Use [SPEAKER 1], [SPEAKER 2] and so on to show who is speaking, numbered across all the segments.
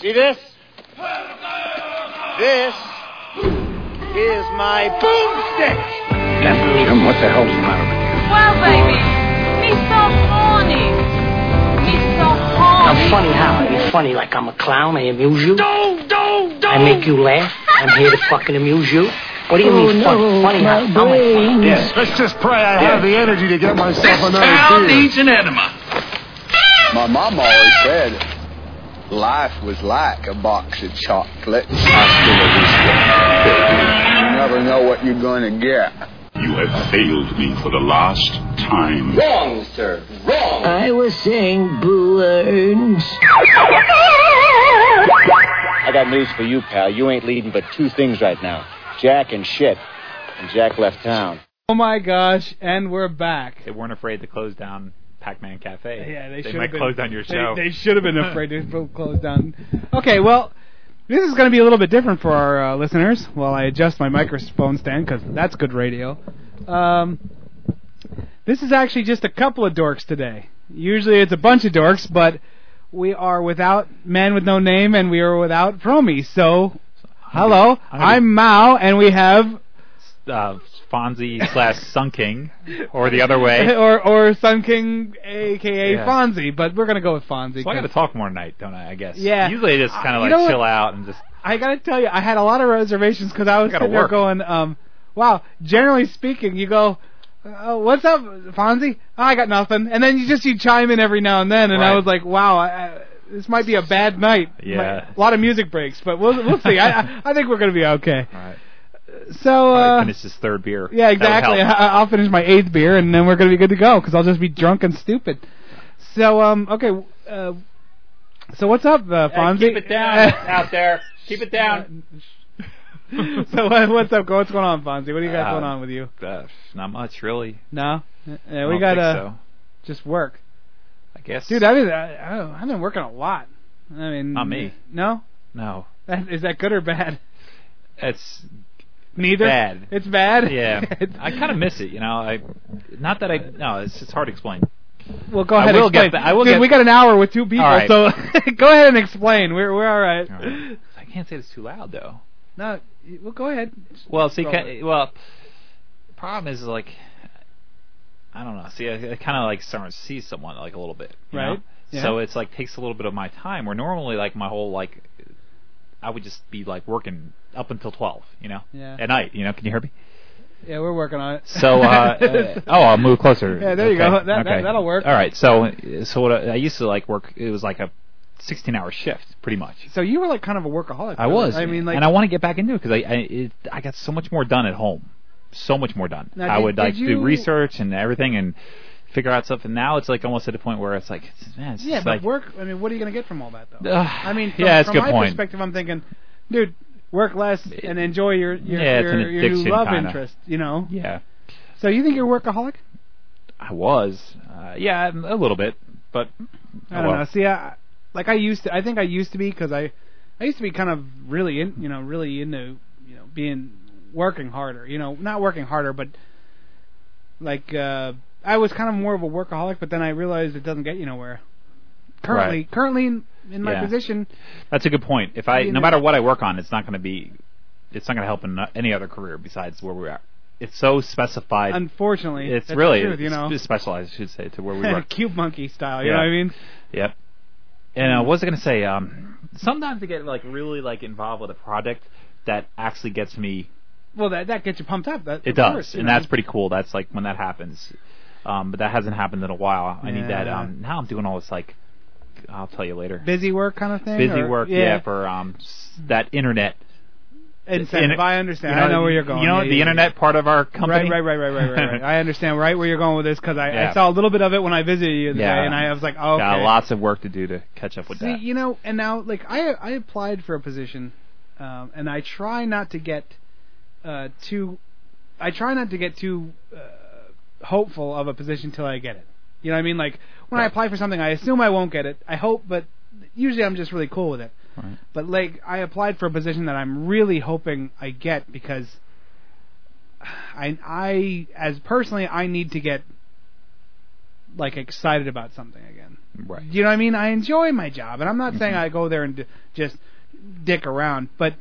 [SPEAKER 1] See this? This is my boomstick.
[SPEAKER 2] Jim, what the hell's the matter with you?
[SPEAKER 3] Well, baby, me so horny. Me so horny.
[SPEAKER 4] I'm funny how? Are you funny like I'm a clown? I amuse you?
[SPEAKER 1] Don't, don't, don't.
[SPEAKER 4] I make you laugh? I'm here to fucking amuse you? What do you mean fun? funny how? How am I funny?
[SPEAKER 2] Yes.
[SPEAKER 5] Let's just pray I have the energy to get myself
[SPEAKER 6] This
[SPEAKER 5] another
[SPEAKER 6] town
[SPEAKER 5] beer.
[SPEAKER 6] needs an enema.
[SPEAKER 2] My mom always said life was like a box of chocolates. I still have this. You never know what you're going to get.
[SPEAKER 7] You have failed me for the last time.
[SPEAKER 2] Wrong, sir. Wrong.
[SPEAKER 4] I was saying Boo
[SPEAKER 1] I got news for you, pal. You ain't leading but two things right now Jack and shit. And Jack left town.
[SPEAKER 8] Oh my gosh, and we're back.
[SPEAKER 9] They weren't afraid to close down Pac-Man Cafe.
[SPEAKER 8] Yeah, they, should
[SPEAKER 9] might
[SPEAKER 8] have been,
[SPEAKER 9] close down your
[SPEAKER 8] they-
[SPEAKER 9] show.
[SPEAKER 8] They, should have been afraid to close down. Okay, well, this is going to be a little bit different for our uh, listeners. While I adjust my microphone stand because that's good radio. Um, this is actually just a couple of dorks today. Usually it's a bunch of dorks, but we are without man with no name and we are without Promi. So, hello,
[SPEAKER 9] I'm gonna-
[SPEAKER 8] I'm Mao, and we have
[SPEAKER 9] uh, Fonzie slash Sun King, or the other way.
[SPEAKER 8] or or Sun King, aka
[SPEAKER 9] Yeah.
[SPEAKER 8] Fonzie, but we're gonna go with Fonzie.
[SPEAKER 9] So I got to
[SPEAKER 8] 'cause
[SPEAKER 9] talk more tonight, don't I? I guess.
[SPEAKER 8] Yeah.
[SPEAKER 9] Usually I just kind
[SPEAKER 8] Uh,
[SPEAKER 9] of
[SPEAKER 8] you
[SPEAKER 9] like
[SPEAKER 8] know what?
[SPEAKER 9] chill out and just.
[SPEAKER 8] I gotta tell you, I had a lot of reservations because I was
[SPEAKER 9] gotta
[SPEAKER 8] sitting there
[SPEAKER 9] work.
[SPEAKER 8] going, um, wow. Generally speaking, you go, uh, what's up, Fonzie? Oh, I got nothing, and then you just you chime in every now and then, and I
[SPEAKER 9] Right.
[SPEAKER 8] was like, wow. I, I, this might be a bad night.
[SPEAKER 9] Yeah.
[SPEAKER 8] Might- a lot of music breaks, but we'll we'll see. I I- I think we're gonna be okay.
[SPEAKER 9] All right.
[SPEAKER 8] So
[SPEAKER 9] I
[SPEAKER 8] uh,
[SPEAKER 9] finished his third beer.
[SPEAKER 8] Yeah,
[SPEAKER 9] That would
[SPEAKER 8] exactly.
[SPEAKER 9] help.
[SPEAKER 8] I, I'll finish my eighth beer, and then we're gonna be good to go because I'll just be drunk and stupid. So, um, okay. Uh, so what's up, uh, Fonzie?
[SPEAKER 9] there. Keep it down.
[SPEAKER 8] so uh, what's up? What's going on, Fonzie? What do you got
[SPEAKER 9] Uh,
[SPEAKER 8] going on with you?
[SPEAKER 9] Uh, not much, really.
[SPEAKER 8] No, uh,
[SPEAKER 9] I
[SPEAKER 8] we
[SPEAKER 9] don't
[SPEAKER 8] got
[SPEAKER 9] think
[SPEAKER 8] uh,
[SPEAKER 9] so,
[SPEAKER 8] just work,
[SPEAKER 9] I guess.
[SPEAKER 8] dude. I've been, I, I don't know, I've been working a lot. I mean,
[SPEAKER 9] Not me.
[SPEAKER 8] No,
[SPEAKER 9] no,
[SPEAKER 8] That- is that good or bad?
[SPEAKER 9] it's
[SPEAKER 8] Neither.
[SPEAKER 9] Bad.
[SPEAKER 8] It's bad.
[SPEAKER 9] yeah.
[SPEAKER 8] It's-
[SPEAKER 9] I kind of miss it, you know. I not that I no, it's it's hard to explain.
[SPEAKER 8] Well, go
[SPEAKER 9] I
[SPEAKER 8] ahead.
[SPEAKER 9] will
[SPEAKER 8] explain.
[SPEAKER 9] get ba- I will
[SPEAKER 8] Dude,
[SPEAKER 9] get-
[SPEAKER 8] we got an hour with two people,
[SPEAKER 9] All right.
[SPEAKER 8] so go ahead and explain. We're we're all right.
[SPEAKER 9] All right. I can't say this too loud though.
[SPEAKER 8] No, y- well, go ahead.
[SPEAKER 9] Well, see,
[SPEAKER 8] Roll
[SPEAKER 9] ki
[SPEAKER 8] it.
[SPEAKER 9] well, problem is like, I don't know. See, I, I kind of like starting to see someone like a little bit, you know?
[SPEAKER 8] Right. Yeah.
[SPEAKER 9] So it's like takes a little bit of my time. Where normally like my whole like, I would just be like working up until twelve, you know,
[SPEAKER 8] Yeah.
[SPEAKER 9] at night. You know, can you hear me?
[SPEAKER 8] Yeah, we're working on it.
[SPEAKER 9] So, uh, uh, oh, I'll move closer.
[SPEAKER 8] Yeah, there you go. That- that- that'll work.
[SPEAKER 9] All right. So, so what I, I used to like work. It was like a sixteen-hour shift, pretty much.
[SPEAKER 8] so you were like kind of a workaholic.
[SPEAKER 9] I was.
[SPEAKER 8] I mean, like,
[SPEAKER 9] and I want to get back into it because I I, it, I got so much more done at home, so much more done.
[SPEAKER 8] Now,
[SPEAKER 9] I
[SPEAKER 8] did-
[SPEAKER 9] would
[SPEAKER 8] did
[SPEAKER 9] like
[SPEAKER 8] you-
[SPEAKER 9] do research and everything and figure out stuff. And now it's like almost at the point where it's like, it's- man, it's
[SPEAKER 8] yeah,
[SPEAKER 9] just
[SPEAKER 8] but
[SPEAKER 9] like, Uh,
[SPEAKER 8] work. I mean, what are you going to get from all that though?
[SPEAKER 9] Ugh.
[SPEAKER 8] I mean, from,
[SPEAKER 9] yeah, it's
[SPEAKER 8] from
[SPEAKER 9] a good
[SPEAKER 8] my
[SPEAKER 9] point.
[SPEAKER 8] perspective, I'm thinking, dude, work less and enjoy your your
[SPEAKER 9] Yeah, it's an
[SPEAKER 8] your, your new
[SPEAKER 9] addiction,
[SPEAKER 8] love
[SPEAKER 9] kinda.
[SPEAKER 8] interest. You know.
[SPEAKER 9] Yeah, Oh,
[SPEAKER 8] So you think you're a workaholic?
[SPEAKER 9] I was. Uh, yeah, a little bit, but oh
[SPEAKER 8] I don't
[SPEAKER 9] well.
[SPEAKER 8] know. See, I like I used to. I think I used to be because I, I used to be kind of really in, you know, really into, you know, being working harder. You know, not working harder, but like uh I was kind of more of a workaholic. But then I realized it doesn't get you nowhere. Currently,
[SPEAKER 9] Right.
[SPEAKER 8] currently in, in my
[SPEAKER 9] Yeah.
[SPEAKER 8] position,
[SPEAKER 9] That's a good point. If I,
[SPEAKER 8] You
[SPEAKER 9] no
[SPEAKER 8] know-
[SPEAKER 9] matter what I work on, it's not going to be, it's not going to help in any other career besides where we are. It's so specified.
[SPEAKER 8] unfortunately,
[SPEAKER 9] it's
[SPEAKER 8] that's
[SPEAKER 9] really
[SPEAKER 8] the truth, you know,
[SPEAKER 9] it's specialized, I should say, to where we work.
[SPEAKER 8] cube monkey style. You
[SPEAKER 9] Yeah.
[SPEAKER 8] know what I mean?
[SPEAKER 9] Yep. And uh, what was I going to say? Um, sometimes I get like really like involved with a project that actually gets me.
[SPEAKER 8] Well, that that gets you pumped up. That,
[SPEAKER 9] It
[SPEAKER 8] of
[SPEAKER 9] does,
[SPEAKER 8] course, you
[SPEAKER 9] and
[SPEAKER 8] know.
[SPEAKER 9] that's pretty cool. That's like when that happens. Um, but that hasn't happened in a while. I need that.
[SPEAKER 8] Yeah.
[SPEAKER 9] Um, now I'm doing all this like, I'll tell you later.
[SPEAKER 8] busy work kind of thing.
[SPEAKER 9] Busy
[SPEAKER 8] or-
[SPEAKER 9] work, yeah. for um s- that internet.
[SPEAKER 8] Incentive.
[SPEAKER 9] Inter-
[SPEAKER 8] I understand.
[SPEAKER 9] you
[SPEAKER 8] I know where you're going.
[SPEAKER 9] You know
[SPEAKER 8] Yeah,
[SPEAKER 9] the
[SPEAKER 8] yeah, yeah.
[SPEAKER 9] internet part of our company.
[SPEAKER 8] Right, right, right, right, right, right, right. I understand right where you're going with this because I, I
[SPEAKER 9] Yeah.
[SPEAKER 8] saw a little bit of it when I visited you today,
[SPEAKER 9] Yeah.
[SPEAKER 8] and I was like, oh, okay.
[SPEAKER 9] Got lots of work to do to catch up with
[SPEAKER 8] See,
[SPEAKER 9] that.
[SPEAKER 8] you know, and now like I I applied for a position, um, and I try not to get uh, too, I try not to get too uh, hopeful of a position till I get it. You know what I mean? Like when I
[SPEAKER 9] Right.
[SPEAKER 8] apply for something, I assume I won't get it. I hope, but usually I'm just really cool with it.
[SPEAKER 9] Right.
[SPEAKER 8] But like I applied for a position that I'm really hoping I get because I I as personally I need to get like excited about something again.
[SPEAKER 9] Right.
[SPEAKER 8] Do you know what I mean? I enjoy my job, and I'm not saying I go there and d- just dick around, but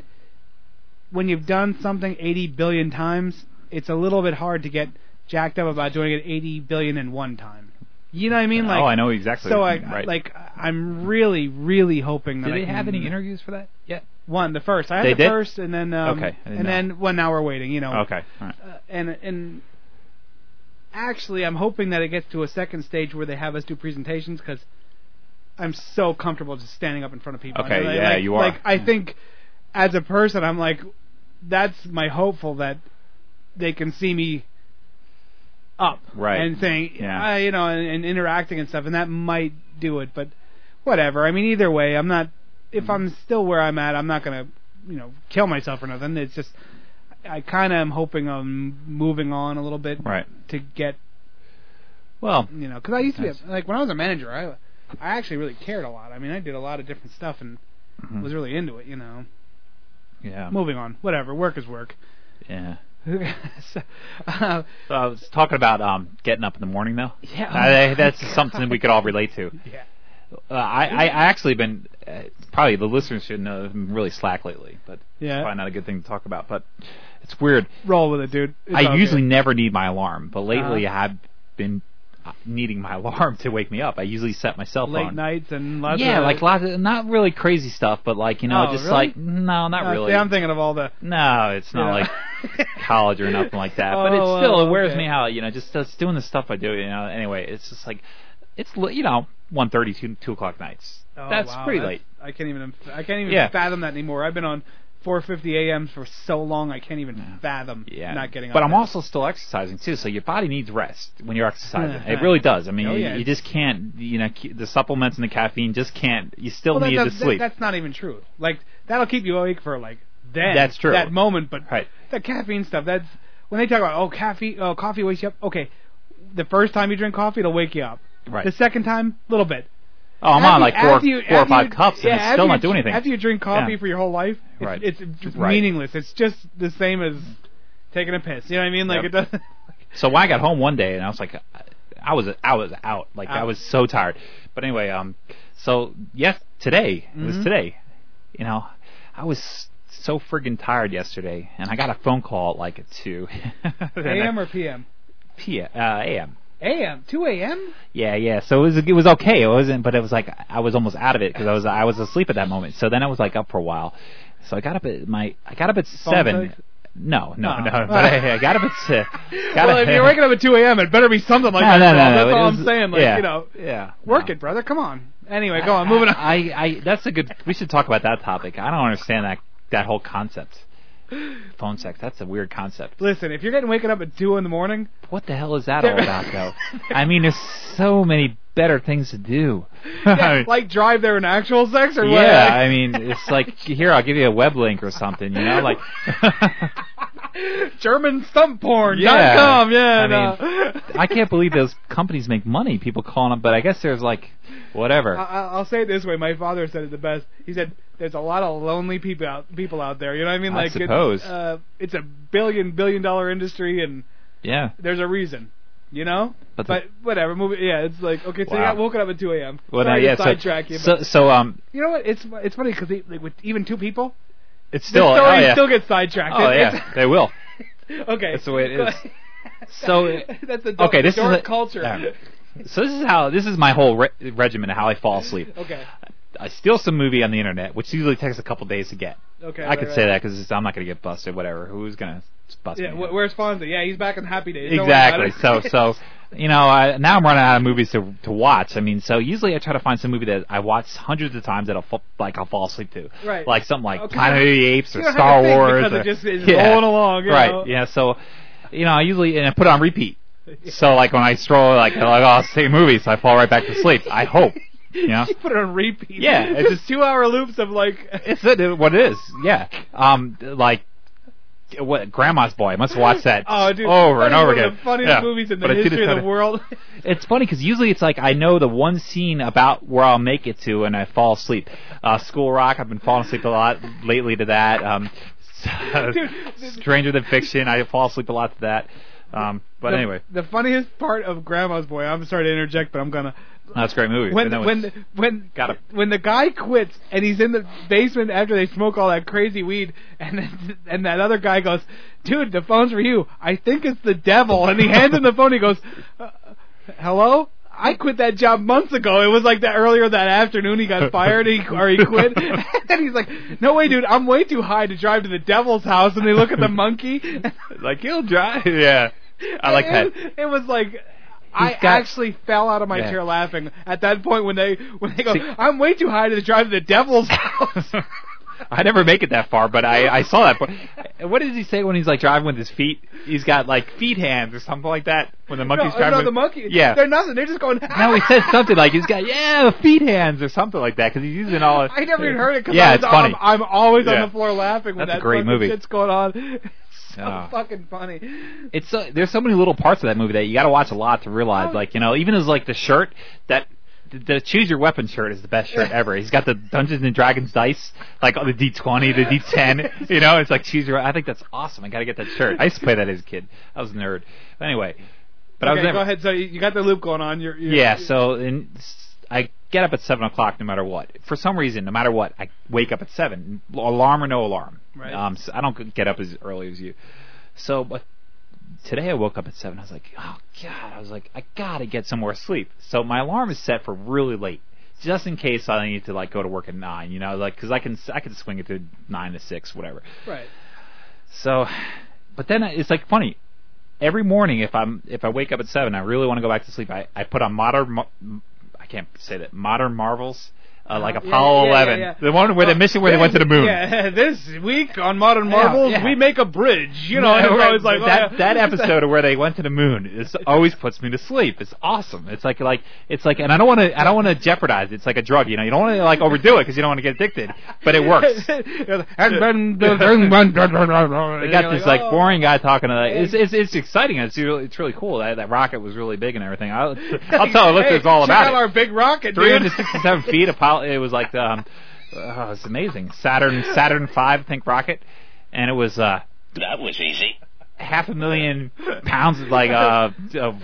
[SPEAKER 8] when you've done something 80 billion times, it's a little bit hard to get jacked up about doing it 80 billion and one time. You know what I mean? Like,
[SPEAKER 9] oh, I know exactly.
[SPEAKER 8] So
[SPEAKER 9] what
[SPEAKER 8] I
[SPEAKER 9] you mean, right.
[SPEAKER 8] like hmm. I'm really really hoping that
[SPEAKER 9] do
[SPEAKER 8] I
[SPEAKER 9] they have
[SPEAKER 8] can-
[SPEAKER 9] any interviews for that yet?
[SPEAKER 8] One, the first. I had
[SPEAKER 9] They
[SPEAKER 8] the
[SPEAKER 9] did?
[SPEAKER 8] first, and then um,
[SPEAKER 9] Okay, I didn't
[SPEAKER 8] and
[SPEAKER 9] know.
[SPEAKER 8] then one hour waiting. You know.
[SPEAKER 9] Okay. All right.
[SPEAKER 8] Uh, and and actually, I'm hoping that it gets to a second stage where they have us do presentations because I'm so comfortable just standing up in front of people.
[SPEAKER 9] Okay,
[SPEAKER 8] Like-
[SPEAKER 9] yeah,
[SPEAKER 8] like-
[SPEAKER 9] you are.
[SPEAKER 8] Like I
[SPEAKER 9] Yeah.
[SPEAKER 8] think as a person, I'm like that's my hopeful that they can see me up
[SPEAKER 9] Right.
[SPEAKER 8] and saying
[SPEAKER 9] Yeah.
[SPEAKER 8] I- you know and, and interacting and stuff and that might do it but whatever i mean either way i'm not if
[SPEAKER 9] Mm-hmm.
[SPEAKER 8] i'm still where i'm at i'm not going to you know kill myself or nothing it's just i kind of am hoping i'm moving on a little bit
[SPEAKER 9] Right.
[SPEAKER 8] to get
[SPEAKER 9] Well,
[SPEAKER 8] you know because i used to be
[SPEAKER 9] Nice.
[SPEAKER 8] a, like when i was a manager i i actually really cared a lot i mean i did a lot of different stuff and
[SPEAKER 9] Mhm.
[SPEAKER 8] was really into it you know
[SPEAKER 9] yeah.
[SPEAKER 8] moving on whatever work is work
[SPEAKER 9] Yeah.
[SPEAKER 8] so, uh,
[SPEAKER 9] So I was talking about um, getting up in the morning though.
[SPEAKER 8] Yeah.
[SPEAKER 9] Uh, that's something we could all relate to.
[SPEAKER 8] yeah
[SPEAKER 9] Uh, I, I I actually been uh, probably the listeners should know I've been really slack lately, but
[SPEAKER 8] Yeah.
[SPEAKER 9] probably not a good thing to talk about. But it's weird.
[SPEAKER 8] roll with it dude It's
[SPEAKER 9] I
[SPEAKER 8] okay.
[SPEAKER 9] usually never need my alarm, but lately
[SPEAKER 8] Uh-huh.
[SPEAKER 9] I have been uh, needing my alarm to wake me up. I usually set my cell
[SPEAKER 8] late
[SPEAKER 9] phone.
[SPEAKER 8] nights and lots
[SPEAKER 9] Yeah,
[SPEAKER 8] of uh,
[SPEAKER 9] like lots of not really crazy stuff, but like you know,
[SPEAKER 8] Oh,
[SPEAKER 9] just
[SPEAKER 8] really?
[SPEAKER 9] like no, not
[SPEAKER 8] Uh,
[SPEAKER 9] really.
[SPEAKER 8] see, I'm thinking of all the
[SPEAKER 9] no, it's
[SPEAKER 8] you
[SPEAKER 9] not
[SPEAKER 8] know.
[SPEAKER 9] like college or nothing like that. but
[SPEAKER 8] Oh,
[SPEAKER 9] it's still
[SPEAKER 8] well,
[SPEAKER 9] it wears
[SPEAKER 8] okay.
[SPEAKER 9] me out. You know, just just doing the stuff I do. You know, anyway, it's just like it's li- you know one thirty two two o'clock nights.
[SPEAKER 8] Oh,
[SPEAKER 9] that's
[SPEAKER 8] wow,
[SPEAKER 9] pretty
[SPEAKER 8] that's-
[SPEAKER 9] late.
[SPEAKER 8] I can't even I can't even
[SPEAKER 9] Yeah.
[SPEAKER 8] fathom that anymore. I've been on 4:50 a.m. for so long I can't even fathom
[SPEAKER 9] Yeah,
[SPEAKER 8] not getting up.
[SPEAKER 9] But I'm
[SPEAKER 8] now.
[SPEAKER 9] also still exercising too, so your body needs rest when you're exercising. it really does. I mean,
[SPEAKER 8] Oh,
[SPEAKER 9] you-
[SPEAKER 8] yeah.
[SPEAKER 9] you, just can't. You know, ke- the supplements and the caffeine just can't. You still
[SPEAKER 8] well, that,
[SPEAKER 9] need
[SPEAKER 8] that,
[SPEAKER 9] to sleep.
[SPEAKER 8] That, that's not even true. Like that'll keep you awake for like then
[SPEAKER 9] That's true.
[SPEAKER 8] that moment. But
[SPEAKER 9] Right.
[SPEAKER 8] that caffeine stuff. That's when they talk about oh caffeine oh coffee wakes you up. Okay, the first time you drink coffee it'll wake you up.
[SPEAKER 9] Right.
[SPEAKER 8] The second time, little bit.
[SPEAKER 9] oh, I'm
[SPEAKER 8] After-
[SPEAKER 9] on like four,
[SPEAKER 8] after you-
[SPEAKER 9] four or
[SPEAKER 8] after
[SPEAKER 9] five
[SPEAKER 8] you-
[SPEAKER 9] cups,
[SPEAKER 8] yeah,
[SPEAKER 9] and it's
[SPEAKER 8] after
[SPEAKER 9] still
[SPEAKER 8] you-
[SPEAKER 9] not doing anything.
[SPEAKER 8] After you drink coffee
[SPEAKER 9] Yeah.
[SPEAKER 8] for your whole life, it's,
[SPEAKER 9] Right.
[SPEAKER 8] it's just
[SPEAKER 9] Right.
[SPEAKER 8] meaningless. It's just the same as taking a piss. You know what I mean? Like
[SPEAKER 9] Yep.
[SPEAKER 8] it doesn't.
[SPEAKER 9] So when I got home one day and I was like, I- I was I was out, like I
[SPEAKER 8] Out.
[SPEAKER 9] was so tired. But anyway, um, so yes, today it was
[SPEAKER 8] Mhm.
[SPEAKER 9] today. You know, I was so friggin' tired yesterday, and I got a phone call at like at two
[SPEAKER 8] A.M. or P.M.
[SPEAKER 9] p. Uh, a.m.
[SPEAKER 8] A.M. 2 A.M.
[SPEAKER 9] Yeah, yeah. So it was it was okay. It wasn't, but it was like I was almost out of it because I was I was asleep at that moment. So then I was like up for a while. So I got up at my I got up at seven.
[SPEAKER 8] sex?
[SPEAKER 9] No, no,
[SPEAKER 8] Oh.
[SPEAKER 9] no. But I, I got up at se- got
[SPEAKER 8] well,
[SPEAKER 9] up-
[SPEAKER 8] if you're waking up at 2 a.m., it better be something like
[SPEAKER 9] no,
[SPEAKER 8] that. Bob.
[SPEAKER 9] no, no, no.
[SPEAKER 8] That's
[SPEAKER 9] It
[SPEAKER 8] all
[SPEAKER 9] was-
[SPEAKER 8] I'm saying. Like
[SPEAKER 9] yeah,
[SPEAKER 8] you know,
[SPEAKER 9] yeah.
[SPEAKER 8] work
[SPEAKER 9] no.
[SPEAKER 8] it, brother. Come on. Anyway, go on. Moving on.
[SPEAKER 9] I, I, that's a good. We should talk about that topic. I don't understand that that whole concept. Phone sex. That's a weird concept.
[SPEAKER 8] Listen, if you're getting waken up at two in the morning,
[SPEAKER 9] What the hell is that all about, though? I mean, there's so many better things to do.
[SPEAKER 8] yeah, like drive there in actual sex or what?
[SPEAKER 9] yeah, I mean, it's like here I'll give you a web link or something. You know, like.
[SPEAKER 8] German stump porn.
[SPEAKER 9] Yeah.
[SPEAKER 8] dot com. Yeah.
[SPEAKER 9] I
[SPEAKER 8] no.
[SPEAKER 9] mean, I can't believe those companies make money. People calling them, but I guess there's like, whatever.
[SPEAKER 8] I- I- I'll say it this way. My father said it the best. He said, "There's a lot of lonely people out people out there. You know what I mean?
[SPEAKER 9] I
[SPEAKER 8] Like
[SPEAKER 9] suppose.
[SPEAKER 8] It's, uh, it's a billion billion dollar industry, and
[SPEAKER 9] yeah.
[SPEAKER 8] there's a reason. You know.
[SPEAKER 9] But
[SPEAKER 8] But,
[SPEAKER 9] the-
[SPEAKER 8] whatever. Move it. Yeah. It's like okay. So you
[SPEAKER 9] Wow.
[SPEAKER 8] got woken up at 2 a.m.
[SPEAKER 9] Well,
[SPEAKER 8] Sorry
[SPEAKER 9] no, yeah.
[SPEAKER 8] to sidetrack
[SPEAKER 9] so,
[SPEAKER 8] you,
[SPEAKER 9] so,
[SPEAKER 8] but
[SPEAKER 9] so, um,
[SPEAKER 8] you know what? It's it's funny because like with even two people,
[SPEAKER 9] it's still.
[SPEAKER 8] the story
[SPEAKER 9] oh, yeah.
[SPEAKER 8] still gets sidetracked.
[SPEAKER 9] Oh
[SPEAKER 8] It-
[SPEAKER 9] yeah, they will.
[SPEAKER 8] it's- okay.
[SPEAKER 9] That's the way it
[SPEAKER 8] Go-
[SPEAKER 9] is. So
[SPEAKER 8] that's a
[SPEAKER 9] okay, this
[SPEAKER 8] dark
[SPEAKER 9] is a-
[SPEAKER 8] culture.
[SPEAKER 9] yeah. So this is how this is my whole re- regimen of how I fall asleep.
[SPEAKER 8] okay.
[SPEAKER 9] I steal some movie on the internet, which usually takes a couple days to get.
[SPEAKER 8] Okay.
[SPEAKER 9] I
[SPEAKER 8] right,
[SPEAKER 9] could
[SPEAKER 8] right.
[SPEAKER 9] say that because I'm not going to get busted. Whatever. Who's going to bust
[SPEAKER 8] Yeah.
[SPEAKER 9] me?
[SPEAKER 8] wh- Where's Fonzie? Yeah, he's back in Happy Days. Don't worry about
[SPEAKER 9] exactly. So
[SPEAKER 8] it.
[SPEAKER 9] so you know I, now I'm running out of movies to to watch. I mean, so usually I try to find some movie that I watch hundreds of times that I'll fa- like I'll fall asleep to.
[SPEAKER 8] Right.
[SPEAKER 9] Like something like
[SPEAKER 8] Oh, 'cause
[SPEAKER 9] Planet of the Apes or
[SPEAKER 8] you don't have
[SPEAKER 9] Star
[SPEAKER 8] to think
[SPEAKER 9] Wars.
[SPEAKER 8] because
[SPEAKER 9] or,
[SPEAKER 8] it just is rolling along, you
[SPEAKER 9] right.
[SPEAKER 8] know?
[SPEAKER 9] Yeah. So you know I usually and I put it on repeat. So like when I stroll like, I'm like oh same movie, so I fall right back to sleep. I hope. You know.
[SPEAKER 8] She put it on repeat.
[SPEAKER 9] Yeah, it's
[SPEAKER 8] just two hour loops of like.
[SPEAKER 9] It's it- what it is. Yeah. Um. Like. What Grandma's Boy? I must watch that
[SPEAKER 8] Oh, dude!
[SPEAKER 9] over
[SPEAKER 8] that
[SPEAKER 9] and
[SPEAKER 8] is
[SPEAKER 9] over
[SPEAKER 8] one
[SPEAKER 9] again.
[SPEAKER 8] Of the funniest
[SPEAKER 9] Yeah.
[SPEAKER 8] movies in the
[SPEAKER 9] But I do
[SPEAKER 8] history
[SPEAKER 9] decide
[SPEAKER 8] of
[SPEAKER 9] to-
[SPEAKER 8] the world.
[SPEAKER 9] It's funny because usually it's like I know the one scene about where I'll make it to, and I fall asleep. Uh, School Rock, I've been falling asleep a lot lately to that. Um,
[SPEAKER 8] Dude, this-
[SPEAKER 9] Stranger Than Fiction, I fall asleep a lot to that. Um, but
[SPEAKER 8] the,
[SPEAKER 9] anyway,
[SPEAKER 8] the funniest part of Grandma's Boy. I'm sorry to interject, but I'm gonna.
[SPEAKER 9] That's a great movie.
[SPEAKER 8] when
[SPEAKER 9] And
[SPEAKER 8] the,
[SPEAKER 9] that was-
[SPEAKER 8] when the, when
[SPEAKER 9] Got him.
[SPEAKER 8] when the guy quits and he's in the basement after they smoke all that crazy weed and then, and that other guy goes, "Dude, the phone's for you. I think it's the devil." And he hands him the phone. He goes, uh, "Hello." I quit that job months ago. It was like that earlier that afternoon. He got fired, he, or he quit, and he's like, "No way, dude! I'm way too high to drive to the devil's house." And they look at the monkey.
[SPEAKER 9] like he'll drive. Yeah, I like that.
[SPEAKER 8] It, it was like. I
[SPEAKER 9] got-
[SPEAKER 8] actually fell out of my
[SPEAKER 9] Yeah.
[SPEAKER 8] chair laughing at that point when they when they go, I'm way too high to drive to the devil's house.
[SPEAKER 9] I never make it that far, but I, I saw that. Part. What does he say when he's like driving with his feet? He's got like feet hands or something like that. When the
[SPEAKER 8] no,
[SPEAKER 9] monkey's driving,
[SPEAKER 8] no,
[SPEAKER 9] with-
[SPEAKER 8] the monkey.
[SPEAKER 9] Yeah.
[SPEAKER 8] they're nothing. They're just going.
[SPEAKER 9] No, he says something like he's got yeah the feet hands or something like that because he's using all.
[SPEAKER 8] I never even heard it because
[SPEAKER 9] yeah,
[SPEAKER 8] I was,
[SPEAKER 9] it's funny.
[SPEAKER 8] I'm, I'm always
[SPEAKER 9] Yeah.
[SPEAKER 8] on the floor laughing when
[SPEAKER 9] That's a
[SPEAKER 8] that
[SPEAKER 9] great
[SPEAKER 8] fucking
[SPEAKER 9] movie.
[SPEAKER 8] shit's going on. It's so
[SPEAKER 9] Ah.
[SPEAKER 8] fucking funny.
[SPEAKER 9] it's so, there's so many little parts of that movie that you got to watch a lot to
[SPEAKER 8] Oh.
[SPEAKER 9] realize. Like you know, even as like the shirt that the, the choose your weapon shirt is the best shirt ever. He's got the Dungeons and Dragons dice, like oh, the D20, the D10. You know, it's like choose your. I think that's awesome. I got to get that shirt. I used to play that as a kid. I was a nerd. But anyway, but I was
[SPEAKER 8] okay,
[SPEAKER 9] never,
[SPEAKER 8] go ahead. So you you got the loop going on. You're, you're
[SPEAKER 9] yeah, so and s- I get up at seven o'clock no matter what. For some reason, no matter what, I wake up at seven, alarm or no alarm.
[SPEAKER 8] Right.
[SPEAKER 9] Um, so I don't get up as early as you. So, but today I woke up at seven. I was like, oh god, I was like, I gotta get some more sleep. So my alarm is set for really late. Just in case I need to like go to work at nine, you know, like because I can I can swing it to nine to six, whatever.
[SPEAKER 8] right.
[SPEAKER 9] So, but then I- it's like funny. Every morning, if I'm if I wake up at seven, I really want to go back to sleep. I, I put on modern, Mar- I can't say that modern marvels, uh, like
[SPEAKER 8] Yeah,
[SPEAKER 9] Apollo
[SPEAKER 8] yeah, yeah,
[SPEAKER 9] Eleven,
[SPEAKER 8] yeah.
[SPEAKER 9] the one where the
[SPEAKER 8] Well,
[SPEAKER 9] mission where they went to the moon.
[SPEAKER 8] Yeah, this week on Modern Marvels,
[SPEAKER 9] yeah.
[SPEAKER 8] we make a bridge. You know, and it's
[SPEAKER 9] Yeah,
[SPEAKER 8] always
[SPEAKER 9] right.
[SPEAKER 8] like oh,
[SPEAKER 9] that
[SPEAKER 8] yeah.
[SPEAKER 9] that episode where they went to the moon is always puts me to sleep. It's awesome. It's like like it's like, and I don't want to I don't want to jeopardize. it. It's like a drug, you know. You don't want to like overdo it because you don't want to get addicted, but it works.
[SPEAKER 8] and then they
[SPEAKER 9] They got this like
[SPEAKER 8] "Oh."
[SPEAKER 9] boring guy talking to that. It's it's, it's exciting. It's really, it's really cool. That, that rocket was really big and everything. I'll, I'll tell her what
[SPEAKER 8] hey,
[SPEAKER 9] it's all
[SPEAKER 8] check out
[SPEAKER 9] about.
[SPEAKER 8] our
[SPEAKER 9] it.
[SPEAKER 8] big rocket, dude.
[SPEAKER 9] 367 feet. Apollo. It was like um, oh, it's amazing. Saturn Saturn five, I think rocket, and it was uh
[SPEAKER 1] That was easy.
[SPEAKER 9] half a million pounds of like uh of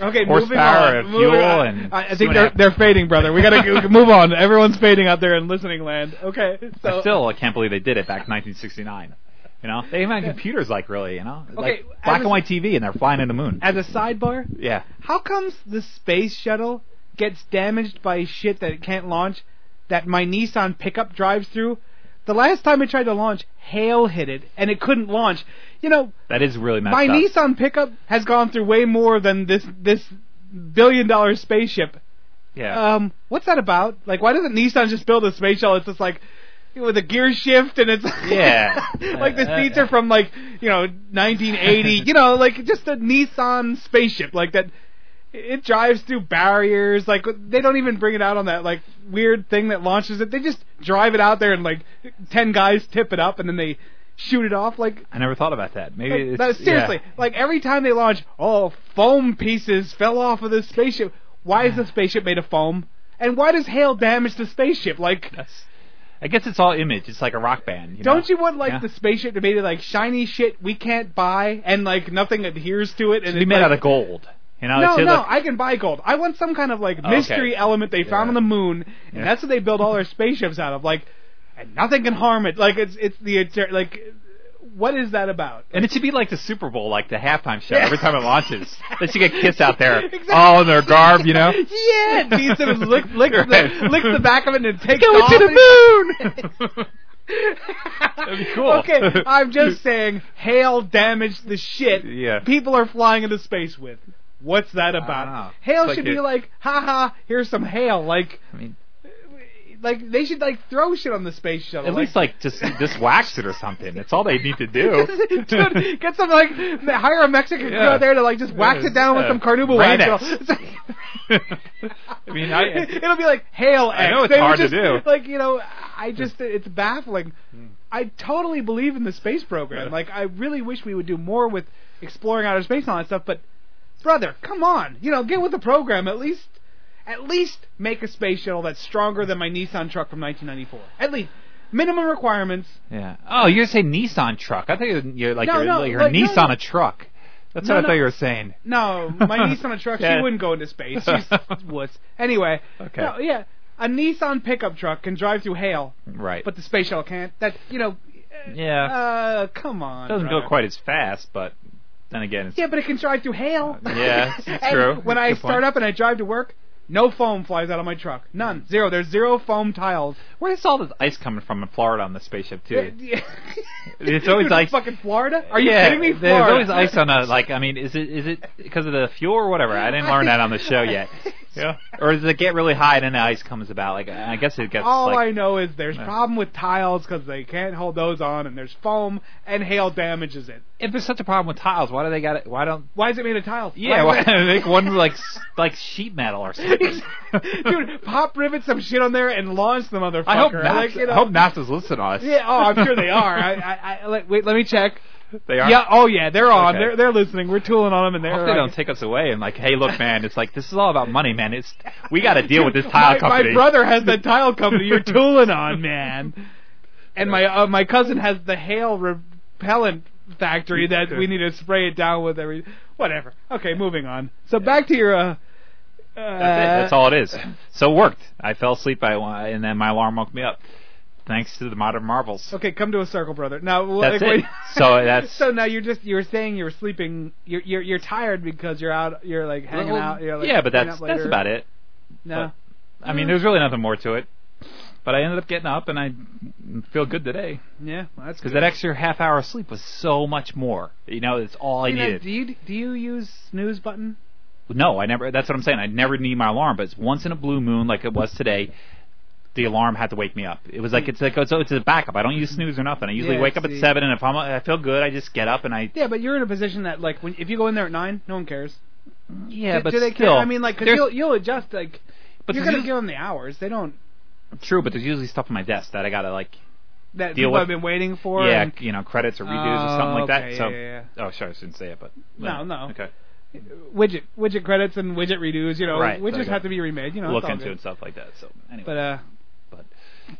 [SPEAKER 8] Okay, moving on.
[SPEAKER 9] horsepower of
[SPEAKER 8] moving
[SPEAKER 9] fuel
[SPEAKER 8] on.
[SPEAKER 9] and
[SPEAKER 8] I, I
[SPEAKER 9] two
[SPEAKER 8] think
[SPEAKER 9] and a
[SPEAKER 8] they're
[SPEAKER 9] half-
[SPEAKER 8] they're fading, brother. We gotta move on. Everyone's fading out there in listening land. Okay, so
[SPEAKER 9] I still I can't believe they did it back in 1969. You know, they even had computers like really, you know,
[SPEAKER 8] Okay,
[SPEAKER 9] like
[SPEAKER 8] as
[SPEAKER 9] black
[SPEAKER 8] a-
[SPEAKER 9] and white TV, and they're flying in the moon.
[SPEAKER 8] as a sidebar,
[SPEAKER 9] yeah.
[SPEAKER 8] how comes the space shuttle gets damaged by shit that it can't launch that my Nissan pickup drives through? The last time it tried to launch, hail hit it and it couldn't launch. You know,
[SPEAKER 9] That is really messed
[SPEAKER 8] my
[SPEAKER 9] up.
[SPEAKER 8] Nissan pickup has gone through way more than this this billion dollar spaceship.
[SPEAKER 9] Yeah.
[SPEAKER 8] Um, what's that about? Like, why doesn't Nissan just build a space shuttle? It's just like you know, with a gear shift and it's
[SPEAKER 9] Yeah.
[SPEAKER 8] like the seats are from like you know 1980. you know, like just a Nissan spaceship like that. It drives through barriers. Like they don't even bring it out on that like weird thing that launches it. They just drive it out there and like ten guys tip it up and then they shoot it off. Like
[SPEAKER 9] I never thought about that. Maybe it's,
[SPEAKER 8] no, seriously,
[SPEAKER 9] yeah.
[SPEAKER 8] like every time they launch, oh, foam pieces fell off of the spaceship. Why is the spaceship made of foam? And why does hail damage the spaceship? Like,
[SPEAKER 9] That's- I guess it's all image. It's like a rock band. You
[SPEAKER 8] don't
[SPEAKER 9] know?
[SPEAKER 8] you want like
[SPEAKER 9] Yeah.
[SPEAKER 8] the spaceship to be like shiny shit we can't buy and like nothing adheres to it? And
[SPEAKER 9] Be
[SPEAKER 8] it's
[SPEAKER 9] made
[SPEAKER 8] like,
[SPEAKER 9] out of gold. You know,
[SPEAKER 8] No,
[SPEAKER 9] it's
[SPEAKER 8] no,
[SPEAKER 9] like, Oh,
[SPEAKER 8] I can buy gold. I want some kind of like
[SPEAKER 9] okay.
[SPEAKER 8] mystery element they found
[SPEAKER 9] Yeah.
[SPEAKER 8] on the moon, and
[SPEAKER 9] Yeah.
[SPEAKER 8] that's what they build all their spaceships out of. Like, and nothing can harm it. Like it's it's the etern- like, what is that about?
[SPEAKER 9] and it should be like the Super Bowl, like the halftime show.
[SPEAKER 8] Yeah.
[SPEAKER 9] Every time it launches, that you get kids out there,
[SPEAKER 8] Exactly.
[SPEAKER 9] all in their garb. You know,
[SPEAKER 8] Yeah, Gene Simmons lick, lick, the,
[SPEAKER 9] Right.
[SPEAKER 8] lick the back of it and takes
[SPEAKER 9] going
[SPEAKER 8] off.
[SPEAKER 9] to the moon.
[SPEAKER 8] That'd
[SPEAKER 9] be cool.
[SPEAKER 8] Okay, I'm just saying, hail damaged the shit.
[SPEAKER 9] Yeah.
[SPEAKER 8] People are flying into space with. What's that
[SPEAKER 9] don't know.
[SPEAKER 8] about? Hail
[SPEAKER 9] It's like
[SPEAKER 8] should
[SPEAKER 9] it-
[SPEAKER 8] be like, haha, here's some hail. Like,
[SPEAKER 9] I mean,
[SPEAKER 8] like they should like throw shit on the space shuttle.
[SPEAKER 9] at least like just just wax it or something. That's all they need to do.
[SPEAKER 8] Dude, get some like hire a Mexican
[SPEAKER 9] Yeah.
[SPEAKER 8] girl there to like just wax it down with
[SPEAKER 9] Yeah.
[SPEAKER 8] some carnauba
[SPEAKER 9] Rain
[SPEAKER 8] wax.
[SPEAKER 9] X. I mean, I,
[SPEAKER 8] it'll be like hail. X.
[SPEAKER 9] know it's
[SPEAKER 8] They would
[SPEAKER 9] hard to
[SPEAKER 8] just-
[SPEAKER 9] do. Hmm.
[SPEAKER 8] Like you know, I just it's baffling. I totally believe in the space program.
[SPEAKER 9] Yeah.
[SPEAKER 8] Like I really wish we would do more with exploring outer space and all that stuff. But brother, come on, you know, get with the program at least. At least make a space shuttle that's stronger than my Nissan truck from 1994. At least minimum requirements.
[SPEAKER 9] yeah. Oh, you're saying Nissan truck? I think you're, you're like
[SPEAKER 8] No,
[SPEAKER 9] you're,
[SPEAKER 8] no,
[SPEAKER 9] like, you're
[SPEAKER 8] like, no,
[SPEAKER 9] Nissan
[SPEAKER 8] no.
[SPEAKER 9] a truck. That's
[SPEAKER 8] No,
[SPEAKER 9] what I
[SPEAKER 8] no.
[SPEAKER 9] thought you were saying.
[SPEAKER 8] No, my niece on a truck,
[SPEAKER 9] Yeah.
[SPEAKER 8] she wouldn't go into space. She's woods. Anyway,
[SPEAKER 9] Okay.
[SPEAKER 8] no, yeah, a Nissan pickup truck can drive through hail,
[SPEAKER 9] Right.
[SPEAKER 8] but the space shuttle can't. That you know, eh,
[SPEAKER 9] Yeah.
[SPEAKER 8] uh, come on,
[SPEAKER 9] it doesn't
[SPEAKER 8] brother.
[SPEAKER 9] go quite as fast, but then again, it's
[SPEAKER 8] Yeah, but it can drive through hail.
[SPEAKER 9] Uh, Yeah, it's- it's
[SPEAKER 8] And
[SPEAKER 9] true.
[SPEAKER 8] When
[SPEAKER 9] That's a
[SPEAKER 8] I
[SPEAKER 9] good point.
[SPEAKER 8] start up and I drive to work, no foam flies out of my truck. None, zero. There's zero foam tiles.
[SPEAKER 9] where's all this ice coming from in Florida on the spaceship too?
[SPEAKER 8] it's
[SPEAKER 9] It's always ice-
[SPEAKER 8] Fucking Florida? Are you
[SPEAKER 9] Yeah,
[SPEAKER 8] kidding me?
[SPEAKER 9] There's
[SPEAKER 8] Florida.
[SPEAKER 9] always ice on a like. I mean, is it is it because of the fuel or whatever? I didn't learn that on the show yet. Yeah. Or does it get really high and then the ice comes about? Like I guess it gets
[SPEAKER 8] All I
[SPEAKER 9] like
[SPEAKER 8] know is there's
[SPEAKER 9] Yeah.
[SPEAKER 8] problem with tiles because they can't hold those on, and there's foam, and hail damages it.
[SPEAKER 9] if there's such a problem with tiles, why do they got it? Why don't
[SPEAKER 8] Why is it made of tiles?
[SPEAKER 9] yeah? Why
[SPEAKER 8] Why-
[SPEAKER 9] don't they make one like s- like sheet metal or something?
[SPEAKER 8] Dude, pop rivet some shit on there and launch the motherfucker.
[SPEAKER 9] I hope
[SPEAKER 8] Like,
[SPEAKER 9] NASA,
[SPEAKER 8] you know-
[SPEAKER 9] I hope NASA's listening to us.
[SPEAKER 8] Yeah, oh, I'm sure they are. I, I, I, let, wait, let me check.
[SPEAKER 9] they are.
[SPEAKER 8] Yeah, oh yeah, they're on.
[SPEAKER 9] Okay.
[SPEAKER 8] They're they're listening. We're tooling on them, and
[SPEAKER 9] I
[SPEAKER 8] they're.
[SPEAKER 9] hope they
[SPEAKER 8] like-
[SPEAKER 9] don't take us away and like, hey, look, man, it's like this is all about money, man. It's we got to deal with this tile
[SPEAKER 8] my,
[SPEAKER 9] company.
[SPEAKER 8] My brother has the tile company you're tooling on, man. And my uh, my cousin has the hail repellent factory that we need to spray it down with every whatever. Okay, moving on. So back to your. Uh,
[SPEAKER 9] That's it. That's all it is. So it worked. I fell asleep. I and then my alarm woke me up. Thanks to the modern marvels.
[SPEAKER 8] Okay, come to a circle, brother. Now
[SPEAKER 9] That's
[SPEAKER 8] like,
[SPEAKER 9] it. So that's-
[SPEAKER 8] so now you're just you were saying you were sleeping. You're you're, you're tired because you're out. You're like hanging
[SPEAKER 9] Well,
[SPEAKER 8] out. You're like
[SPEAKER 9] yeah, but
[SPEAKER 8] staying
[SPEAKER 9] that's
[SPEAKER 8] up
[SPEAKER 9] that's
[SPEAKER 8] later.
[SPEAKER 9] about it.
[SPEAKER 8] No.
[SPEAKER 9] I mean, there's really nothing more to it. But I ended up getting up, and I feel good today
[SPEAKER 8] Yeah, well, that's
[SPEAKER 9] because
[SPEAKER 8] good.
[SPEAKER 9] that extra half hour of sleep was so much more. You know, it's all I
[SPEAKER 8] You know,
[SPEAKER 9] needed.
[SPEAKER 8] do you do you use snooze button?
[SPEAKER 9] No, I never. That's what I'm saying. I never need my alarm, but it's once in a blue moon, like it was today. The alarm had to wake me up. It was like it's like it's, it's a backup. I don't use snooze or nothing. I usually
[SPEAKER 8] Yeah,
[SPEAKER 9] wake up
[SPEAKER 8] see.
[SPEAKER 9] at seven, and if I'm I feel good, I just get up and I
[SPEAKER 8] Yeah, but you're in a position that like when if you go in there at nine, no one cares.
[SPEAKER 9] yeah.
[SPEAKER 8] do,
[SPEAKER 9] but
[SPEAKER 8] do they
[SPEAKER 9] still,
[SPEAKER 8] care? I mean, like, 'cause
[SPEAKER 9] there's-
[SPEAKER 8] you'll you'll adjust like.
[SPEAKER 9] but
[SPEAKER 8] you're
[SPEAKER 9] there's
[SPEAKER 8] gonna give
[SPEAKER 9] usually-
[SPEAKER 8] them the hours. They don't.
[SPEAKER 9] true, but there's usually stuff on my desk that I gotta like
[SPEAKER 8] That
[SPEAKER 9] Deal
[SPEAKER 8] people
[SPEAKER 9] with-
[SPEAKER 8] have been waiting for.
[SPEAKER 9] yeah,
[SPEAKER 8] and-
[SPEAKER 9] you know, credits or redos
[SPEAKER 8] Oh,
[SPEAKER 9] or something like
[SPEAKER 8] okay,
[SPEAKER 9] that. So
[SPEAKER 8] yeah, yeah,
[SPEAKER 9] oh, sorry, I shouldn't say it, but
[SPEAKER 8] No, no.
[SPEAKER 9] okay,
[SPEAKER 8] widget widget credits and widget redos. You know,
[SPEAKER 9] Right, there you
[SPEAKER 8] widgets
[SPEAKER 9] go.
[SPEAKER 8] have to be remade. You know, it's
[SPEAKER 9] look
[SPEAKER 8] all
[SPEAKER 9] into
[SPEAKER 8] good.
[SPEAKER 9] it and stuff like that. So anyway,
[SPEAKER 8] But uh,
[SPEAKER 9] But-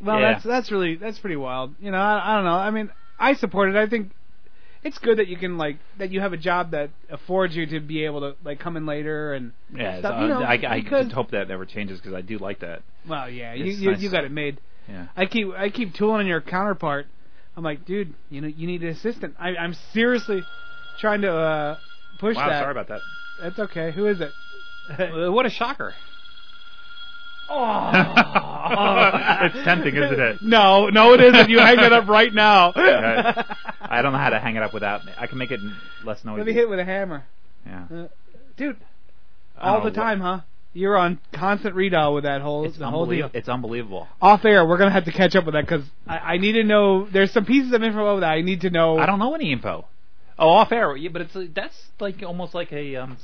[SPEAKER 8] well,
[SPEAKER 9] Yeah.
[SPEAKER 8] that's that's really that's pretty wild. You know, I, I don't know. I mean, I support it. I think it's good that you can like that you have a job that affords you to be able to like come in later and
[SPEAKER 9] yeah,
[SPEAKER 8] stuff,
[SPEAKER 9] so,
[SPEAKER 8] you know,
[SPEAKER 9] I, I
[SPEAKER 8] because-
[SPEAKER 9] just hope that never changes because I do like that.
[SPEAKER 8] well, yeah, you
[SPEAKER 9] It's
[SPEAKER 8] you,
[SPEAKER 9] nice.
[SPEAKER 8] you got it made.
[SPEAKER 9] Yeah.
[SPEAKER 8] I keep I keep tooling on your counterpart. I'm like, dude, you know, you need an assistant. I, I'm seriously trying to uh, push
[SPEAKER 9] Wow,
[SPEAKER 8] that.
[SPEAKER 9] sorry about that.
[SPEAKER 8] That's okay. Who is it?
[SPEAKER 9] Uh, what a shocker.
[SPEAKER 8] Oh.
[SPEAKER 9] It's tempting, isn't it?
[SPEAKER 8] No, no, it isn't. You hang it up right now.
[SPEAKER 9] Yeah. I don't know how to hang it up without. I can make it less noisy.
[SPEAKER 8] Let me hit it with a hammer,
[SPEAKER 9] Yeah.
[SPEAKER 8] dude.
[SPEAKER 9] I
[SPEAKER 8] All
[SPEAKER 9] don't
[SPEAKER 8] the
[SPEAKER 9] know what-
[SPEAKER 8] time, huh? You're on constant redial with that whole
[SPEAKER 9] It's,
[SPEAKER 8] the whole deal.
[SPEAKER 9] unbelie- it's unbelievable.
[SPEAKER 8] Off air, we're gonna have to catch up with that because I, I need to know. There's some pieces of info that I need to know.
[SPEAKER 9] I don't know any info. Oh, off air. Yeah, but it's like- that's like almost like a um,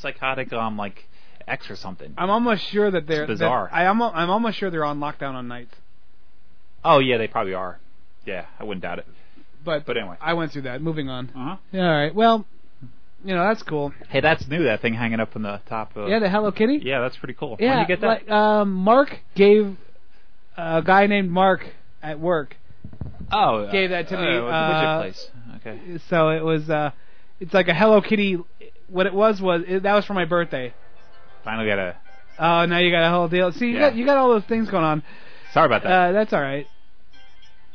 [SPEAKER 9] psychotic um like X or something.
[SPEAKER 8] I'm almost sure that they're
[SPEAKER 9] It's bizarre.
[SPEAKER 8] that- I am. I'm almost sure they're on lockdown on nights.
[SPEAKER 9] Oh yeah, they probably are. Yeah, I wouldn't doubt it.
[SPEAKER 8] But
[SPEAKER 9] But anyway.
[SPEAKER 8] I went through that. Moving on.
[SPEAKER 9] Uh-huh.
[SPEAKER 8] Yeah, all right. Well, you know that's cool.
[SPEAKER 9] Hey, that's new. That thing hanging up from the top. Of,
[SPEAKER 8] Yeah, the Hello Kitty.
[SPEAKER 9] yeah, that's pretty cool.
[SPEAKER 8] Yeah,
[SPEAKER 9] Where'd you get that?
[SPEAKER 8] like um, Mark gave a guy named Mark at work.
[SPEAKER 9] oh, uh,
[SPEAKER 8] gave that to
[SPEAKER 9] uh,
[SPEAKER 8] me,
[SPEAKER 9] what's your
[SPEAKER 8] uh,
[SPEAKER 9] place? Okay.
[SPEAKER 8] So it was uh, it's like a Hello Kitty. What it was was it, that was for my birthday.
[SPEAKER 9] Finally got a.
[SPEAKER 8] Oh, now you got a whole deal. See, you,
[SPEAKER 9] Yeah.
[SPEAKER 8] got, you got all those things going on.
[SPEAKER 9] Sorry about that.
[SPEAKER 8] Uh, that's all right.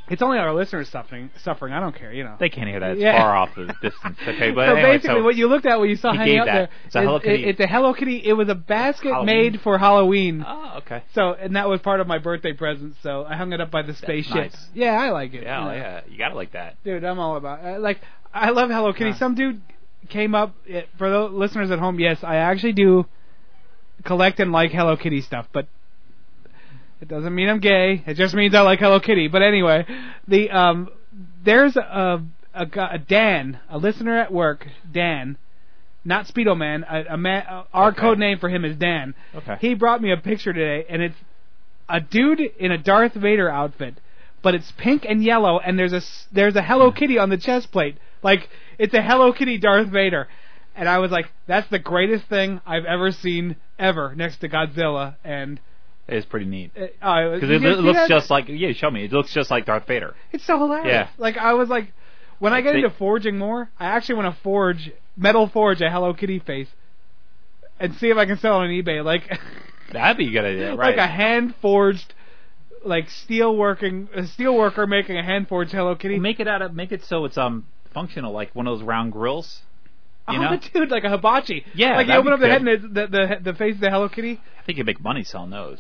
[SPEAKER 8] It's only our listeners suffering. Suffering. I don't care. You know.
[SPEAKER 9] They can't hear that. It's
[SPEAKER 8] Yeah.
[SPEAKER 9] far off the distance. Okay, but
[SPEAKER 8] so
[SPEAKER 9] anyway,
[SPEAKER 8] basically,
[SPEAKER 9] so
[SPEAKER 8] what you looked at, what you saw
[SPEAKER 9] He
[SPEAKER 8] hanging
[SPEAKER 9] gave
[SPEAKER 8] up
[SPEAKER 9] that.
[SPEAKER 8] there,
[SPEAKER 9] It's a Hello
[SPEAKER 8] is-
[SPEAKER 9] Kitty.
[SPEAKER 8] it's a Hello Kitty. It was a basket
[SPEAKER 9] Halloween.
[SPEAKER 8] made for Halloween.
[SPEAKER 9] Oh, okay.
[SPEAKER 8] So, and that was part of my birthday present. So I hung it up by the spaceship.
[SPEAKER 9] nice.
[SPEAKER 8] Yeah, I like it.
[SPEAKER 9] Yeah, oh,
[SPEAKER 8] you know.
[SPEAKER 9] yeah. You gotta like that.
[SPEAKER 8] dude, I'm all about. Uh, like, I love Hello Kitty.
[SPEAKER 9] Yeah.
[SPEAKER 8] Some dude came up uh, for the listeners at home. Yes, I actually do collect and like Hello Kitty stuff, but it doesn't mean I'm gay. It just means I like Hello Kitty. But anyway, the um, there's a a, gu- a Dan, a listener at work, Dan. Not Speedo Man. A, a man. Uh, our
[SPEAKER 9] Okay.
[SPEAKER 8] code name for him is Dan.
[SPEAKER 9] Okay.
[SPEAKER 8] He brought me a picture today, and it's a dude in a Darth Vader outfit, but it's pink and yellow, and there's a s- there's a Hello
[SPEAKER 9] Hmm.
[SPEAKER 8] Kitty on the chest plate. Like it's a Hello Kitty Darth Vader, and I was like, that's the greatest thing I've ever seen ever next to Godzilla, and
[SPEAKER 9] It's pretty neat.
[SPEAKER 8] uh, oh,
[SPEAKER 9] Because it, it looks just like yeah. Show me. It looks just like Darth Vader.
[SPEAKER 8] it's so hilarious.
[SPEAKER 9] Yeah.
[SPEAKER 8] Like I was like, when I get
[SPEAKER 9] They-
[SPEAKER 8] into forging more, I actually want to forge metal forge a Hello Kitty face and see if I can sell it on eBay. Like
[SPEAKER 9] That'd be a good idea, right?
[SPEAKER 8] like a hand forged, like steel working a steel worker making a hand forged Hello Kitty.
[SPEAKER 9] make it out of make it so it's um functional, like one of those round grills. You
[SPEAKER 8] oh,
[SPEAKER 9] know,
[SPEAKER 8] but dude, like a hibachi.
[SPEAKER 9] Yeah,
[SPEAKER 8] like you
[SPEAKER 9] that'd
[SPEAKER 8] open
[SPEAKER 9] be
[SPEAKER 8] up the head
[SPEAKER 9] good.
[SPEAKER 8] and the the, the, the face of the Hello Kitty.
[SPEAKER 9] I think you'd make money selling those.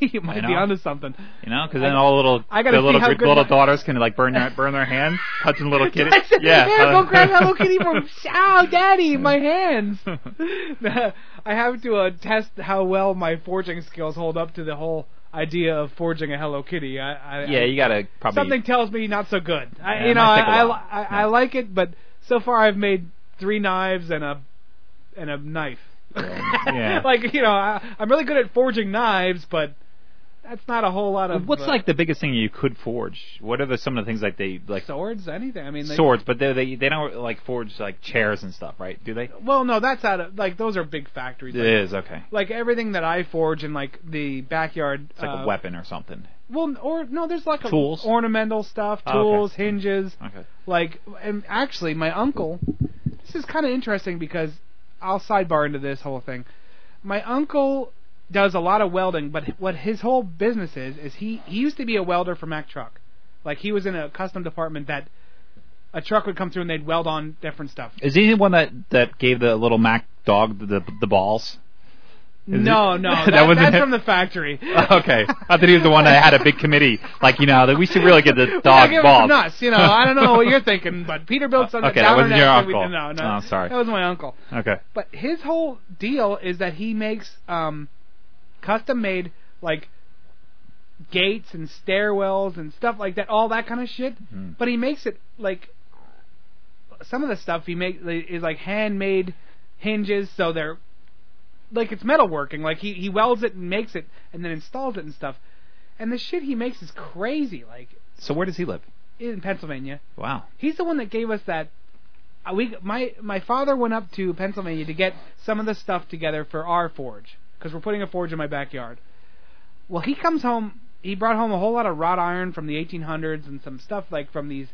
[SPEAKER 8] you might be
[SPEAKER 9] know.
[SPEAKER 8] onto something.
[SPEAKER 9] You know, because then all the little
[SPEAKER 8] I
[SPEAKER 9] the
[SPEAKER 8] gotta see
[SPEAKER 9] little
[SPEAKER 8] how
[SPEAKER 9] gr-
[SPEAKER 8] good
[SPEAKER 9] little
[SPEAKER 8] my-
[SPEAKER 9] daughters can like burn their burn their hand, touching little kitty.
[SPEAKER 8] I said,
[SPEAKER 9] yeah,
[SPEAKER 8] "Here, go grab Hello Kitty from Ow, Daddy, my hands. I have to uh, test how well my forging skills hold up to the whole idea of forging a Hello Kitty. I, I,
[SPEAKER 9] yeah, you gotta probably
[SPEAKER 8] something tells me not so good. I,
[SPEAKER 9] Yeah,
[SPEAKER 8] you
[SPEAKER 9] it
[SPEAKER 8] know,
[SPEAKER 9] might
[SPEAKER 8] I,
[SPEAKER 9] take a
[SPEAKER 8] I,
[SPEAKER 9] while.
[SPEAKER 8] I, I
[SPEAKER 9] Yeah.
[SPEAKER 8] like it, but so far I've made three knives and a and a knife.
[SPEAKER 9] Yeah.
[SPEAKER 8] like you know, I, I'm really good at forging knives, but that's not a whole lot of
[SPEAKER 9] What's
[SPEAKER 8] uh,
[SPEAKER 9] like the biggest thing you could forge? What are the, some of the things like they like
[SPEAKER 8] swords, anything. I mean, they,
[SPEAKER 9] swords? But they they they don't like forge like chairs and stuff, right? Do they?
[SPEAKER 8] Well, no, that's out of like those are big factories.
[SPEAKER 9] It
[SPEAKER 8] Like,
[SPEAKER 9] is okay.
[SPEAKER 8] like everything that I forge in like the backyard.
[SPEAKER 9] It's like
[SPEAKER 8] uh,
[SPEAKER 9] a weapon or something.
[SPEAKER 8] Well, or no, there's like a-
[SPEAKER 9] Tools?
[SPEAKER 8] ornamental stuff,
[SPEAKER 9] Oh, okay.
[SPEAKER 8] tools, hinges.
[SPEAKER 9] Okay.
[SPEAKER 8] Like, and actually, my uncle. This is kind of interesting because I'll sidebar into this whole thing. My uncle does a lot of welding, but what his whole business is is he he used to be a welder for Mack Truck. Like he was in a custom department that a truck would come through and they'd weld on different stuff.
[SPEAKER 9] Is he the one that that gave the little Mac dog the the, the balls? Is
[SPEAKER 8] no,
[SPEAKER 9] it-
[SPEAKER 8] no,
[SPEAKER 9] that
[SPEAKER 8] that,
[SPEAKER 9] wasn't
[SPEAKER 8] that's
[SPEAKER 9] it?
[SPEAKER 8] from the factory.
[SPEAKER 9] okay, I thought he was the one that had a big committee. Like you know, that we should really get the dog
[SPEAKER 8] give
[SPEAKER 9] balls.
[SPEAKER 8] It from us, you know. I don't know what you're thinking, but Peterbilt's on the
[SPEAKER 9] Okay, that
[SPEAKER 8] down
[SPEAKER 9] wasn't
[SPEAKER 8] and
[SPEAKER 9] your
[SPEAKER 8] out, we-
[SPEAKER 9] uncle.
[SPEAKER 8] No, no,
[SPEAKER 9] Oh, I'm sorry.
[SPEAKER 8] That was my uncle.
[SPEAKER 9] Okay.
[SPEAKER 8] But his whole deal is that he makes um, custom made like gates and stairwells and stuff like that, all that kind of shit. But he makes it like some of the stuff he makes is like handmade hinges, so they're like it's metalworking. Like he he welds it and makes it, and then installs it and stuff. And the shit he makes is crazy. Like
[SPEAKER 9] So where does he live?
[SPEAKER 8] in Pennsylvania.
[SPEAKER 9] Wow.
[SPEAKER 8] He's the one that gave us that. uh, We my my father went up to Pennsylvania to get some of the stuff together for our forge because we're putting a forge in my backyard. Well, he comes home. He brought home a whole lot of wrought iron from the 1800s and some stuff like from these.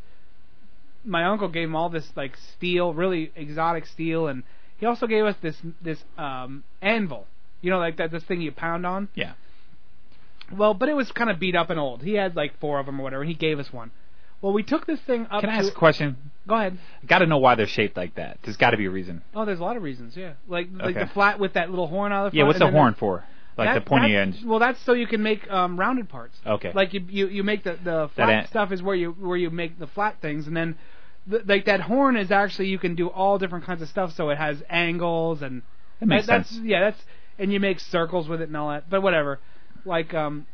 [SPEAKER 8] My uncle gave him all this like steel, really exotic steel, and he also gave us this this um anvil. You know, like that this thing you pound on.
[SPEAKER 9] Yeah.
[SPEAKER 8] Well, but it was kind of beat up and old. He had like four of them or whatever, and he gave us one. Well, we took this thing up.
[SPEAKER 9] Can I
[SPEAKER 8] to-
[SPEAKER 9] ask a question?
[SPEAKER 8] Go ahead.
[SPEAKER 9] Got to know why they're shaped like that. There's got to be a reason.
[SPEAKER 8] Oh, there's a lot of reasons. Yeah, like like
[SPEAKER 9] Okay.
[SPEAKER 8] the flat with that little horn out of the
[SPEAKER 9] Yeah.
[SPEAKER 8] front,
[SPEAKER 9] What's
[SPEAKER 8] and
[SPEAKER 9] the
[SPEAKER 8] then
[SPEAKER 9] horn for? Like the
[SPEAKER 8] that-
[SPEAKER 9] pointy
[SPEAKER 8] that's-
[SPEAKER 9] end.
[SPEAKER 8] Well, that's so you can make um, rounded parts.
[SPEAKER 9] Okay.
[SPEAKER 8] Like you you, you make the the flat
[SPEAKER 9] ain't-
[SPEAKER 8] stuff is where you where you make the flat things, and then th- like that horn is actually you can do all different kinds of stuff. So it has angles and
[SPEAKER 9] That makes
[SPEAKER 8] that- that's,
[SPEAKER 9] sense.
[SPEAKER 8] Yeah, that's and you make circles with it and all that. But whatever, like um,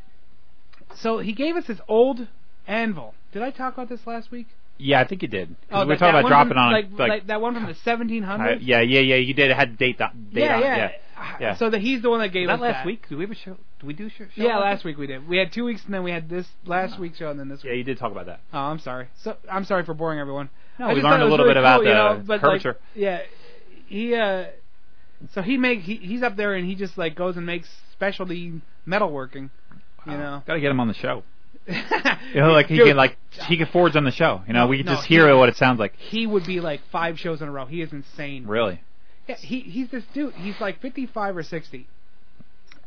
[SPEAKER 8] so he gave us his old anvil. Did I talk about this last week?
[SPEAKER 9] Yeah, I think you did. 'Cause we
[SPEAKER 8] Oh, that-
[SPEAKER 9] were talking
[SPEAKER 8] that
[SPEAKER 9] about
[SPEAKER 8] one from-
[SPEAKER 9] dropping on
[SPEAKER 8] like, like that one from the 1700s.
[SPEAKER 9] I- yeah, yeah, yeah. You did. It had date on. Date
[SPEAKER 8] yeah,
[SPEAKER 9] on, it,
[SPEAKER 8] yeah.
[SPEAKER 9] yeah. yeah.
[SPEAKER 8] So that he's the one that gave us
[SPEAKER 9] that last week? Did we have a show? Did we do a show? show
[SPEAKER 8] Yeah,
[SPEAKER 9] like
[SPEAKER 8] last
[SPEAKER 9] that?
[SPEAKER 8] week we did. We had two weeks, and then we had this last week's show, and then this.
[SPEAKER 9] Yeah,
[SPEAKER 8] week.
[SPEAKER 9] you did talk about that.
[SPEAKER 8] Oh, I'm sorry. So I'm sorry for boring everyone. No,
[SPEAKER 9] we learned a little bit about the curvature.
[SPEAKER 8] yeah, he. Uh, so he make he, he's up there, and he just like goes and makes specialty metalworking. You know,
[SPEAKER 9] Got to get him on the show.
[SPEAKER 8] you
[SPEAKER 9] You know, like he
[SPEAKER 8] Dude,
[SPEAKER 9] can like he can forge on the show. You know, we can
[SPEAKER 8] no,
[SPEAKER 9] just
[SPEAKER 8] he-
[SPEAKER 9] hear what it sounds like.
[SPEAKER 8] he would be like five shows in a row. He is insane.
[SPEAKER 9] Really?
[SPEAKER 8] Yeah, he he's this dude. He's like 55 or 60.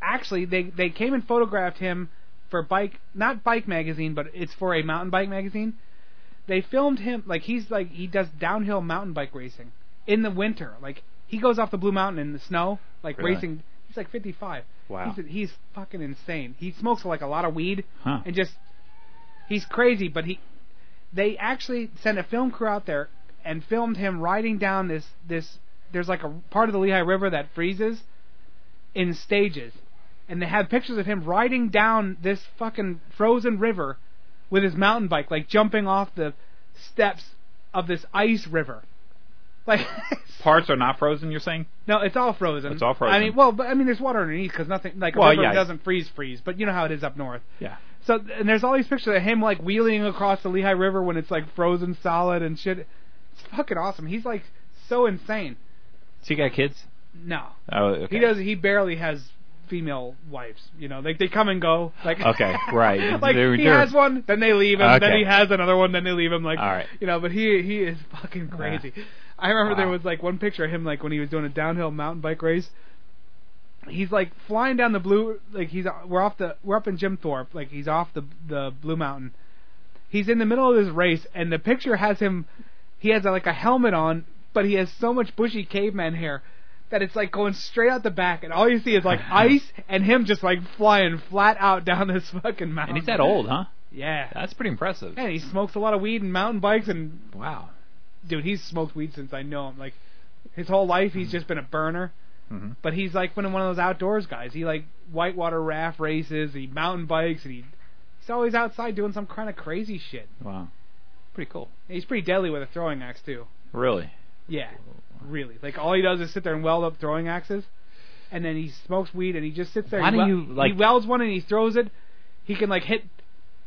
[SPEAKER 8] Actually, they they came and photographed him for bike not bike magazine, but it's for a mountain bike magazine. They filmed him like he's like he does downhill mountain bike racing in the winter. Like he goes off the Blue Mountain in the snow, like
[SPEAKER 9] Really?
[SPEAKER 8] racing. He's like 55.
[SPEAKER 9] Wow.
[SPEAKER 8] He's, he's fucking insane. He smokes like a lot of weed
[SPEAKER 9] Huh.
[SPEAKER 8] and just he's crazy, but he they actually sent a film crew out there and filmed him riding down this this there's like a part of the Lehigh River that freezes in stages and they have pictures of him riding down this fucking frozen river with his mountain bike like jumping off the steps of this ice river like
[SPEAKER 9] Parts are not frozen. You're saying?
[SPEAKER 8] no it's all frozen
[SPEAKER 9] It's all
[SPEAKER 8] I
[SPEAKER 9] frozen.
[SPEAKER 8] mean well but I mean there's water underneath cuz nothing like a
[SPEAKER 9] Well,
[SPEAKER 8] river
[SPEAKER 9] yeah.
[SPEAKER 8] doesn't freeze freeze but you know how it is up north
[SPEAKER 9] Yeah.
[SPEAKER 8] so and there's all these pictures of him like wheeling across the Lehigh River when it's like frozen solid and shit. It's fucking awesome. He's like so insane.
[SPEAKER 9] So you got kids?
[SPEAKER 8] No,
[SPEAKER 9] Oh, okay.
[SPEAKER 8] he does. He barely has female wives. You know, like they come and go. Like
[SPEAKER 9] Okay, right.
[SPEAKER 8] like
[SPEAKER 9] They're-
[SPEAKER 8] he
[SPEAKER 9] they're-
[SPEAKER 8] has one, then they leave him. Then
[SPEAKER 9] Okay.
[SPEAKER 8] he has another one, then they leave him. Like
[SPEAKER 9] All right. Uh,
[SPEAKER 8] you know, but he he is fucking crazy. I remember there
[SPEAKER 9] Wow.
[SPEAKER 8] was like one picture of him like when he was doing a downhill mountain bike race. He's like flying down the blue, like he's we're off the we're up in Jim Thorpe, like he's off the the Blue Mountain. He's in the middle of this race, and the picture has him. He has like a helmet on, but he has so much bushy caveman hair that it's like going straight out the back, and all you see is like ice and him just like flying flat out down this fucking mountain.
[SPEAKER 9] And he's that old, huh?
[SPEAKER 8] Yeah.
[SPEAKER 9] That's pretty impressive.
[SPEAKER 8] And he smokes a lot of weed and mountain bikes and
[SPEAKER 9] Wow.
[SPEAKER 8] dude, he's smoked weed since I know him. Like his whole life,
[SPEAKER 9] Mm-hmm.
[SPEAKER 8] he's just been a burner.
[SPEAKER 9] Mhm.
[SPEAKER 8] But he's like one of one of those outdoors guys. He like whitewater raft races, he mountain bikes, and he he's always outside doing some kind of crazy shit.
[SPEAKER 9] Wow. Pretty cool.
[SPEAKER 8] And he's pretty deadly with a throwing axe too.
[SPEAKER 9] Really?
[SPEAKER 8] Yeah, really. Like all he does is sit there and weld up throwing axes, and then he smokes weed and he just sits there.
[SPEAKER 9] Why
[SPEAKER 8] and
[SPEAKER 9] do
[SPEAKER 8] wel-
[SPEAKER 9] you, like-
[SPEAKER 8] He welds one and he throws it. He can like hit.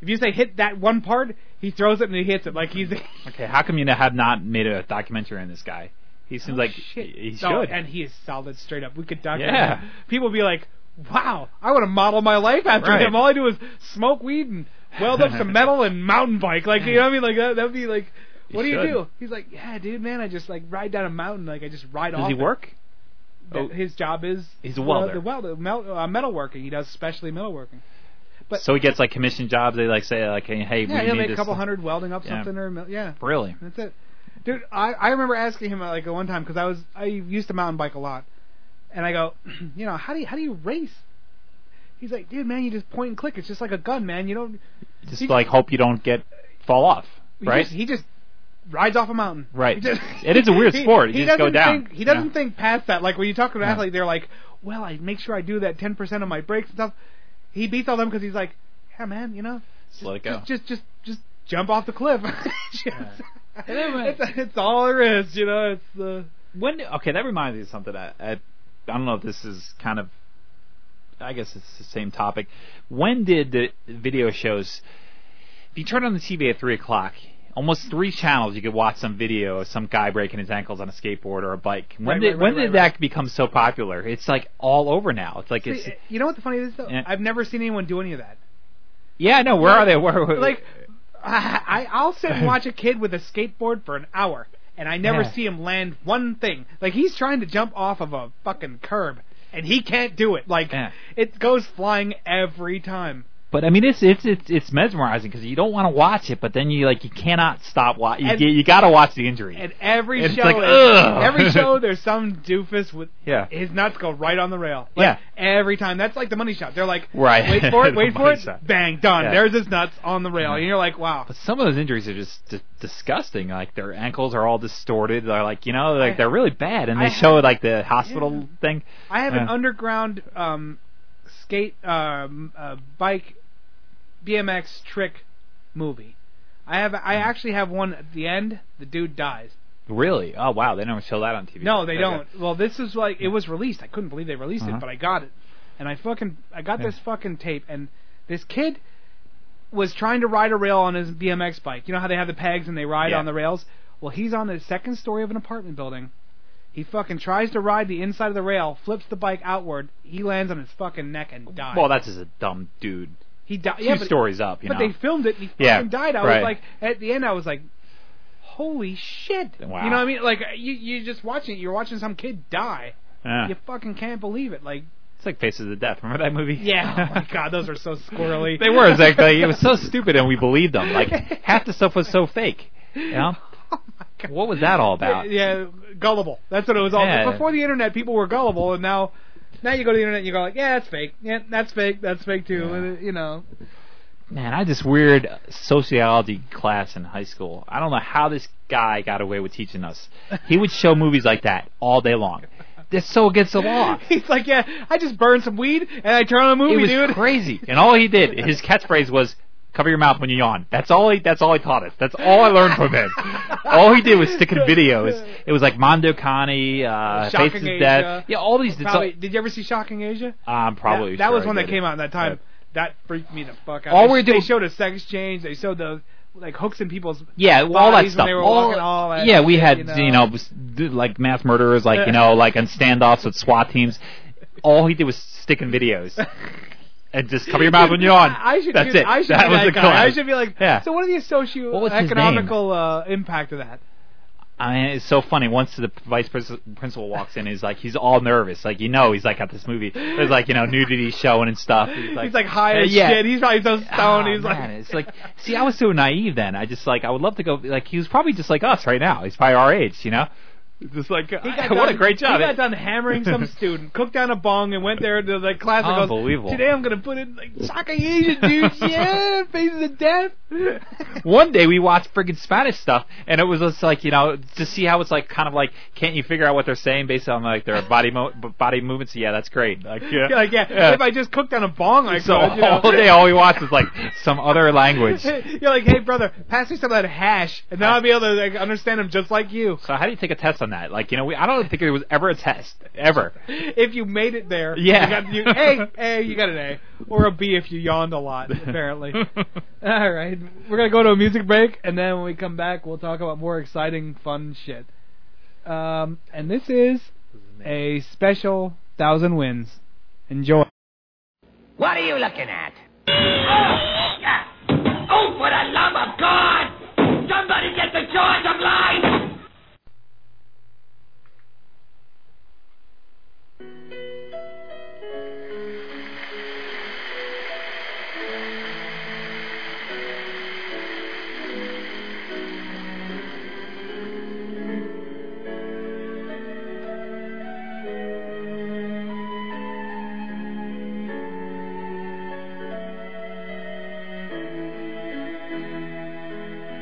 [SPEAKER 8] If you say hit that one part, he throws it and he hits it like he's.
[SPEAKER 9] Okay, how come you have not made a documentary on this guy? He seems like
[SPEAKER 8] shit.
[SPEAKER 9] he should.
[SPEAKER 8] Oh, and he is solid straight up. We could document
[SPEAKER 9] Yeah.
[SPEAKER 8] him. People be like, wow, I want to model my life after
[SPEAKER 9] Right.
[SPEAKER 8] him. All I do is smoke weed and weld up some metal and mountain bike. Like, you know what I mean? Like, that would be like, what do
[SPEAKER 9] should.
[SPEAKER 8] you do? He's like, yeah, dude, man, I just like ride down a mountain. Like, I just ride off.
[SPEAKER 9] Does he
[SPEAKER 8] it."
[SPEAKER 9] work?
[SPEAKER 8] That
[SPEAKER 9] Oh.
[SPEAKER 8] His job is
[SPEAKER 9] He's a welder.
[SPEAKER 8] uh,
[SPEAKER 9] so he gets like commission jobs. They like say like, hey, hey,
[SPEAKER 8] Yeah,
[SPEAKER 9] we
[SPEAKER 8] he'll
[SPEAKER 9] need
[SPEAKER 8] make a
[SPEAKER 9] this-
[SPEAKER 8] couple hundred welding up
[SPEAKER 9] Yeah.
[SPEAKER 8] something or mil- yeah.
[SPEAKER 9] Really?
[SPEAKER 8] That's it, dude. I I remember asking him like one time because I was I used to mountain bike a lot, and I go, you know, how do you how do you race? He's like, dude, man, you just point and click. It's just like a gun, man. You don't.
[SPEAKER 9] Just
[SPEAKER 8] He-
[SPEAKER 9] like hope you don't get fall off,
[SPEAKER 8] He
[SPEAKER 9] right?
[SPEAKER 8] Just, he just rides off a mountain.
[SPEAKER 9] Right.
[SPEAKER 8] He just-
[SPEAKER 9] It is a weird
[SPEAKER 8] He-
[SPEAKER 9] sport. You
[SPEAKER 8] he
[SPEAKER 9] just go
[SPEAKER 8] doesn't
[SPEAKER 9] down.
[SPEAKER 8] Think, he doesn't
[SPEAKER 9] Yeah.
[SPEAKER 8] think past that. Like when you talk to an
[SPEAKER 9] Yeah.
[SPEAKER 8] athlete, they're like, well, I make sure I do that ten percent of my breaks and stuff. He beats all them because he's like, yeah, man, you know,
[SPEAKER 9] Just let it go.
[SPEAKER 8] just just just, just jump off the cliff. Just-
[SPEAKER 9] Anyway.
[SPEAKER 8] it's, it's all there is, you know. It's the
[SPEAKER 9] When okay, that reminds me of something. I, I, I don't know if this is kind of, I guess it's the same topic. When did the video shows? If you turn on the TV at three o'clock, almost three channels you could watch some video of some guy breaking his ankles on a skateboard or a bike. When
[SPEAKER 8] Right,
[SPEAKER 9] did
[SPEAKER 8] right,
[SPEAKER 9] when
[SPEAKER 8] right,
[SPEAKER 9] did
[SPEAKER 8] right, right.
[SPEAKER 9] that become so popular? It's like all over now. It's like it's
[SPEAKER 8] See, you know what the funny is though?
[SPEAKER 9] Yeah.
[SPEAKER 8] I've never seen anyone do any of that.
[SPEAKER 9] yeah. No, where are they? Where, where
[SPEAKER 8] Like, I, I I'll sit and watch a kid with a skateboard for an hour, and I never
[SPEAKER 9] Yeah.
[SPEAKER 8] see him land one thing. Like he's trying to jump off of a fucking curb, and he can't do it. Like
[SPEAKER 9] Yeah.
[SPEAKER 8] it goes flying every time.
[SPEAKER 9] But I mean, it's it's it's, it's mesmerizing because you don't want to watch it, but then you like you cannot stop watching. You,
[SPEAKER 8] And-
[SPEAKER 9] get- you got to watch the injury.
[SPEAKER 8] And every
[SPEAKER 9] It's
[SPEAKER 8] show,
[SPEAKER 9] like,
[SPEAKER 8] is-
[SPEAKER 9] ugh.
[SPEAKER 8] every show, there's some doofus with
[SPEAKER 9] yeah.
[SPEAKER 8] his nuts go right on the rail.
[SPEAKER 9] Yeah.
[SPEAKER 8] Like, Every time. That's like the money shot. They're like,
[SPEAKER 9] Right.
[SPEAKER 8] wait for it,
[SPEAKER 9] The
[SPEAKER 8] wait for
[SPEAKER 9] money
[SPEAKER 8] it,
[SPEAKER 9] shot.
[SPEAKER 8] bang, done.
[SPEAKER 9] Yeah.
[SPEAKER 8] There's his nuts on the rail,
[SPEAKER 9] Yeah.
[SPEAKER 8] and you're like, wow.
[SPEAKER 9] But some of those injuries are just d- disgusting. Like their ankles are all distorted. They're like you know like they're really bad, and they
[SPEAKER 8] I-
[SPEAKER 9] show like the hospital thing.
[SPEAKER 8] I have an
[SPEAKER 9] Yeah.
[SPEAKER 8] underground um, skate um, uh, bike BMX trick movie. I have I actually have one at the end. The dude dies.
[SPEAKER 9] Really? Oh wow, they don't show that on TV.
[SPEAKER 8] No, they
[SPEAKER 9] Okay.
[SPEAKER 8] don't. Well, this is like it was released. I couldn't believe they released
[SPEAKER 9] Uh-huh.
[SPEAKER 8] it, but I got it, and I fucking I got
[SPEAKER 9] Yeah.
[SPEAKER 8] this fucking tape. And this kid was trying to ride a rail on his BMX bike. You know how they have the pegs and they ride
[SPEAKER 9] Yeah.
[SPEAKER 8] on the rails. Well, he's on the second story of an apartment building. He fucking tries to ride the inside of the rail, flips the bike outward. He lands on his fucking neck and dies.
[SPEAKER 9] uh, Well, that's just a dumb dude.
[SPEAKER 8] he died.
[SPEAKER 9] Two
[SPEAKER 8] yeah, but,
[SPEAKER 9] stories up, you
[SPEAKER 8] but
[SPEAKER 9] know.
[SPEAKER 8] they filmed it. and He
[SPEAKER 9] Yeah,
[SPEAKER 8] fucking died. I
[SPEAKER 9] right.
[SPEAKER 8] was like, at the end, I was like, holy shit.
[SPEAKER 9] Wow.
[SPEAKER 8] You know what I mean? Like you, you just watching. it. You're watching some kid die
[SPEAKER 9] Yeah.
[SPEAKER 8] you fucking can't believe it. Like,
[SPEAKER 9] It's like Faces of Death. Remember that movie?
[SPEAKER 8] yeah, oh my god, those are so squirrely.
[SPEAKER 9] they were. It's like, like, it was so stupid, and we believed them. Like half the stuff was so fake. You know?
[SPEAKER 8] Oh my god.
[SPEAKER 9] What was that all
[SPEAKER 8] Yeah,
[SPEAKER 9] about?
[SPEAKER 8] yeah, gullible. That's what it was all.
[SPEAKER 9] Yeah.
[SPEAKER 8] Before the internet, people were gullible, and now, now you go to the internet, and you go like, yeah, that's fake. Yeah, that's fake. That's fake too. And, uh, you know,
[SPEAKER 9] Man, I had this weird sociology class in high school. I don't know how this guy got away with teaching us. He would show movies like that all day long. That's so against the law.
[SPEAKER 8] he's like, yeah, I just burned some weed, and I turn on a
[SPEAKER 9] It
[SPEAKER 8] movie,
[SPEAKER 9] was
[SPEAKER 8] dude.
[SPEAKER 9] crazy. And all he did, his catchphrase was "Cover your mouth when you yawn." That's all. He, that's all he taught us. That's all I learned from him. all he did was stick in videos. It was like Mondo Connie, uh,
[SPEAKER 8] Shocking
[SPEAKER 9] Faces of
[SPEAKER 8] Asia.
[SPEAKER 9] Death. Yeah, all these.
[SPEAKER 8] Probably, did you ever see Shocking Asia?
[SPEAKER 9] um, probably
[SPEAKER 8] that, that
[SPEAKER 9] sure
[SPEAKER 8] was
[SPEAKER 9] I
[SPEAKER 8] one that
[SPEAKER 9] did.
[SPEAKER 8] came out in that time.
[SPEAKER 9] Right.
[SPEAKER 8] That freaked me the fuck out.
[SPEAKER 9] All
[SPEAKER 8] they,
[SPEAKER 9] we're doing-
[SPEAKER 8] they showed a sex change. They showed the like hooks in people's
[SPEAKER 9] Yeah, well, all that
[SPEAKER 8] bodies when
[SPEAKER 9] stuff.
[SPEAKER 8] they were
[SPEAKER 9] All-
[SPEAKER 8] walking, all that
[SPEAKER 9] yeah, we
[SPEAKER 8] shit,
[SPEAKER 9] had
[SPEAKER 8] you
[SPEAKER 9] you
[SPEAKER 8] know.
[SPEAKER 9] know, s- d like mass murderers, like you know, like on standoffs with SWAT teams. all he did was stick in videos and just cover your mouth and yawn.
[SPEAKER 8] I should
[SPEAKER 9] That's
[SPEAKER 8] do,
[SPEAKER 9] it.
[SPEAKER 8] I should
[SPEAKER 9] that
[SPEAKER 8] be
[SPEAKER 9] was
[SPEAKER 8] that
[SPEAKER 9] the
[SPEAKER 8] guy.
[SPEAKER 9] collab.
[SPEAKER 8] I should be like,
[SPEAKER 9] Yeah.
[SPEAKER 8] so what are the
[SPEAKER 9] What was his name?
[SPEAKER 8] socio-economical uh, impact of that?
[SPEAKER 9] I mean, it's so funny. Once the vice pres- principal walks in, he's like, he's all nervous. Like, you know, he's like at this movie. There's like, you know, nudity showing and stuff. He's like,
[SPEAKER 8] He's like high as
[SPEAKER 9] "Hey, yeah.
[SPEAKER 8] shit. He's probably so stoned.
[SPEAKER 9] Oh,
[SPEAKER 8] He's
[SPEAKER 9] man,
[SPEAKER 8] like,
[SPEAKER 9] it's like, see, I was so naive then. I just like, I would love to go. Like, he was probably just like us right now. He's probably our age, you know. Just like,
[SPEAKER 8] got
[SPEAKER 9] what a
[SPEAKER 8] done-
[SPEAKER 9] great job.
[SPEAKER 8] He got done hammering some student, cooked down a bong, and went there to the class and goes,
[SPEAKER 9] Unbelievable.
[SPEAKER 8] Today I'm gonna put in like Sakayasian dudes, yeah, faces of death.
[SPEAKER 9] One day we watched friggin' Spanish stuff, and it was just like you know to see how it's like kind of like can't you figure out what they're saying based on like their body mo- b- body movements? Yeah, that's great. Like yeah,
[SPEAKER 8] like yeah, if I just cooked down a bong, I
[SPEAKER 9] so
[SPEAKER 8] could. You know.
[SPEAKER 9] all day all we watch is like some other language. So
[SPEAKER 8] You're like, hey brother, pass me some of that hash, and then I'll be able to like, understand him just like you.
[SPEAKER 9] how do you take a test on that? Like you know, we, I don't think there was ever a test ever.
[SPEAKER 8] If you made it there,
[SPEAKER 9] Yeah.
[SPEAKER 8] you got, you, A, A, you got an A, or a B if you yawned a lot, apparently. All right, we're gonna go to a music break, and then when we come back, we'll talk about more exciting, fun shit. Um, and this is a special thousand wins. Enjoy.
[SPEAKER 6] What are you looking at? Oh, yeah. oh for the love of God! Somebody get the George of Life!
[SPEAKER 10] Thank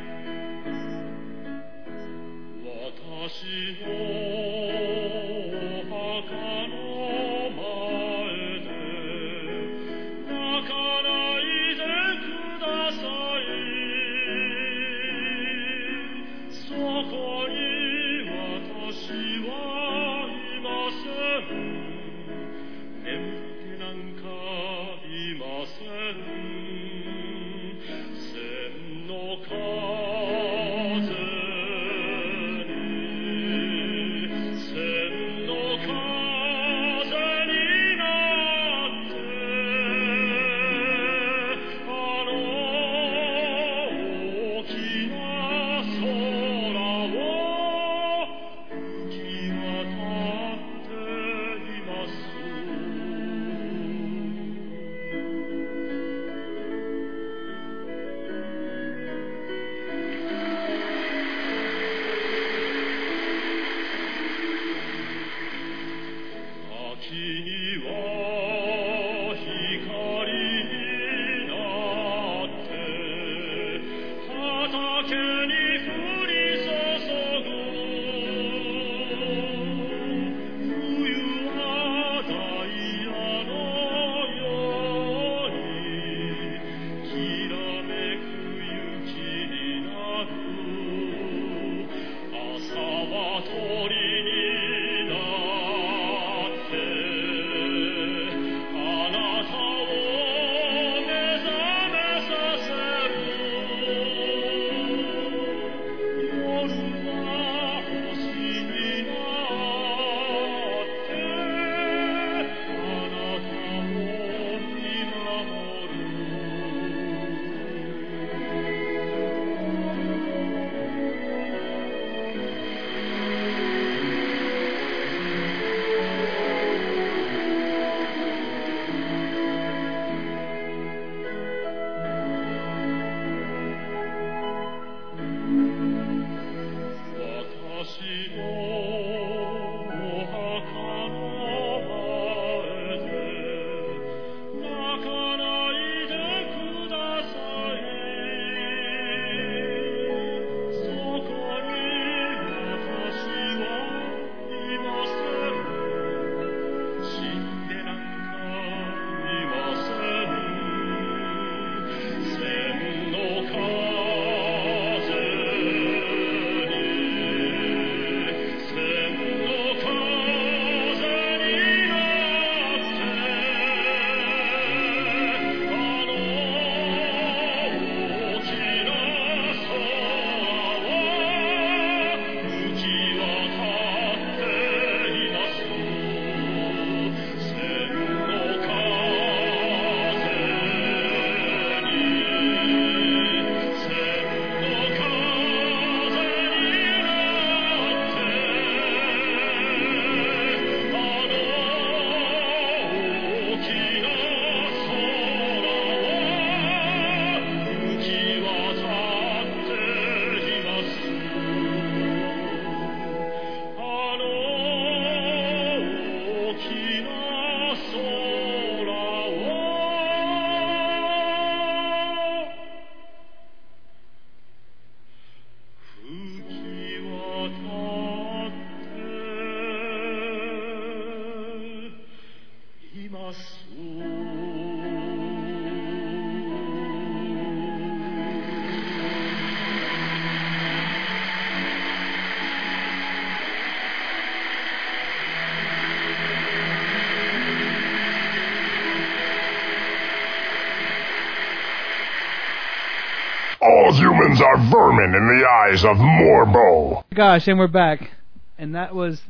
[SPEAKER 10] Humans are vermin in the eyes of Morbo.
[SPEAKER 8] Gosh, and we're back. And that was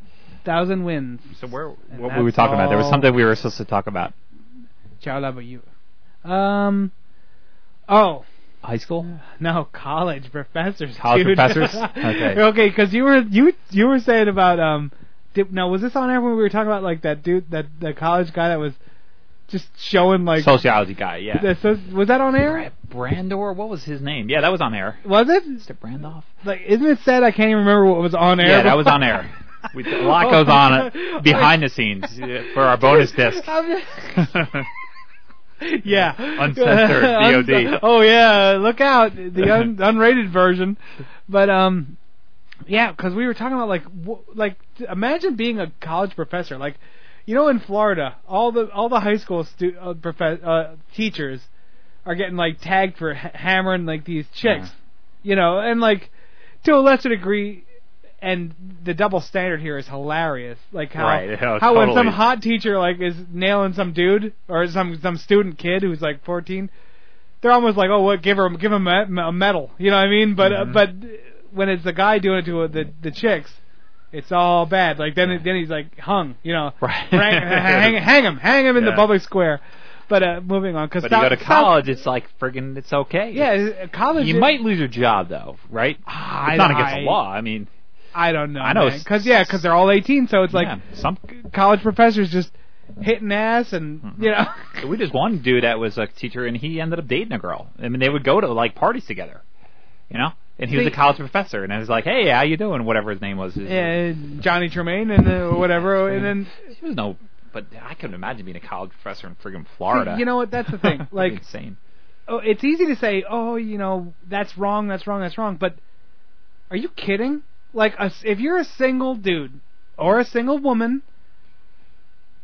[SPEAKER 8] Thousand Winds.
[SPEAKER 9] So where
[SPEAKER 8] And
[SPEAKER 9] what were we
[SPEAKER 8] that's
[SPEAKER 9] talking about? There was
[SPEAKER 8] all-
[SPEAKER 9] something we were supposed to talk about.
[SPEAKER 8] Ciao love you. Um Oh,
[SPEAKER 9] High school?
[SPEAKER 8] no, college professors.
[SPEAKER 9] College
[SPEAKER 8] dude.
[SPEAKER 9] professors? Okay.
[SPEAKER 8] Okay, cuz you were you you were saying about um did, no, was this on air when we were talking about like that dude that the college guy that was just showing like
[SPEAKER 9] Sociology guy, yeah.
[SPEAKER 8] the, so, was that on air?
[SPEAKER 9] Brandor, what was his name? Yeah, that was on air.
[SPEAKER 8] Was it?
[SPEAKER 9] Mr. Brandoff.
[SPEAKER 8] Like isn't it sad I can't even remember what was on air?
[SPEAKER 9] Yeah, that was
[SPEAKER 8] before?
[SPEAKER 9] on air. We, a lot goes on behind the scenes uh, for our bonus disc.
[SPEAKER 8] I'm just- yeah.
[SPEAKER 9] Uncensored,
[SPEAKER 8] Un-
[SPEAKER 9] DOD.
[SPEAKER 8] oh yeah, look out the un- unrated version. But um, yeah, because we were talking about like w- like t- imagine being a college professor. Like you know, in Florida, all the all the high school stu- uh, prof- uh, teachers are getting like tagged for ha- hammering like these chicks, you know, and like to a lesser degree. And the double standard here is hilarious. Like how
[SPEAKER 9] Right, yeah,
[SPEAKER 8] how when some
[SPEAKER 9] totally.
[SPEAKER 8] hot teacher like is nailing some dude or some some student kid who's like 14, they're almost like, oh, what? Give her give him a, a medal. You know what I mean? But
[SPEAKER 9] Mm-hmm.
[SPEAKER 8] uh, but when it's the guy doing it to uh, the the chicks, it's all bad. Like then then he's like hung. You know,
[SPEAKER 9] Right.
[SPEAKER 8] hang, hang, hang him, hang him in the
[SPEAKER 9] Yeah.
[SPEAKER 8] public square. But uh, moving on, because
[SPEAKER 9] But you go to college, it's like friggin' it's okay.
[SPEAKER 8] yeah, uh, college.
[SPEAKER 9] You
[SPEAKER 8] is-
[SPEAKER 9] might lose your job though, right?
[SPEAKER 8] I-
[SPEAKER 9] it's not against the
[SPEAKER 8] I-
[SPEAKER 9] law. I mean,
[SPEAKER 8] I don't know.
[SPEAKER 9] I know s-
[SPEAKER 8] because yeah, because they're all 18, so it's like
[SPEAKER 9] yeah, some.
[SPEAKER 8] college professors just hitting ass and
[SPEAKER 9] Mm-hmm.
[SPEAKER 8] you know.
[SPEAKER 9] We just one dude that was a teacher, and he ended up dating a girl. I mean, they would go to like parties together, you know. And he was a
[SPEAKER 8] See-
[SPEAKER 9] college professor, and I was like, "Hey, how you doing?" Whatever his name was. His-
[SPEAKER 8] Yeah, Johnny Tremaine and uh, whatever, and then
[SPEAKER 9] There was no, but I couldn't imagine being a college professor in friggin' Florida.
[SPEAKER 8] you know what? That's the thing.
[SPEAKER 9] That'd be
[SPEAKER 8] Like,
[SPEAKER 9] insane.
[SPEAKER 8] oh, it's easy to say, oh, you know, that's wrong, that's wrong, that's wrong. But are you kidding? Like, a, if you're a single dude or a single woman,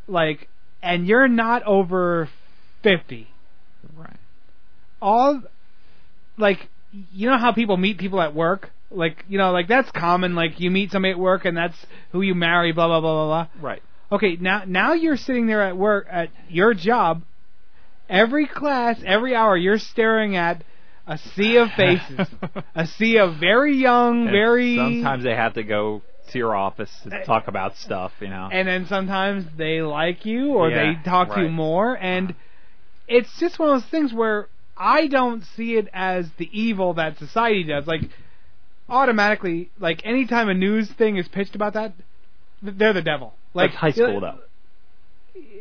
[SPEAKER 8] like, and you're not over fifty,
[SPEAKER 9] Right.
[SPEAKER 8] all like you know how people meet people at work like you know like that's common like you meet somebody at work and that's who you marry blah blah blah blah blah
[SPEAKER 9] Right.
[SPEAKER 8] okay now now you're sitting there at work at your job every class every hour you're staring at a sea of faces a sea of very young
[SPEAKER 9] And
[SPEAKER 8] very Eh.
[SPEAKER 9] Sometimes they have to go to your office to talk about stuff, you know.
[SPEAKER 8] and then sometimes they like you or
[SPEAKER 9] Yeah,
[SPEAKER 8] they talk to you
[SPEAKER 9] right.
[SPEAKER 8] more and it's just one of those things where I don't see it as the evil that society does like automatically like anytime a news thing is pitched about that th- they're the devil like
[SPEAKER 9] That's high school though.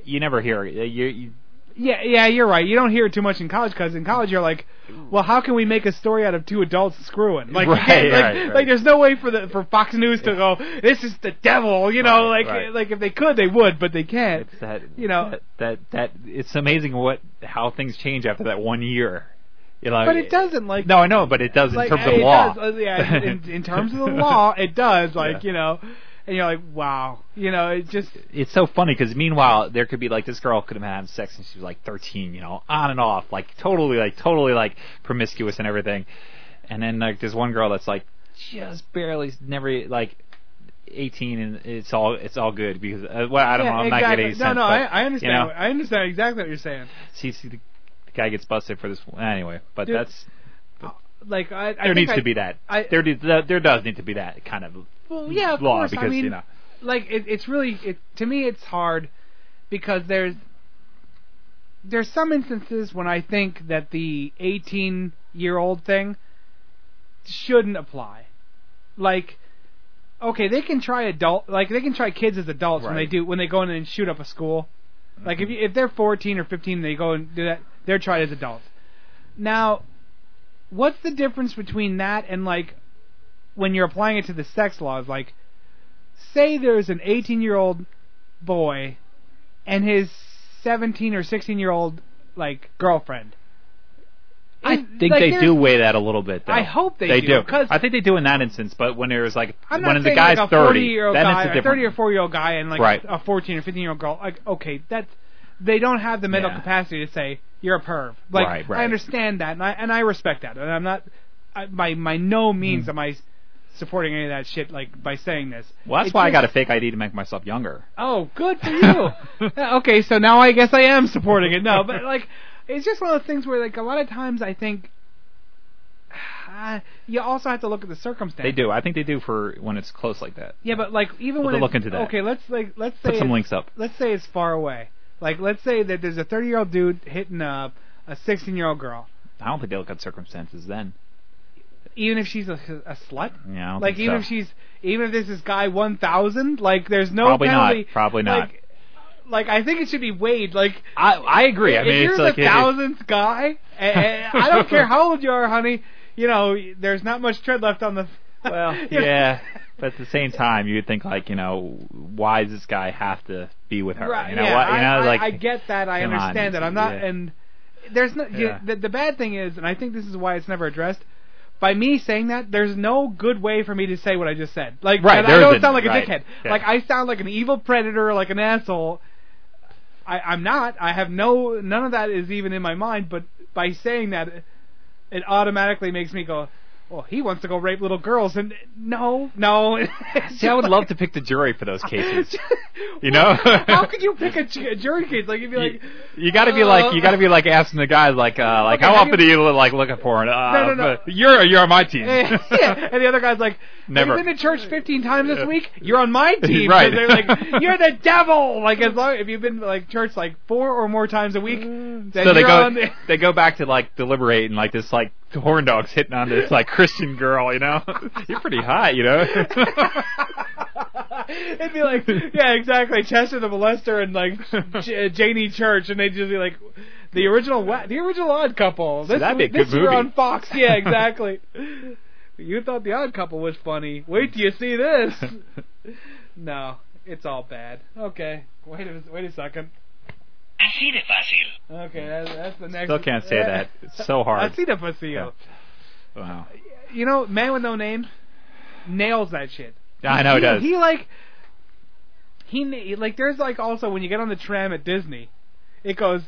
[SPEAKER 9] You never hear it. You, you,
[SPEAKER 8] yeah yeah you're right you don't hear it too much in college cuz in college you're like well how can we make a story out of two adults screwing like you
[SPEAKER 9] Right,
[SPEAKER 8] can't- like,
[SPEAKER 9] right, right.
[SPEAKER 8] like there's no way for the for Fox News to go this is the devil you know like
[SPEAKER 9] Right, right.
[SPEAKER 8] like if they could they would but they can't
[SPEAKER 9] it's that
[SPEAKER 8] you know
[SPEAKER 9] that, that that it's amazing what how things change after that one year. You know, eh,
[SPEAKER 8] But it doesn't, like-
[SPEAKER 9] no, I know, but it does
[SPEAKER 8] like,
[SPEAKER 9] in terms of
[SPEAKER 8] it
[SPEAKER 9] law.
[SPEAKER 8] Does, uh, yeah, in, in terms of the law, it does. Like
[SPEAKER 9] Yeah.
[SPEAKER 8] you know, and you're like, wow, you know, it just
[SPEAKER 9] it's so funny because meanwhile there could be like this girl could have had sex and she was like 13 you know on and off like totally like totally like promiscuous and everything and then like there's one girl that's like just barely never like 18 and it's all it's all good because uh, well I don't
[SPEAKER 8] yeah,
[SPEAKER 9] know I'm
[SPEAKER 8] exactly.
[SPEAKER 9] not getting any
[SPEAKER 8] no,
[SPEAKER 9] sense,
[SPEAKER 8] no,
[SPEAKER 9] but,
[SPEAKER 8] I, I understand.
[SPEAKER 9] you know,
[SPEAKER 8] what- I understand exactly what you're saying.
[SPEAKER 9] see, see the, the guy gets busted for this anyway but
[SPEAKER 8] Dude,
[SPEAKER 9] that's
[SPEAKER 8] Like I, I
[SPEAKER 9] there
[SPEAKER 8] think
[SPEAKER 9] needs
[SPEAKER 8] I-
[SPEAKER 9] to be that
[SPEAKER 8] I-
[SPEAKER 9] there do- there there does need to be that kind of
[SPEAKER 8] Well, yeah, of
[SPEAKER 9] law
[SPEAKER 8] course.
[SPEAKER 9] because
[SPEAKER 8] I mean,
[SPEAKER 9] you know
[SPEAKER 8] like it, it's really it to me it's hard because there's there's some instances when I think that the 18 year old thing shouldn't apply. Like okay, they can try adult like they can try kids as adults when they
[SPEAKER 9] Right.
[SPEAKER 8] do when they go in and shoot up a school. Like if you, if they're 14 or 15 they go and do that, they're tried as adults. Now, what's the difference between that and like when you're applying it to the sex laws like say there's an 18 year old boy and his 17 or 16 year old like girlfriend
[SPEAKER 9] I
[SPEAKER 8] Is-
[SPEAKER 9] think
[SPEAKER 8] like,
[SPEAKER 9] they
[SPEAKER 8] there's-
[SPEAKER 9] do weigh that a little bit. Though.
[SPEAKER 8] I hope they
[SPEAKER 9] they
[SPEAKER 8] do,
[SPEAKER 9] do.
[SPEAKER 8] 'cause-
[SPEAKER 9] I think they do in that instance, but when there's like
[SPEAKER 8] I'm not
[SPEAKER 9] when the
[SPEAKER 8] saying
[SPEAKER 9] guy's
[SPEAKER 8] like a 40
[SPEAKER 9] thirty,
[SPEAKER 8] year old
[SPEAKER 9] then
[SPEAKER 8] guy,
[SPEAKER 9] it's a
[SPEAKER 8] a 30 or
[SPEAKER 9] different.
[SPEAKER 8] 40 year old guy and like
[SPEAKER 9] Right.
[SPEAKER 8] a 14 or 15 year old girl like okay that's they don't have the mental
[SPEAKER 9] Yeah.
[SPEAKER 8] capacity to say you're a perv like
[SPEAKER 9] Right, right.
[SPEAKER 8] I understand that and I and I respect that and I'm not I, by by no means
[SPEAKER 9] Hmm.
[SPEAKER 8] am I supporting any of that shit like by saying this
[SPEAKER 9] Well, that's
[SPEAKER 8] It
[SPEAKER 9] why I
[SPEAKER 8] just-
[SPEAKER 9] got a fake ID to make myself younger.
[SPEAKER 8] Oh, good for you. Uh, okay, so now I guess I am supporting it. No, but like, it's just one of those things where like a lot of times I think, uh, you also have to look at the circumstance.
[SPEAKER 9] They do. I think they do for when it's close like that.
[SPEAKER 8] Yeah, but like even
[SPEAKER 9] We'll
[SPEAKER 8] when
[SPEAKER 9] look
[SPEAKER 8] it's-
[SPEAKER 9] into that.
[SPEAKER 8] Okay, let's like let's say
[SPEAKER 9] Put some
[SPEAKER 8] it-
[SPEAKER 9] links up.
[SPEAKER 8] Let's say it's far away. Like let's say that there's a 30 year old dude hitting a a 16 year old girl,
[SPEAKER 9] I don't think they look at circumstances then.
[SPEAKER 8] even if she's a, a slut.
[SPEAKER 9] Yeah, Mm, I don't
[SPEAKER 8] Like
[SPEAKER 9] think
[SPEAKER 8] even
[SPEAKER 9] so.
[SPEAKER 8] if she's even if this is guy 1,000, like there's no
[SPEAKER 9] Probably not.
[SPEAKER 8] penalty.
[SPEAKER 9] Probably not.
[SPEAKER 8] Like, like I think it should be weighed. Like
[SPEAKER 9] I I agree. I
[SPEAKER 8] if
[SPEAKER 9] mean,
[SPEAKER 8] you're
[SPEAKER 9] it's
[SPEAKER 8] the
[SPEAKER 9] like it- it-
[SPEAKER 8] thousandth guy, and, I don't care how old you are, honey. You know, there's not much tread left on the.
[SPEAKER 9] Well,
[SPEAKER 8] you know.
[SPEAKER 9] yeah, but at the same time, you'd think like, you know, why does this guy have to be with her?
[SPEAKER 8] Right.
[SPEAKER 9] You know
[SPEAKER 8] yeah,
[SPEAKER 9] what? You know,
[SPEAKER 8] I, I-
[SPEAKER 9] like
[SPEAKER 8] I get that. I
[SPEAKER 9] come on,
[SPEAKER 8] understand that. I'm not.
[SPEAKER 9] yeah.
[SPEAKER 8] And there's no. you-
[SPEAKER 9] Yeah.
[SPEAKER 8] the, the bad thing is, and I think this is why it's never addressed. By me saying that, there's no good way for me to say what I just said. Like,
[SPEAKER 9] Right,
[SPEAKER 8] and
[SPEAKER 9] there
[SPEAKER 8] I don't
[SPEAKER 9] isn't,
[SPEAKER 8] sound like a
[SPEAKER 9] right,
[SPEAKER 8] dickhead.
[SPEAKER 9] yeah.
[SPEAKER 8] Like, I sound like an evil predator, like an asshole. I, I'm not. I have no. None of that is even in my mind. But by saying that, it, it automatically makes me go. Well, he wants to go rape little girls, and no, no.
[SPEAKER 9] See, I would love to pick the jury for those cases. You know?
[SPEAKER 8] how could you pick a, ju- a jury case? Like you'd be like, uh,
[SPEAKER 9] you, you gotta be like, you gotta be like asking the guys, like, uh, like
[SPEAKER 8] Okay,
[SPEAKER 9] how
[SPEAKER 8] how
[SPEAKER 9] often
[SPEAKER 8] do
[SPEAKER 9] are
[SPEAKER 8] you-
[SPEAKER 9] you like looking for it? Uh,
[SPEAKER 8] No, no, no.
[SPEAKER 9] but You're you're on my team.
[SPEAKER 8] yeah. and the other guy's like,
[SPEAKER 9] Never.
[SPEAKER 8] You've been to church 15 times this week. You're on my team.
[SPEAKER 9] Right.
[SPEAKER 8] And They're like, you're the devil. Like as long if you've been to like church like four or more times a week, then
[SPEAKER 9] Mm. so they
[SPEAKER 8] you're
[SPEAKER 9] go
[SPEAKER 8] on the-
[SPEAKER 9] they go back to like deliberate and like this like horn dog's hitting on this like Christian girl, you know? you're pretty hot, you know.
[SPEAKER 8] It'd be like, yeah, exactly. Chester the Molester and like J- Janie Church, and they'd just be like, the original, wa- the original Odd Couple. This,
[SPEAKER 9] that'd be a
[SPEAKER 8] this
[SPEAKER 9] good
[SPEAKER 8] year
[SPEAKER 9] movie.
[SPEAKER 8] on Fox. Yeah, exactly. you thought the Odd Couple was funny. Wait till you see this. no, it's all bad. Okay, wait a wait a second.
[SPEAKER 6] Así de fácil.
[SPEAKER 8] Okay, that's, that's the next.
[SPEAKER 9] Still can't say that. It's so hard.
[SPEAKER 8] I see the Pasillo.
[SPEAKER 9] Wow.
[SPEAKER 8] You know, man with no name nails that shit.
[SPEAKER 9] I know
[SPEAKER 8] he,
[SPEAKER 9] it does.
[SPEAKER 8] He uh, like he na- like there's like also when you get on the tram at Disney, it goes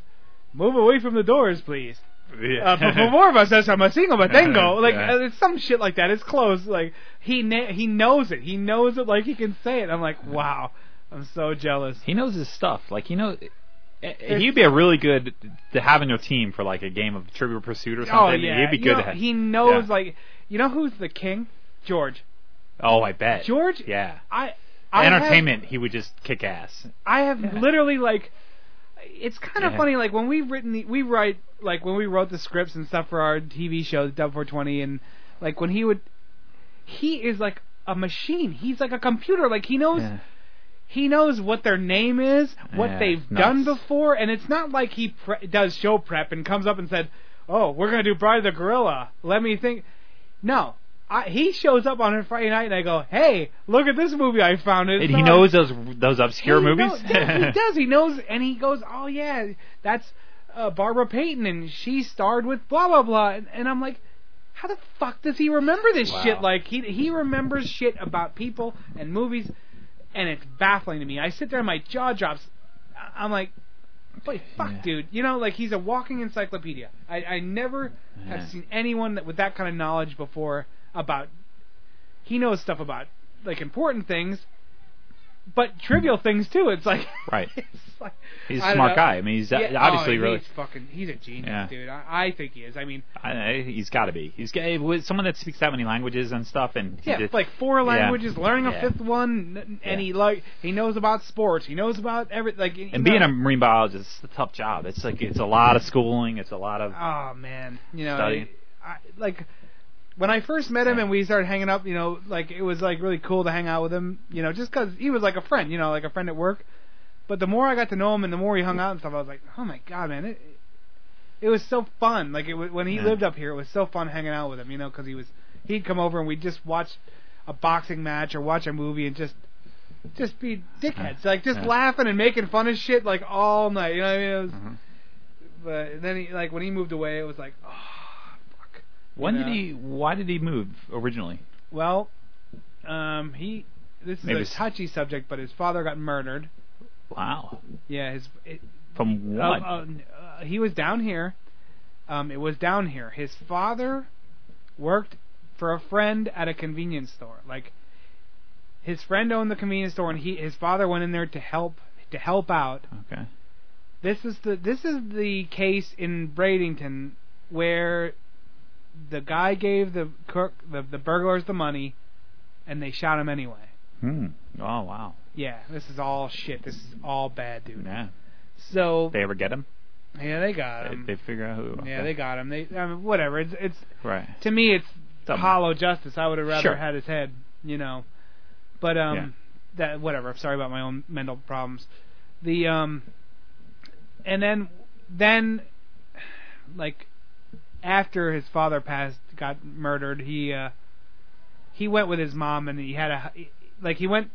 [SPEAKER 8] move away from the doors, please.
[SPEAKER 9] Yeah.
[SPEAKER 8] Uh, por favor, vasesa masingo matengo. Like
[SPEAKER 9] Yeah.
[SPEAKER 8] uh, it's some shit like that. It's close. Like he na- he knows it. He knows it. Like he can say it. I'm like, wow. I'm so jealous.
[SPEAKER 9] he knows his stuff. Like he knows. He'd be a really good to have on your team for like a game of Trivial Pursuit or
[SPEAKER 8] Oh
[SPEAKER 9] something.
[SPEAKER 8] yeah,
[SPEAKER 9] he'd be
[SPEAKER 8] You
[SPEAKER 9] good
[SPEAKER 8] know,
[SPEAKER 9] at.
[SPEAKER 8] He knows
[SPEAKER 9] Yeah.
[SPEAKER 8] like you know who's the king? George.
[SPEAKER 9] oh, I bet.
[SPEAKER 8] George.
[SPEAKER 9] Yeah.
[SPEAKER 8] I. I have-
[SPEAKER 9] Entertainment. he would just kick ass.
[SPEAKER 8] I have literally like it's kind of
[SPEAKER 9] Yeah.
[SPEAKER 8] funny like when we've written the, we write like when we wrote the scripts and stuff for our TV shows Dub 420 and like when he would he is like a machine he's like a computer like he knows
[SPEAKER 9] Yeah.
[SPEAKER 8] he knows what their name is what
[SPEAKER 9] Yeah,
[SPEAKER 8] they've
[SPEAKER 9] it's
[SPEAKER 8] done
[SPEAKER 9] nuts.
[SPEAKER 8] before and it's not like he pre- does show prep and comes up and said oh we're going to do Bride of the Gorilla let me think no I, he shows up on a Friday night and I go hey look at this movie I found It's
[SPEAKER 9] And he
[SPEAKER 8] not-
[SPEAKER 9] knows those those obscure
[SPEAKER 8] he knows-
[SPEAKER 9] movies.
[SPEAKER 8] yeah, he does. He knows, and he goes, "Oh yeah, that's uh, Barbara Payton, and she starred with blah blah blah." And, and I'm like, "How the fuck does he remember this
[SPEAKER 9] Wow.
[SPEAKER 8] shit? Like he he remembers shit about people and movies, and it's baffling to me. I sit there and my jaw drops. I- I'm like." Boy, fuck,
[SPEAKER 9] Yeah.
[SPEAKER 8] dude. You know, like he's a walking encyclopedia. I, I never
[SPEAKER 9] Yeah.
[SPEAKER 8] have seen anyone that, with that kind of knowledge before about. He knows stuff about like important things, but trivial things too. It's like
[SPEAKER 9] Right.
[SPEAKER 8] it's like-
[SPEAKER 9] He's
[SPEAKER 8] I
[SPEAKER 9] a
[SPEAKER 8] don't
[SPEAKER 9] smart
[SPEAKER 8] know.
[SPEAKER 9] guy. I mean, he's
[SPEAKER 8] Yeah,
[SPEAKER 9] obviously
[SPEAKER 8] oh,
[SPEAKER 9] really.
[SPEAKER 8] He's fucking. He's a genius,
[SPEAKER 9] Yeah.
[SPEAKER 8] dude. I, I think he is. I mean,
[SPEAKER 9] I, he's got to be. He's got, with someone that speaks that many languages and stuff, and he
[SPEAKER 8] yeah,
[SPEAKER 9] did-
[SPEAKER 8] like four languages, learning a
[SPEAKER 9] Yeah.
[SPEAKER 8] fifth one, n- and
[SPEAKER 9] Yeah.
[SPEAKER 8] he like he knows about sports. He knows about every like. you
[SPEAKER 9] And
[SPEAKER 8] know-
[SPEAKER 9] being a marine biologist, it's a tough job. It's like it's a lot of schooling. It's a lot of
[SPEAKER 8] oh man, you know,
[SPEAKER 9] Studying.
[SPEAKER 8] I, I, like when I first met him
[SPEAKER 9] Yeah.
[SPEAKER 8] and we started hanging up, you know, like it was like really cool to hang out with him, you know, just 'cause he was like a friend, you know, like a friend at work. But the more I got to know him and the more he hung out and stuff, I was like, oh my god, man, it it was so fun. Like it was, when he
[SPEAKER 9] Yeah.
[SPEAKER 8] lived up here, it was so fun hanging out with him, you know, 'cause he was he'd come over and we'd just watch a boxing match or watch a movie and just just be dickheads, like just
[SPEAKER 9] Yeah.
[SPEAKER 8] laughing and making fun of shit like all night. You know what I mean? It was,
[SPEAKER 9] Mm-hmm.
[SPEAKER 8] But then he like when he moved away, it was like, oh fuck.
[SPEAKER 9] When
[SPEAKER 8] you know?
[SPEAKER 9] did he? Why did he move originally?
[SPEAKER 8] Well, um, he this is
[SPEAKER 9] Maybe
[SPEAKER 8] a
[SPEAKER 9] it's-
[SPEAKER 8] touchy subject, but his father got murdered.
[SPEAKER 9] Wow.
[SPEAKER 8] Yeah, his it,
[SPEAKER 9] From
[SPEAKER 8] uh,
[SPEAKER 9] what?
[SPEAKER 8] uh, uh, he was down here. Um, it was down here. His father worked for a friend at a convenience store. Like his friend owned the convenience store, and he his father went in there to help to help out.
[SPEAKER 9] okay.
[SPEAKER 8] This is the this is the case in Bradenton where the guy gave the cook the, the burglars the money, and they shot him anyway.
[SPEAKER 9] Hmm. Oh wow.
[SPEAKER 8] Yeah, this is all shit. This is all bad, dude.
[SPEAKER 9] Yeah.
[SPEAKER 8] So
[SPEAKER 9] They ever get him?
[SPEAKER 8] yeah, they got him.
[SPEAKER 9] They, they figure out who.
[SPEAKER 8] Um, yeah, they got him. They I mean, whatever. It's it's
[SPEAKER 9] Right.
[SPEAKER 8] to me it's
[SPEAKER 9] Something.
[SPEAKER 8] hollow justice. I would have rather
[SPEAKER 9] Sure.
[SPEAKER 8] had his head, you know. But um,
[SPEAKER 9] Yeah.
[SPEAKER 8] that whatever. I'm sorry about my own mental problems. The um, and then then like after his father passed, got murdered. He uh, he went with his mom and he had a like he went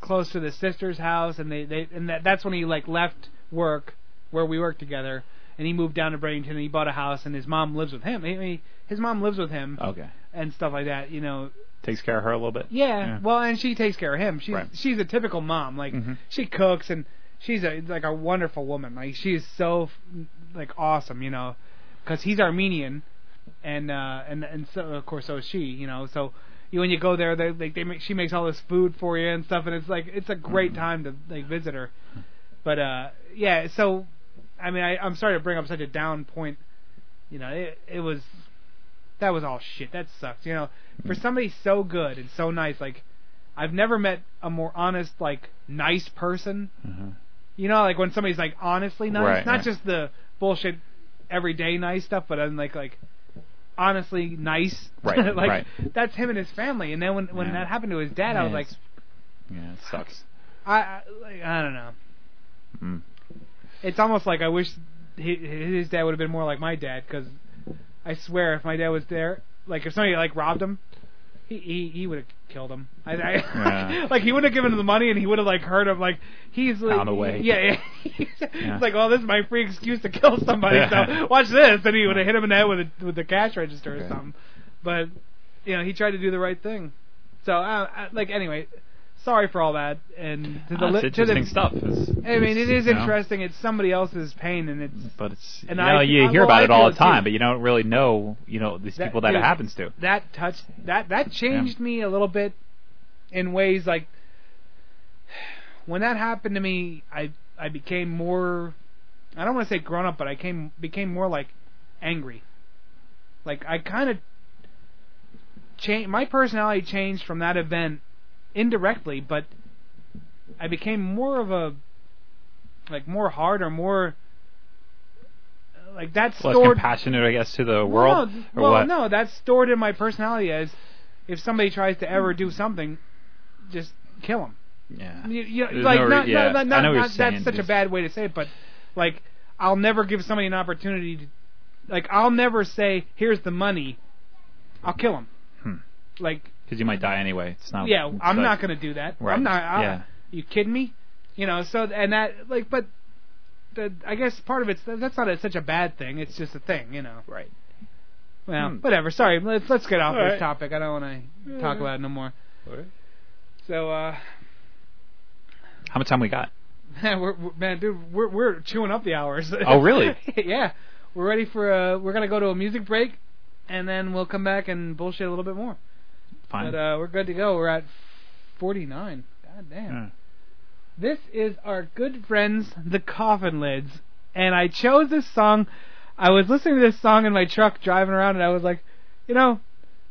[SPEAKER 8] close to the sister's house and they they and that that's when he like left work where we worked together and he moved down to Bradenton and he bought a house and his mom lives with him. I mean, his mom lives with him
[SPEAKER 9] Okay.
[SPEAKER 8] and stuff like that. You know,
[SPEAKER 9] Takes care of her a little bit.
[SPEAKER 8] yeah,
[SPEAKER 9] Yeah.
[SPEAKER 8] Well, and she takes care of him. She's
[SPEAKER 9] Right.
[SPEAKER 8] she's a typical mom. Like
[SPEAKER 9] Mhm.
[SPEAKER 8] she cooks and she's a like a wonderful woman. Like she's so like awesome, you know, because he's Armenian, and uh and and so of course so is she, you know. So you when you go there, they like they make she makes all this food for you and stuff, and it's like it's a great
[SPEAKER 9] Mm-hmm.
[SPEAKER 8] time to like visit her. But uh yeah, so I mean I I'm sorry to bring up such a down point. You know, it it was that was all shit. That sucks. You know,
[SPEAKER 9] Mm-hmm.
[SPEAKER 8] for somebody so good and so nice, like I've never met a more honest, like nice person.
[SPEAKER 9] Mhm.
[SPEAKER 8] You know, like when somebody's like honestly nice,
[SPEAKER 9] Right,
[SPEAKER 8] not
[SPEAKER 9] right.
[SPEAKER 8] just the bullshit everyday nice stuff, but I'm like like honestly nice.
[SPEAKER 9] Right,
[SPEAKER 8] like
[SPEAKER 9] right.
[SPEAKER 8] that's him and his family. And then when when
[SPEAKER 9] Yeah.
[SPEAKER 8] that happened to his dad, I was
[SPEAKER 9] Yeah,
[SPEAKER 8] like,
[SPEAKER 9] it's- Yeah, it sucks.
[SPEAKER 8] I I, like, I don't know.
[SPEAKER 9] Mm.
[SPEAKER 8] It's almost like I wish his, his dad would have been more like my dad, because I swear if my dad was there, like if somebody like robbed him, he he, he would have killed him. I, I
[SPEAKER 9] Yeah.
[SPEAKER 8] like he would have given him the money and he would have like hurt him. Like he's like,
[SPEAKER 9] Found a way.
[SPEAKER 8] Yeah, yeah.
[SPEAKER 9] Yeah.
[SPEAKER 8] It's like, oh, this is my free excuse to kill somebody.
[SPEAKER 9] Yeah.
[SPEAKER 8] So watch this, and he would have hit him in the head with a, with the cash register or something. But you know, he tried to do the right thing. So uh, I, like anyway. Sorry for all that, and to the
[SPEAKER 9] Ah,
[SPEAKER 8] li-
[SPEAKER 9] it's
[SPEAKER 8] to the
[SPEAKER 9] interesting stuff. It's-
[SPEAKER 8] I mean, it
[SPEAKER 9] it's,
[SPEAKER 8] is
[SPEAKER 9] you know,
[SPEAKER 8] interesting. It's somebody else's pain, and it's
[SPEAKER 9] But it's
[SPEAKER 8] And
[SPEAKER 9] you
[SPEAKER 8] I-
[SPEAKER 9] know you
[SPEAKER 8] I-
[SPEAKER 9] hear
[SPEAKER 8] well,
[SPEAKER 9] about
[SPEAKER 8] I
[SPEAKER 9] it all
[SPEAKER 8] do
[SPEAKER 9] the time,
[SPEAKER 8] too.
[SPEAKER 9] but you don't really know you know these
[SPEAKER 8] That-
[SPEAKER 9] people that
[SPEAKER 8] dude.
[SPEAKER 9] it happens to.
[SPEAKER 8] that touched that that changed me a little bit in ways like when that happened to me, I I became more. I don't want to say grown up, but I came became more like angry. Like I kind of changed my personality changed from that event indirectly, but I became more of a like more hard or more like that
[SPEAKER 9] Less
[SPEAKER 8] stored
[SPEAKER 9] compassionate, I guess, to
[SPEAKER 8] Well,
[SPEAKER 9] the world.
[SPEAKER 8] no,
[SPEAKER 9] or
[SPEAKER 8] well,
[SPEAKER 9] what?
[SPEAKER 8] no, that's stored in my personality as if somebody tries to ever do something, just kill them.
[SPEAKER 9] Yeah.
[SPEAKER 8] You, you,
[SPEAKER 9] There's
[SPEAKER 8] like
[SPEAKER 9] no re-
[SPEAKER 8] not,
[SPEAKER 9] yeah,
[SPEAKER 8] not,
[SPEAKER 9] I
[SPEAKER 8] not,
[SPEAKER 9] know what
[SPEAKER 8] not,
[SPEAKER 9] you're
[SPEAKER 8] not
[SPEAKER 9] saying,
[SPEAKER 8] that's such a
[SPEAKER 9] just-
[SPEAKER 8] bad way to say it, but like I'll never give somebody an opportunity to, like I'll never say here's the money, I'll kill him.
[SPEAKER 9] Hmm.
[SPEAKER 8] Like
[SPEAKER 9] Because you might die anyway. It's not.
[SPEAKER 8] yeah,
[SPEAKER 9] it's
[SPEAKER 8] I'm
[SPEAKER 9] like-
[SPEAKER 8] not gonna do that.
[SPEAKER 9] Right.
[SPEAKER 8] I'm not. I,
[SPEAKER 9] Yeah.
[SPEAKER 8] You kidding me? You know. So and that like, but the, I guess part of it's that's not a, such a bad thing. It's just a thing, you know.
[SPEAKER 9] Right.
[SPEAKER 8] Well,
[SPEAKER 9] Hmm.
[SPEAKER 8] whatever. Sorry, let's let's get off
[SPEAKER 9] All
[SPEAKER 8] this
[SPEAKER 9] right.
[SPEAKER 8] topic. I don't want to talk about it no more. So, uh,
[SPEAKER 9] How much time we got?
[SPEAKER 8] man, we're, we're- man, dude, we're we're chewing up the hours.
[SPEAKER 9] Oh, really?
[SPEAKER 8] yeah, we're ready for uh, we're gonna go to a music break, and then we'll come back and bullshit a little bit more.
[SPEAKER 9] Fine.
[SPEAKER 8] But uh, we're good to go. We're at forty nine. God damn.
[SPEAKER 9] Yeah.
[SPEAKER 8] This is our good friends, the Coffin Lids, and I chose this song. I was listening to this song in my truck driving around, and I was like, you know,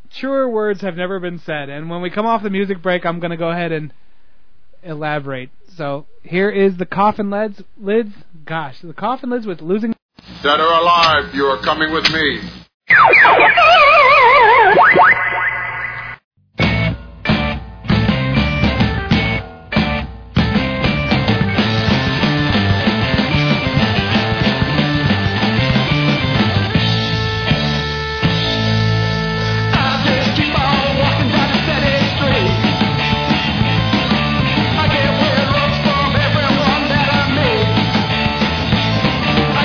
[SPEAKER 8] truer words have never been said. And when we come off the music break, I'm going to go ahead and elaborate. So here is the Coffin Lids. Lids, gosh, the Coffin Lids with losing.
[SPEAKER 2] Dead or alive, you are coming with me.
[SPEAKER 6] I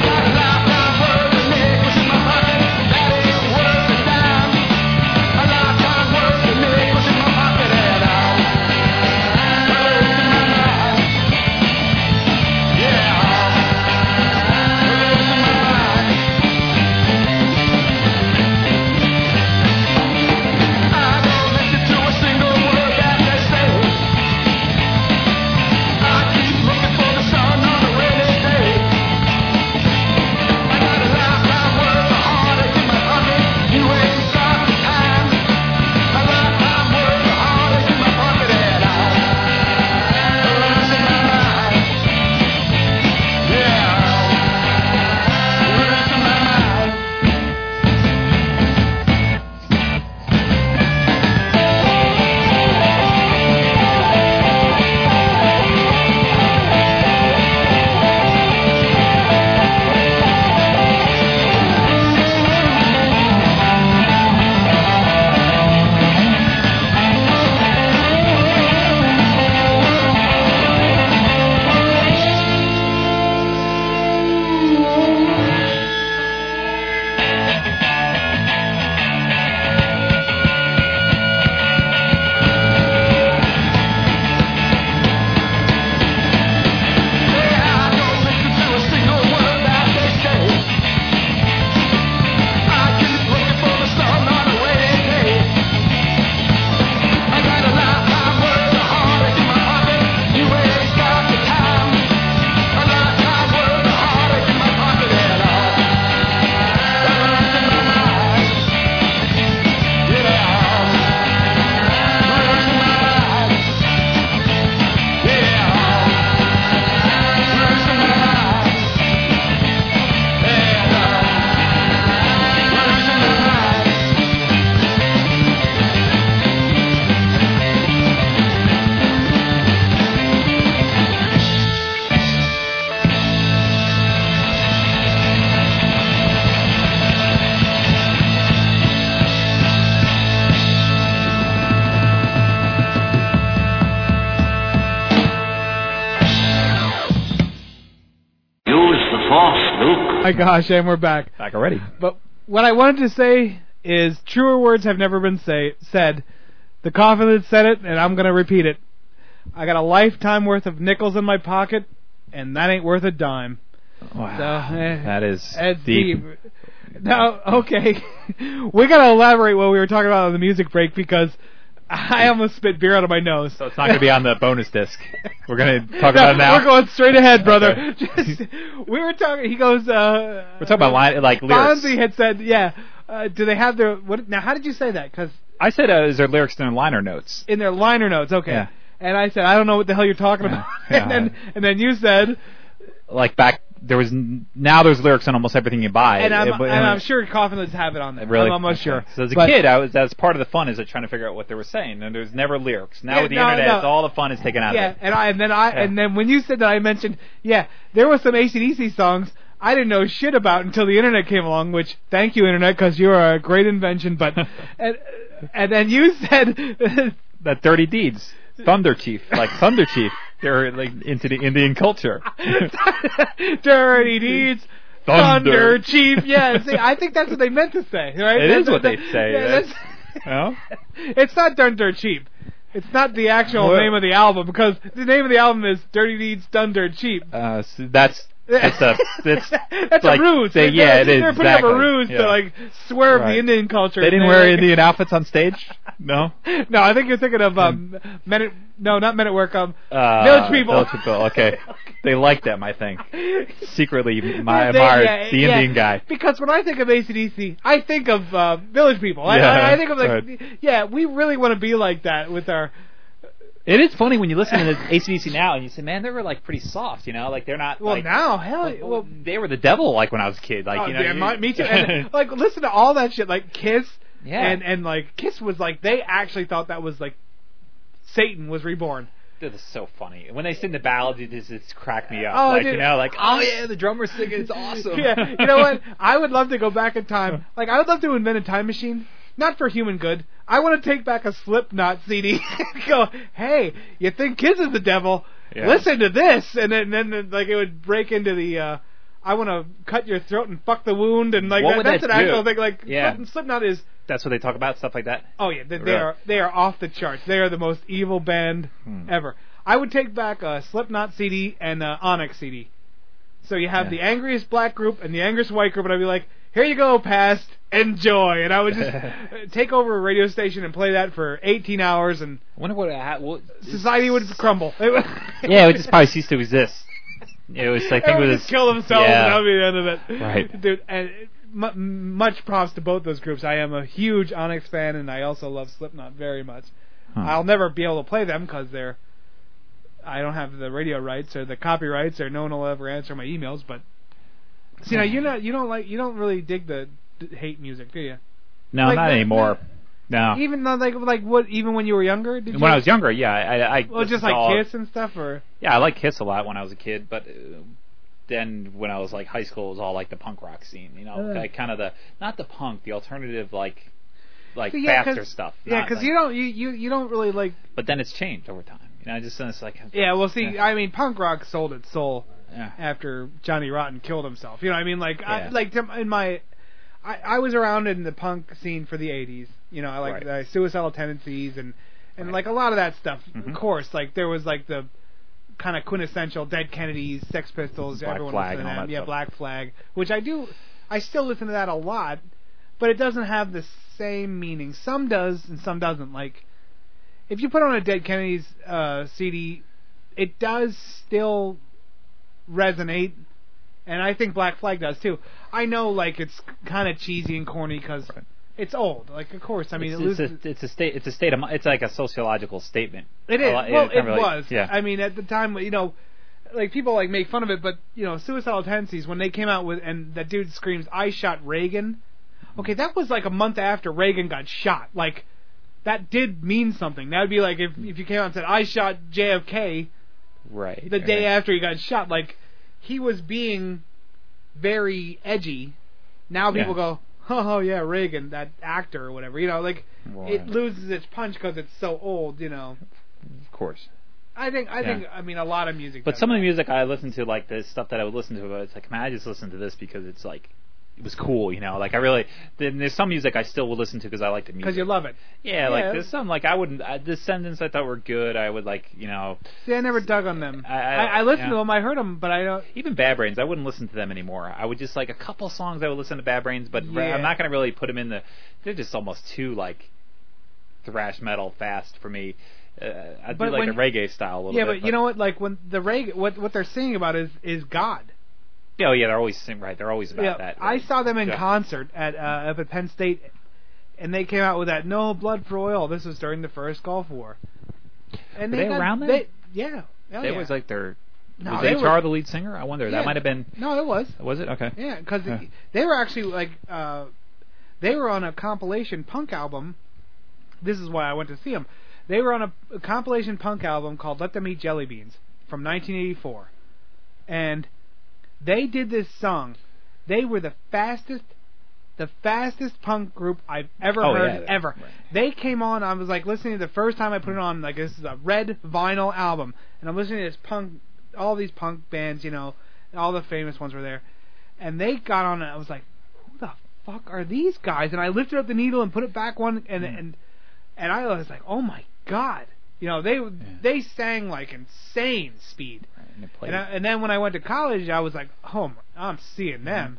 [SPEAKER 6] got a lifetime worth of nickels in my pocket. That ain't worth a dime.
[SPEAKER 8] my gosh, and we're back.
[SPEAKER 9] Back already.
[SPEAKER 8] But what I wanted to say is truer words have never been say, said. The coffin that said it, and I'm going to repeat it. I got a lifetime worth of nickels in my pocket, and that ain't worth a dime.
[SPEAKER 9] Wow.
[SPEAKER 8] So, eh,
[SPEAKER 9] that is
[SPEAKER 8] That's
[SPEAKER 9] deep.
[SPEAKER 8] deep. Now, okay, we got to elaborate what we were talking about on the music break because I almost spit beer out of my nose.
[SPEAKER 9] So it's not going to be on the bonus disc. We're going to talk
[SPEAKER 8] No,
[SPEAKER 9] about it now.
[SPEAKER 8] We're going straight ahead, brother.
[SPEAKER 9] Okay.
[SPEAKER 8] Just, we were talking. He goes. Uh,
[SPEAKER 9] We're talking about line, like lyrics.
[SPEAKER 8] Fonzie had said, "Yeah, uh, do they have their what?" Now, how did you say that? Because
[SPEAKER 9] I said, uh, is there lyrics in the liner notes?
[SPEAKER 8] in their liner notes, okay.
[SPEAKER 9] Yeah.
[SPEAKER 8] And I said, "I don't know what the hell you're talking about."
[SPEAKER 9] Yeah.
[SPEAKER 8] and then, and then you said,
[SPEAKER 9] Like back, there was n- now there's lyrics on almost everything you buy.
[SPEAKER 8] and I'm,
[SPEAKER 9] It- but-
[SPEAKER 8] and I'm sure Coffinlets have it on there.
[SPEAKER 9] Really?
[SPEAKER 8] I'm almost
[SPEAKER 9] Okay.
[SPEAKER 8] sure.
[SPEAKER 9] So as a
[SPEAKER 8] But-
[SPEAKER 9] kid, I was that's part of the fun is like, trying to figure out what they were saying, and there's never lyrics. Now
[SPEAKER 8] Yeah,
[SPEAKER 9] with the
[SPEAKER 8] no,
[SPEAKER 9] internet,
[SPEAKER 8] no.
[SPEAKER 9] it's all the fun is taken out
[SPEAKER 8] Yeah,
[SPEAKER 9] of it.
[SPEAKER 8] and I and then I
[SPEAKER 9] Yeah.
[SPEAKER 8] and then when you said that I mentioned yeah, there was some ACDC songs I didn't know shit about until the internet came along. Which thank you internet because you're a great invention. But and and then you said
[SPEAKER 9] That dirty deeds, Thunder Chief, like Thunder Chief, they're like into the Indian culture.
[SPEAKER 8] dirty deeds.
[SPEAKER 9] Thunder.
[SPEAKER 8] Chief, yeah. See, I think that's what they meant to say, right?
[SPEAKER 9] It is
[SPEAKER 8] That's
[SPEAKER 9] what they say,
[SPEAKER 8] yeah,
[SPEAKER 9] that's-
[SPEAKER 8] that's-
[SPEAKER 9] Well,
[SPEAKER 8] it's not Thunder Cheap. It's not the actual
[SPEAKER 9] Well-
[SPEAKER 8] name of the album because the name of the album is Dirty Deeds Thunder Cheap.
[SPEAKER 9] uh, so that's it's a it's
[SPEAKER 8] that's
[SPEAKER 9] like,
[SPEAKER 8] a ruse.
[SPEAKER 9] They,
[SPEAKER 8] They're-
[SPEAKER 9] yeah, it is.
[SPEAKER 8] They're putting
[SPEAKER 9] exactly.
[SPEAKER 8] up a ruse
[SPEAKER 9] yeah.
[SPEAKER 8] to like swerve
[SPEAKER 9] Right.
[SPEAKER 8] the Indian culture.
[SPEAKER 9] They didn't
[SPEAKER 8] And
[SPEAKER 9] wear
[SPEAKER 8] they're like-
[SPEAKER 9] Indian outfits on stage. No.
[SPEAKER 8] No, I think you're thinking of um, men. At, no, not men at work. Um,
[SPEAKER 9] Uh,
[SPEAKER 8] Village people.
[SPEAKER 9] Village people. Okay. They like them, I think. Secretly, my
[SPEAKER 8] Yeah, they-
[SPEAKER 9] admired
[SPEAKER 8] yeah,
[SPEAKER 9] the
[SPEAKER 8] yeah.
[SPEAKER 9] Indian guy.
[SPEAKER 8] Because when I think of ACDC, I think of uh, Village People. I,
[SPEAKER 9] Yeah,
[SPEAKER 8] I, I think of like,
[SPEAKER 9] right.
[SPEAKER 8] yeah, we really want to be like that with our.
[SPEAKER 9] It is funny when you listen to this ACDC now and you say, man, they were like pretty soft, you know, like they're not.
[SPEAKER 8] Well,
[SPEAKER 9] like,
[SPEAKER 8] now, hell,
[SPEAKER 9] well,
[SPEAKER 8] well,
[SPEAKER 9] they were the devil like when I was a kid, like
[SPEAKER 8] Oh,
[SPEAKER 9] you know.
[SPEAKER 8] yeah,
[SPEAKER 9] you-
[SPEAKER 8] my- me too. And, like, listen to all that shit, like Kiss,
[SPEAKER 9] Yeah.
[SPEAKER 8] and and like Kiss was like they actually thought that was like Satan was reborn.
[SPEAKER 9] That is so funny. When they sing the ballads, it just it's cracked me up.
[SPEAKER 8] Oh,
[SPEAKER 9] like
[SPEAKER 8] dude.
[SPEAKER 9] you know, like oh yeah, the drummer's singing, it's awesome.
[SPEAKER 8] yeah, you know what? I would love to go back in time. Like, I would love to invent a time machine, not for human good. I want to take back a Slipknot CD and go, hey, you think Kiss is the devil?
[SPEAKER 9] Yeah.
[SPEAKER 8] Listen to this, and then, then like it would break into the. uh I want to cut your throat and fuck the wound, and like
[SPEAKER 9] What
[SPEAKER 8] that-
[SPEAKER 9] would
[SPEAKER 8] that's
[SPEAKER 9] that
[SPEAKER 8] an
[SPEAKER 9] do?
[SPEAKER 8] actual thing. Like
[SPEAKER 9] Yeah.
[SPEAKER 8] fucking Slipknot is
[SPEAKER 9] That's what they talk about, stuff like that.
[SPEAKER 8] Oh yeah, they, they
[SPEAKER 9] Really?
[SPEAKER 8] are they are off the charts. They are the most evil band
[SPEAKER 9] Hmm.
[SPEAKER 8] ever. I would take back a Slipknot CD and a Onyx CD. So you have
[SPEAKER 9] Yeah.
[SPEAKER 8] the angriest black group and the angriest white group, and I'd be like, "Here you go, past, enjoy." And I would just uh, take over a radio station and play that for 18 hours, and
[SPEAKER 9] I wonder what. ha- what
[SPEAKER 8] society would crumble. It would,
[SPEAKER 9] yeah, it would just probably cease to exist. It was. I think it
[SPEAKER 8] Everyone
[SPEAKER 9] was
[SPEAKER 8] just kill themselves,
[SPEAKER 9] yeah.
[SPEAKER 8] and that would be the end of it.
[SPEAKER 9] Right.
[SPEAKER 8] dude. And uh, m- much props to both those groups. I am a huge Onyx fan, and I also love Slipknot very much. I'll never be able to play them because they're. I don't have the radio rights or the copyrights, or no one will ever answer my emails. But see, now you know you don't like you don't really dig the d- hate music, do you?
[SPEAKER 9] No,
[SPEAKER 8] Like,
[SPEAKER 9] not
[SPEAKER 8] the-
[SPEAKER 9] anymore. No.
[SPEAKER 8] Even though like like what even when you were younger, did you?
[SPEAKER 9] when I was younger, yeah, I, I, I
[SPEAKER 8] well, just
[SPEAKER 9] listened to
[SPEAKER 8] like
[SPEAKER 9] all-
[SPEAKER 8] Kiss and stuff, or
[SPEAKER 9] Yeah, I liked Kiss a lot when I was a kid, but uh, then when I was like high school, it was all like the punk rock scene, you know,
[SPEAKER 8] Uh.
[SPEAKER 9] like kind of the not the punk, the alternative like like
[SPEAKER 8] So, yeah, 'cause-
[SPEAKER 9] faster stuff.
[SPEAKER 8] yeah,
[SPEAKER 9] not,
[SPEAKER 8] because
[SPEAKER 9] like-
[SPEAKER 8] you don't you, you you don't really like
[SPEAKER 9] But then it's changed over time, you know. Just it's like
[SPEAKER 8] yeah. Well, see,
[SPEAKER 9] Yeah.
[SPEAKER 8] I mean, punk rock sold its soul.
[SPEAKER 9] yeah.
[SPEAKER 8] after Johnny Rotten killed himself. You know, what I mean, like, I,
[SPEAKER 9] Yeah.
[SPEAKER 8] like to, in my, I, I was around in the punk scene for the '80s. You know, I like
[SPEAKER 9] Right.
[SPEAKER 8] the suicidal tendencies and and like a lot of that stuff.
[SPEAKER 9] Mm-hmm.
[SPEAKER 8] Of course, like there was like the kind of quintessential Dead Kennedys, Sex Pistols,
[SPEAKER 9] Black
[SPEAKER 8] everyone
[SPEAKER 9] Flag
[SPEAKER 8] listened to
[SPEAKER 9] and all
[SPEAKER 8] them.
[SPEAKER 9] that
[SPEAKER 8] yeah,
[SPEAKER 9] stuff.
[SPEAKER 8] Black Flag, which I do, I still listen to that a lot, but it doesn't have the same meaning. Some does and some doesn't. Like if you put on a Dead Kennedys uh, CD, it does still resonate, and I think Black Flag does too. I know like it's kind of cheesy and corny because it's old. Like of course, I mean
[SPEAKER 9] it's,
[SPEAKER 8] it loses.
[SPEAKER 9] it's a it's a state it's a state of mi- it's like a sociological statement.
[SPEAKER 8] It is.
[SPEAKER 9] A lot-
[SPEAKER 8] well,
[SPEAKER 9] it's
[SPEAKER 8] it
[SPEAKER 9] not really-
[SPEAKER 8] was.
[SPEAKER 9] Yeah.
[SPEAKER 8] I mean, at the time, you know, like people like make fun of it, but you know, suicidal tendencies when they came out with and that dude screams, "I shot Reagan." Okay, that was like a month after Reagan got shot. Like that did mean something. That would be like if if you came out and said, "I shot JFK"
[SPEAKER 9] right.
[SPEAKER 8] the day
[SPEAKER 9] right.
[SPEAKER 8] after he got shot. Like he was being very edgy. Now people
[SPEAKER 9] Yeah.
[SPEAKER 8] go, "Oh yeah, Reagan, that actor or whatever." You know, like
[SPEAKER 9] Right.
[SPEAKER 8] it loses its punch because it's so old. You know.
[SPEAKER 9] of course.
[SPEAKER 8] I think I
[SPEAKER 9] Yeah.
[SPEAKER 8] think I mean a lot of music.
[SPEAKER 9] But
[SPEAKER 8] does
[SPEAKER 9] some of the
[SPEAKER 8] that.
[SPEAKER 9] music I listen to, like the stuff that I would listen to, but it's like, man, I just listen to this because it's like, it was cool, you know. Like I really, then there's some music I still will listen to because I like the music.
[SPEAKER 8] because you love it.
[SPEAKER 9] Yeah, like there's some like I wouldn't. I, Descendants I thought were good. I would like, you know,
[SPEAKER 8] See, I never dug on them.
[SPEAKER 9] I I,
[SPEAKER 8] I, I listened
[SPEAKER 9] yeah.
[SPEAKER 8] to them. I heard them, but I don't.
[SPEAKER 9] Even Bad Brains, I wouldn't listen to them anymore. I would just like a couple songs I would listen to Bad Brains, but re-
[SPEAKER 8] Yeah.
[SPEAKER 9] I'm not gonna really put them in the. They're just almost too like thrash metal fast for me. Uh, I'd
[SPEAKER 8] But
[SPEAKER 9] do like
[SPEAKER 8] when-
[SPEAKER 9] a reggae style a little
[SPEAKER 8] Yeah,
[SPEAKER 9] bit.
[SPEAKER 8] but you know what? Like when the reg, what what they're singing about is is God.
[SPEAKER 9] Yeah, oh, yeah, they're always sing- right. They're always about
[SPEAKER 8] yeah,
[SPEAKER 9] that.
[SPEAKER 8] I saw them in
[SPEAKER 9] Yeah.
[SPEAKER 8] concert at uh, up at Penn State, and they came out with that "No Blood for Oil." This was during the first Gulf War. And
[SPEAKER 9] Were they
[SPEAKER 8] got,
[SPEAKER 9] around then?
[SPEAKER 8] They, yeah, oh,
[SPEAKER 9] That
[SPEAKER 8] yeah.
[SPEAKER 9] was like their
[SPEAKER 8] No,
[SPEAKER 9] was
[SPEAKER 8] they
[SPEAKER 9] HR
[SPEAKER 8] were-
[SPEAKER 9] the lead singer? I wonder.
[SPEAKER 8] Yeah.
[SPEAKER 9] That might have been
[SPEAKER 8] no, it was.
[SPEAKER 9] was it? Okay.
[SPEAKER 8] Yeah, because
[SPEAKER 9] Huh.
[SPEAKER 8] they were actually like uh, they were on a compilation punk album. This is why I went to see them. They were on a, a compilation punk album called "Let Them Eat Jelly Beans" from 1984, and they did this song. They were the fastest, the fastest punk group I've ever
[SPEAKER 9] Oh,
[SPEAKER 8] heard
[SPEAKER 9] yeah.
[SPEAKER 8] ever. They came on. I was like listening the first time I put it on. Like this is a red vinyl album, and I'm listening to this punk, all these punk bands, you know, all the famous ones were there, and they got on. And I was like, who the fuck are these guys? And I lifted up the needle and put it back one, and
[SPEAKER 9] Mm.
[SPEAKER 8] and and I was like, oh my god, you know, they they sang like insane speed.
[SPEAKER 9] And they played-
[SPEAKER 8] And, I, and then when I went to college, I was like, "Oh, my- I'm seeing them."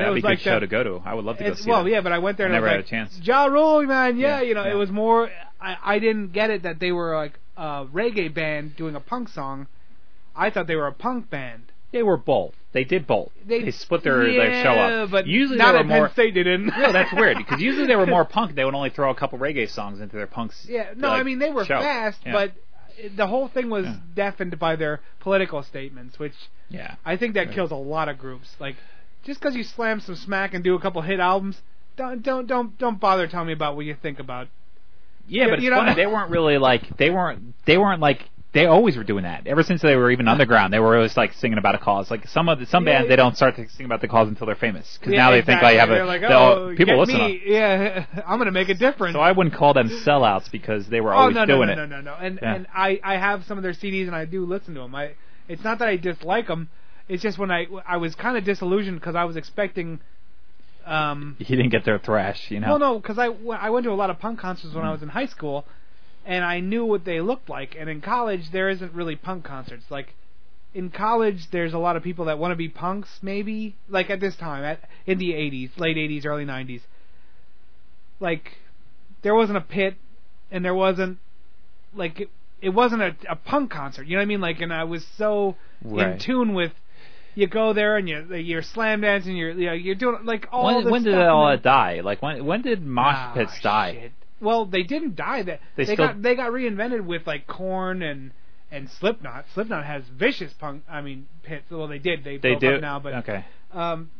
[SPEAKER 8] it
[SPEAKER 9] that'd be
[SPEAKER 8] was
[SPEAKER 9] a good
[SPEAKER 8] like
[SPEAKER 9] show
[SPEAKER 8] the-
[SPEAKER 9] to go to. I would love Mm-hmm. to go
[SPEAKER 8] It's-
[SPEAKER 9] see.
[SPEAKER 8] well,
[SPEAKER 9] them.
[SPEAKER 8] yeah, but I went there and I
[SPEAKER 9] never
[SPEAKER 8] was
[SPEAKER 9] had
[SPEAKER 8] like,
[SPEAKER 9] a chance.
[SPEAKER 8] Ja Rule, man, yeah,
[SPEAKER 9] Yeah,
[SPEAKER 8] you know,
[SPEAKER 9] yeah.
[SPEAKER 8] it was more. I, I didn't get it that they were like a reggae band doing a punk song. I thought they were a punk band.
[SPEAKER 9] They were both. They did both.
[SPEAKER 8] They-
[SPEAKER 9] They, split their,
[SPEAKER 8] Yeah,
[SPEAKER 9] their show up.
[SPEAKER 8] but
[SPEAKER 9] usually
[SPEAKER 8] not
[SPEAKER 9] they were
[SPEAKER 8] at Penn
[SPEAKER 9] more.
[SPEAKER 8] State, they didn't.
[SPEAKER 9] no, that's weird because usually they were more punk. They would only throw a couple reggae songs into their punks.
[SPEAKER 8] Yeah, no,
[SPEAKER 9] like,
[SPEAKER 8] I mean they were
[SPEAKER 9] show.
[SPEAKER 8] fast,
[SPEAKER 9] Yeah.
[SPEAKER 8] but the whole thing was
[SPEAKER 9] Yeah.
[SPEAKER 8] deafened by their political statements, which
[SPEAKER 9] yeah,
[SPEAKER 8] I think that
[SPEAKER 9] Right.
[SPEAKER 8] kills a lot of groups. Like, just because you slam some smack and do a couple hit albums, don't don't don't don't bother telling me about what you think about.
[SPEAKER 9] yeah,
[SPEAKER 8] you-
[SPEAKER 9] but it's
[SPEAKER 8] you know-
[SPEAKER 9] funny. They weren't really like they weren't they weren't like they always were doing that. Ever since they were even underground, they were always like singing about a cause. Like some of the, some
[SPEAKER 8] Yeah,
[SPEAKER 9] bands,
[SPEAKER 8] yeah.
[SPEAKER 9] they don't start to sing about the cause until they're famous because
[SPEAKER 8] Yeah,
[SPEAKER 9] now they
[SPEAKER 8] exactly.
[SPEAKER 9] think like have
[SPEAKER 8] They're
[SPEAKER 9] a
[SPEAKER 8] like,
[SPEAKER 9] they'll-
[SPEAKER 8] oh,
[SPEAKER 9] people
[SPEAKER 8] get
[SPEAKER 9] listen.
[SPEAKER 8] me. Yeah, I'm gonna make a difference.
[SPEAKER 9] So I wouldn't call them sellouts because they were
[SPEAKER 8] oh
[SPEAKER 9] always
[SPEAKER 8] no no
[SPEAKER 9] doing
[SPEAKER 8] no,
[SPEAKER 9] it.
[SPEAKER 8] no no no and
[SPEAKER 9] Yeah.
[SPEAKER 8] and I I have some of their CDs and I do listen to them. I it's not that I dislike them. It's just when I I was kind of disillusioned because I was expecting. Um,
[SPEAKER 9] He didn't get their thrash, you know.
[SPEAKER 8] Well, no, because I, w- I went to a lot of punk concerts when I was in high school, and I knew what they looked like. And in college, there isn't really punk concerts. Like in college, there's a lot of people that want to be punks, maybe. Like at this time, at in the '80s, late '80s, early '90s, like there wasn't a pit, and there wasn't like it, it wasn't a, a punk concert. You know what I mean? Like, and I was so in
[SPEAKER 9] Right.
[SPEAKER 8] tune with. You go there and you you're slam dancing, you're you know, you're doing like all
[SPEAKER 9] when
[SPEAKER 8] this
[SPEAKER 9] when did
[SPEAKER 8] stuff,
[SPEAKER 9] it
[SPEAKER 8] and
[SPEAKER 9] all
[SPEAKER 8] then-
[SPEAKER 9] that die? Like when when did mosh
[SPEAKER 8] Ah,
[SPEAKER 9] pits die?
[SPEAKER 8] shit. Well, they didn't die. That they,
[SPEAKER 9] They still-
[SPEAKER 8] got they got reinvented with like Corn and and Slipknot. Slipknot has vicious punk. I mean, pits. Well, they did. They,
[SPEAKER 9] They
[SPEAKER 8] broke
[SPEAKER 9] do
[SPEAKER 8] up now, but
[SPEAKER 9] okay.
[SPEAKER 8] um,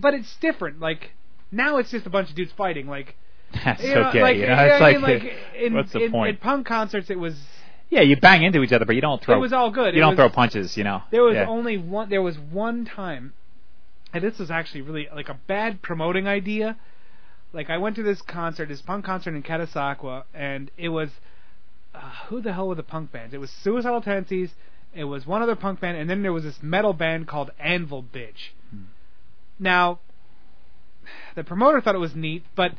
[SPEAKER 8] but it's different. Like now, it's just a bunch of dudes fighting. Like
[SPEAKER 9] That's
[SPEAKER 8] you know,
[SPEAKER 9] okay.
[SPEAKER 8] like,
[SPEAKER 9] you know,
[SPEAKER 8] you know what
[SPEAKER 9] it's
[SPEAKER 8] I
[SPEAKER 9] like,
[SPEAKER 8] mean? in,
[SPEAKER 9] what's the
[SPEAKER 8] in,
[SPEAKER 9] point?
[SPEAKER 8] In punk concerts, it was
[SPEAKER 9] yeah, you bang into each other, but you don't throw.
[SPEAKER 8] it was all good.
[SPEAKER 9] You
[SPEAKER 8] It
[SPEAKER 9] don't
[SPEAKER 8] was-
[SPEAKER 9] throw punches. You know.
[SPEAKER 8] there was
[SPEAKER 9] yeah.
[SPEAKER 8] only one. There was one time, and this was actually really like a bad promoting idea. Like I went to this concert, this punk concert in Catasauqua, and it was uh, who the hell were the punk bands? It was Suicidal Tendencies. It was one other punk band, and then there was this metal band called Anvil Bitch.
[SPEAKER 9] Hmm.
[SPEAKER 8] Now, the promoter thought it was neat, but